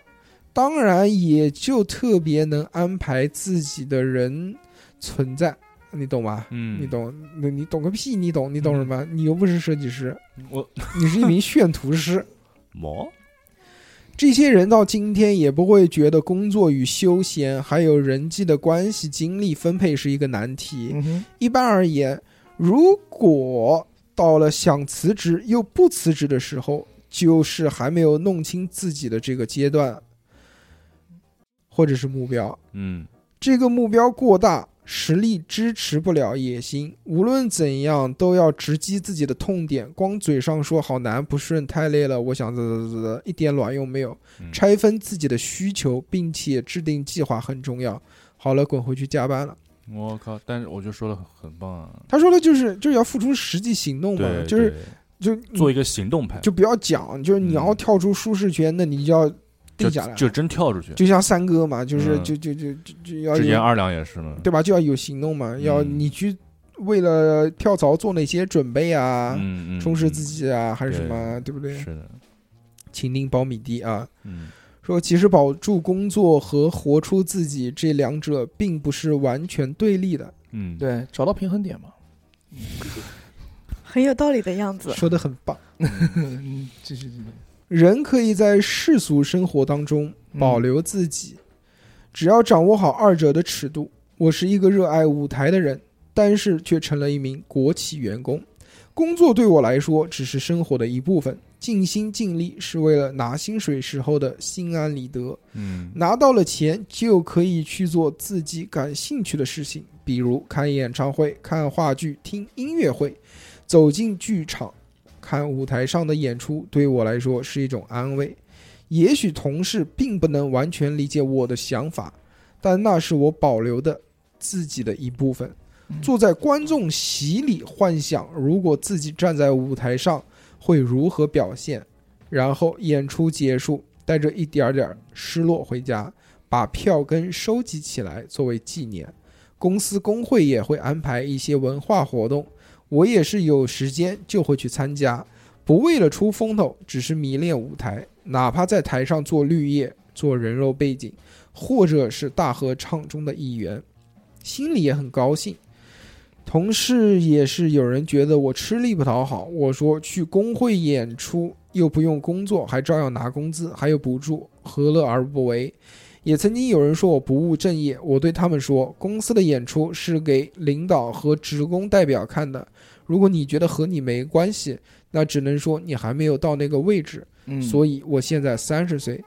当然也就特别能安排自己的人存在，你懂吗？
嗯
你懂？那你懂个屁！你懂？你懂什么？你又不是设计师，
[LAUGHS] 我
你是一名炫图师。
毛
这些人到今天也不会觉得工作与休闲还有人际的关系精力分配是一个难题。
嗯哼，
一般而言，如果到了想辞职又不辞职的时候，就是还没有弄清自己的这个阶段，或者是目标。
嗯
这个目标过大，实力支持不了野心。无论怎样，都要直击自己的痛点。光嘴上说好难、不顺、太累了，我想啧啧啧啧，一点卵用没有。
嗯
拆分自己的需求，并且制定计划很重要。好了，滚回去加班了。
我靠！但是我就说的很很棒啊，
他说的就是就是要付出实际行动嘛，
对，
就是
对
就
做一个行动派，
就不要讲，就是你要
嗯
跳出舒适圈，那你就要定下来。
就真跳出去。
就像三哥嘛，就是
嗯
就就就就就要
之
有
前二两也是嘛，
对吧？就要有行动嘛，要
嗯
你去为了跳槽做哪些准备啊，
嗯嗯，
充实
嗯
自己啊，还是什
对
么啊，对不对？
是的，
请您保米低啊，
嗯
说其实保住工作和活出自己这两者并不是完全对立的，
嗯，
对，找到平衡点嘛。
很有道理的样子。
说的很棒。
嗯，继续继续。
人可以在世俗生活当中保留自己，只要掌握好二者的尺度。我是一个热爱舞台的人，但是却成了一名国企员工。工作对我来说只是生活的一部分，尽心尽力是为了拿薪水时候的心安理得。
嗯
拿到了钱就可以去做自己感兴趣的事情，比如看演唱会、看话剧、听音乐会，走进剧场，看舞台上的演出，对我来说是一种安慰。也许同事并不能完全理解我的想法，但那是我保留的自己的一部分。坐在观众席里，幻想如果自己站在舞台上会如何表现，然后演出结束，带着一点儿点儿失落回家，把票根收集起来作为纪念。公司工会也会安排一些文化活动，我也是有时间就会去参加，不为了出风头，只是迷恋舞台，哪怕在台上做绿叶、做人肉背景，或者是大合唱中的一员，心里也很高兴。同事也是有人觉得我吃力不讨好，我说去工会演出又不用工作，还照样拿工资，还有补助，何乐而不为？也曾经有人说我不务正业，我对他们说，公司的演出是给领导和职工代表看的，如果你觉得和你没关系，那只能说你还没有到那个位置。
嗯，
所以我现在三十岁，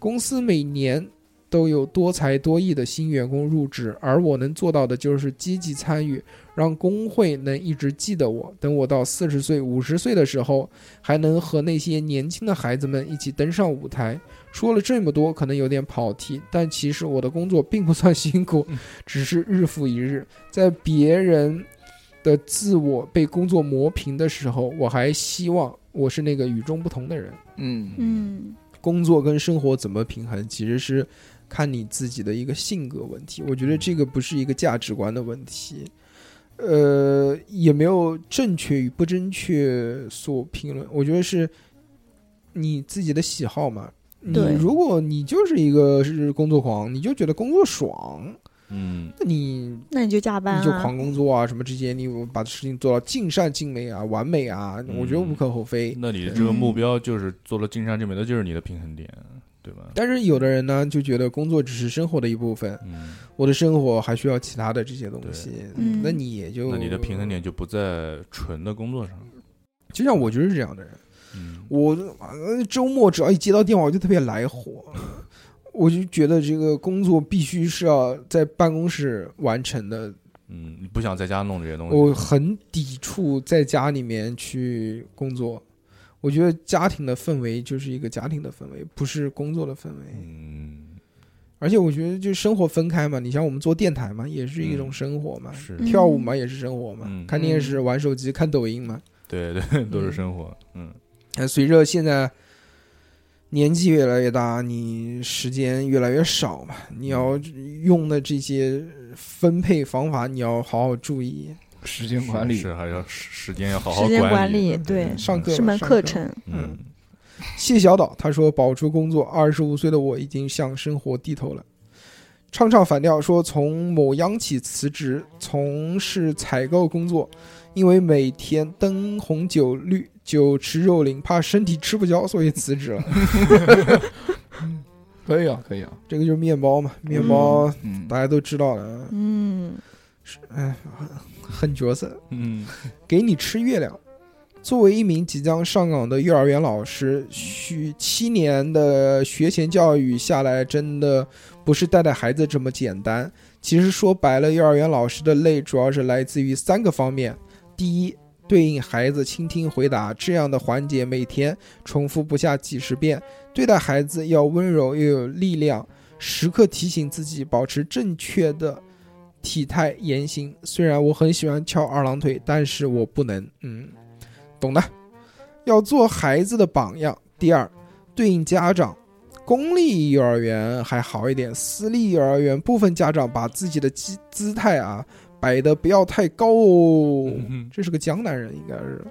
公司每年都有多才多艺的新员工入职，而我能做到的就是积极参与，让工会能一直记得我。等我到四十岁、五十岁的时候，还能和那些年轻的孩子们一起登上舞台。说了这么多，可能有点跑题，但其实我的工作并不算辛苦，只是日复一日，在别人。的自我被工作磨平的时候，我还希望我是那个与众不同的人。
嗯，
嗯，
工作跟生活怎么平衡，其实是看你自己的一个性格问题。我觉得这个不是一个价值观的问题，呃，也没有正确与不正确所评论。我觉得是你自己的喜好嘛。你
对
如果你就是一个是工作狂，你就觉得工作爽，
嗯
那你
那你就加班
你就
啊，
狂工作啊，什么这些，你把事情做到尽善尽美啊，完美啊，我觉得无可厚非。
那你这个目标就是做了尽善尽美，那就是你的平衡点，对吧？
但是有的人呢，就觉得工作只是生活的一部分，
嗯，
我的生活还需要其他的这些东西。
嗯
那你也就
那你的平衡，点就不在纯的工作上。
就像我就是这样的人，
嗯
我呃周末只要一接到电话，我就特别来火， [LAUGHS] 我就觉得这个工作必须是要在办公室完成的，
嗯，你不想在家弄这些东西。
我很抵触在家里面去工作。我觉得家庭的氛围就是一个家庭的氛围，不是工作的氛围。
嗯，
而且我觉得，就生活分开嘛，你像我们做电台嘛，也是一种
嗯
生活嘛，
是，
嗯
跳舞嘛也是生活嘛，
嗯
看电视、玩手机、看抖音嘛，
对对，都是 [LAUGHS]
嗯
生活。嗯
但随着现在年纪越来越大，你时间越来越少嘛，你要用的这些分配方法，你要好好注意。
时间管理，
是还要时时间要好好
时间
管
管理对
上课
是门
上
课程，
嗯，
谢小岛他说：“保住工作，二十五岁的我已经向生活低头了。”唱唱反调说：“从某央企辞职，从事采购工作，因为每天灯红酒绿、酒池肉林，怕身体吃不消，所以辞职了。
可以啊，可以啊，
这个就是面包嘛，面包
嗯，
大家都知道了，
嗯，
狠角色。
嗯，
给你吃月亮。作为一名即将上岗的幼儿园老师，需七年的学前教育下来，真的不是带带孩子这么简单。其实说白了，幼儿园老师的累主要是来自于三个方面：第一，对应孩子倾听回答这样的环节，每天重复不下几十遍；对待孩子要温柔又有力量，时刻提醒自己保持正确的体态言行。虽然我很喜欢翘二郎腿，但是我不能，嗯，懂的。要做孩子的榜样。第二，对应家长。公立幼儿园还好一点，私立幼儿园部分家长把自己的姿姿态啊摆的不要太高哦。这是个江南人，应该是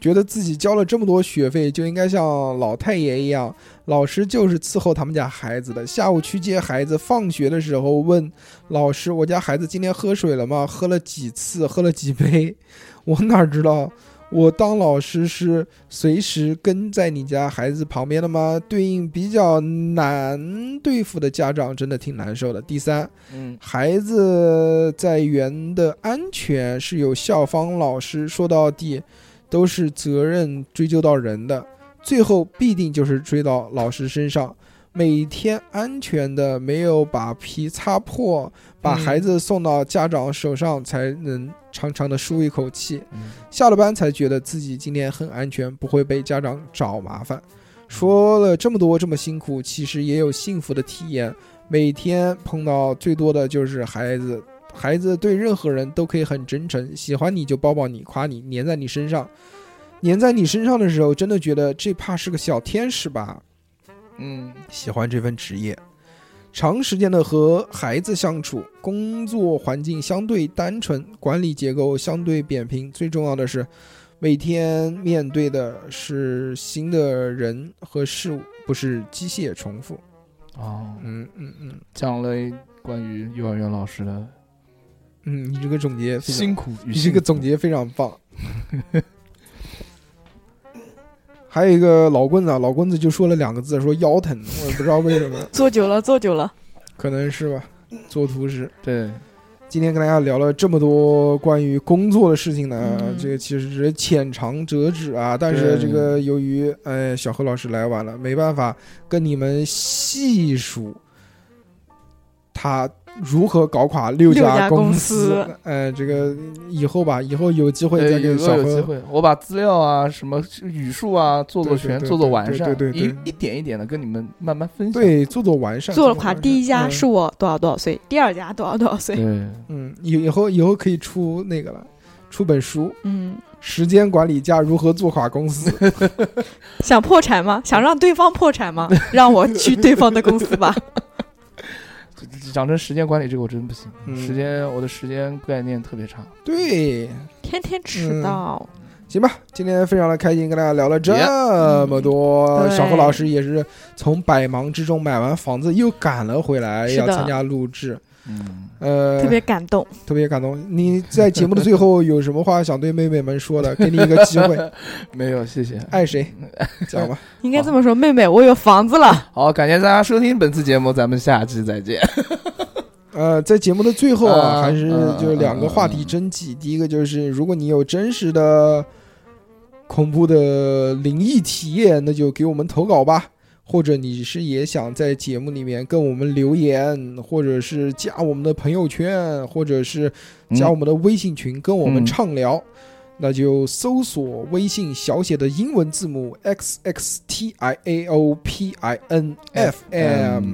觉得自己交了这么多学费，就应该像老太爷一样，老师就是伺候他们家孩子的。下午去接孩子，放学的时候问老师：“我家孩子今天喝水了吗？喝了几次？喝了几杯？” [LAUGHS] 我哪知道？我当老师是随时跟在你家孩子旁边的吗？对应比较难对付的家长，真的挺难受的。第三，
嗯，
孩子在园的安全是由校方老师说到底，都是责任追究到人的，最后必定就是追到老师身上。每天安全的没有把皮擦破，把孩子送到家长手上，才能长长的舒一口气。下了班才觉得自己今天很安全，不会被家长找麻烦。说了这么多这么辛苦，其实也有幸福的体验。每天碰到最多的就是孩子，孩子对任何人都可以很真诚，喜欢你就抱抱你，夸你，粘在你身上。粘在你身上的时候，真的觉得这怕是个小天使吧。
嗯，
喜欢这份职业。长时间的和孩子相处，工作环境相对单纯，管理结构相对扁平。最重要的是，每天面对的是新的人和事物，不是机械重复。
哦，
嗯嗯嗯
讲了关于幼儿园老师的
嗯，你这个总结非常
辛苦与
你这个总结非常棒。 [LAUGHS] 还有一个老棍子啊，老棍子就说了两个字，说腰疼，我也不知道为什么，
坐久了，坐久了，
可能是吧，做图纸。
对，
今天跟大家聊了这么多关于工作的事情呢，
嗯
这个其实只是浅尝辄止啊。但是
对
这个由于哎小何老师来晚了，没办法跟你们细数他如何搞垮六
六家
公
公司。
哎，这个以后吧，以后有机会再
对，
给
呃有
小
有机
何
会，我把资料啊、什么语数啊做做
对对
全，
对
做做
对
完
对
善，
对对对
一一点一点的跟你们慢慢分享。
对做做完善，
做了
做
垮
完善
第一家
嗯
是我多少多少岁，第二家多少多少岁，
对，
嗯，以以后以后可以出那个了，出本书《
嗯，
时间管理家如何做垮
[LAUGHS]
公司》。
想破产吗？想让对方破产 [LAUGHS] 吗？让我去对方的公司吧。
讲真，时间管理这个我真不行，
嗯
时间我的时间概念特别差。
对，
[LAUGHS] 天天迟到，
行吧，今天非常的开心，跟大家聊了这么多。
嗯对
小何老师也是从百忙之中买完房子，又赶了回来，
是的
要参加录制。
嗯，
呃，
特别感动。
特别感动。你在节目的最后有什么话想对妹妹们说的？给你一个机会，
没有，谢谢。
爱谁讲吧。
应该这么说，妹妹，我有房子了。
好，感谢大家收听本次节目，咱们下期再 [LAUGHS] 见。
呃，在节目的最后啊，
嗯
还是
嗯
就是两个话题征集。第一个就是，如果你有真实的恐怖的灵异体验，那就给我们投稿吧。或者你是也想在节目里面跟我们留言，或者是加我们的朋友圈，或者是
嗯
加我们的微信群跟我们畅聊，那就搜索微信小写的英文字母 x x t i a o p i n f m。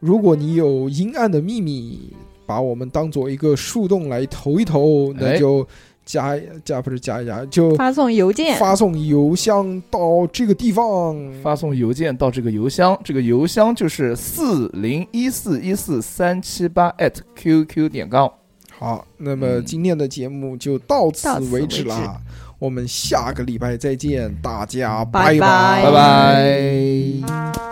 如果你有阴暗的秘密，把我们当做一个树洞来投一投，那
哎
就加加不是加一加，就
发送邮件，
发送邮箱到这个地方。
发送邮件到这个邮箱，这个邮箱就是四零一四一四三七八 at qq 点 com。
好，那么
嗯
今天的节目就到此
到此
为
为
止
止
啦，我们下个礼拜再见，大家
拜
拜
拜
拜拜。
拜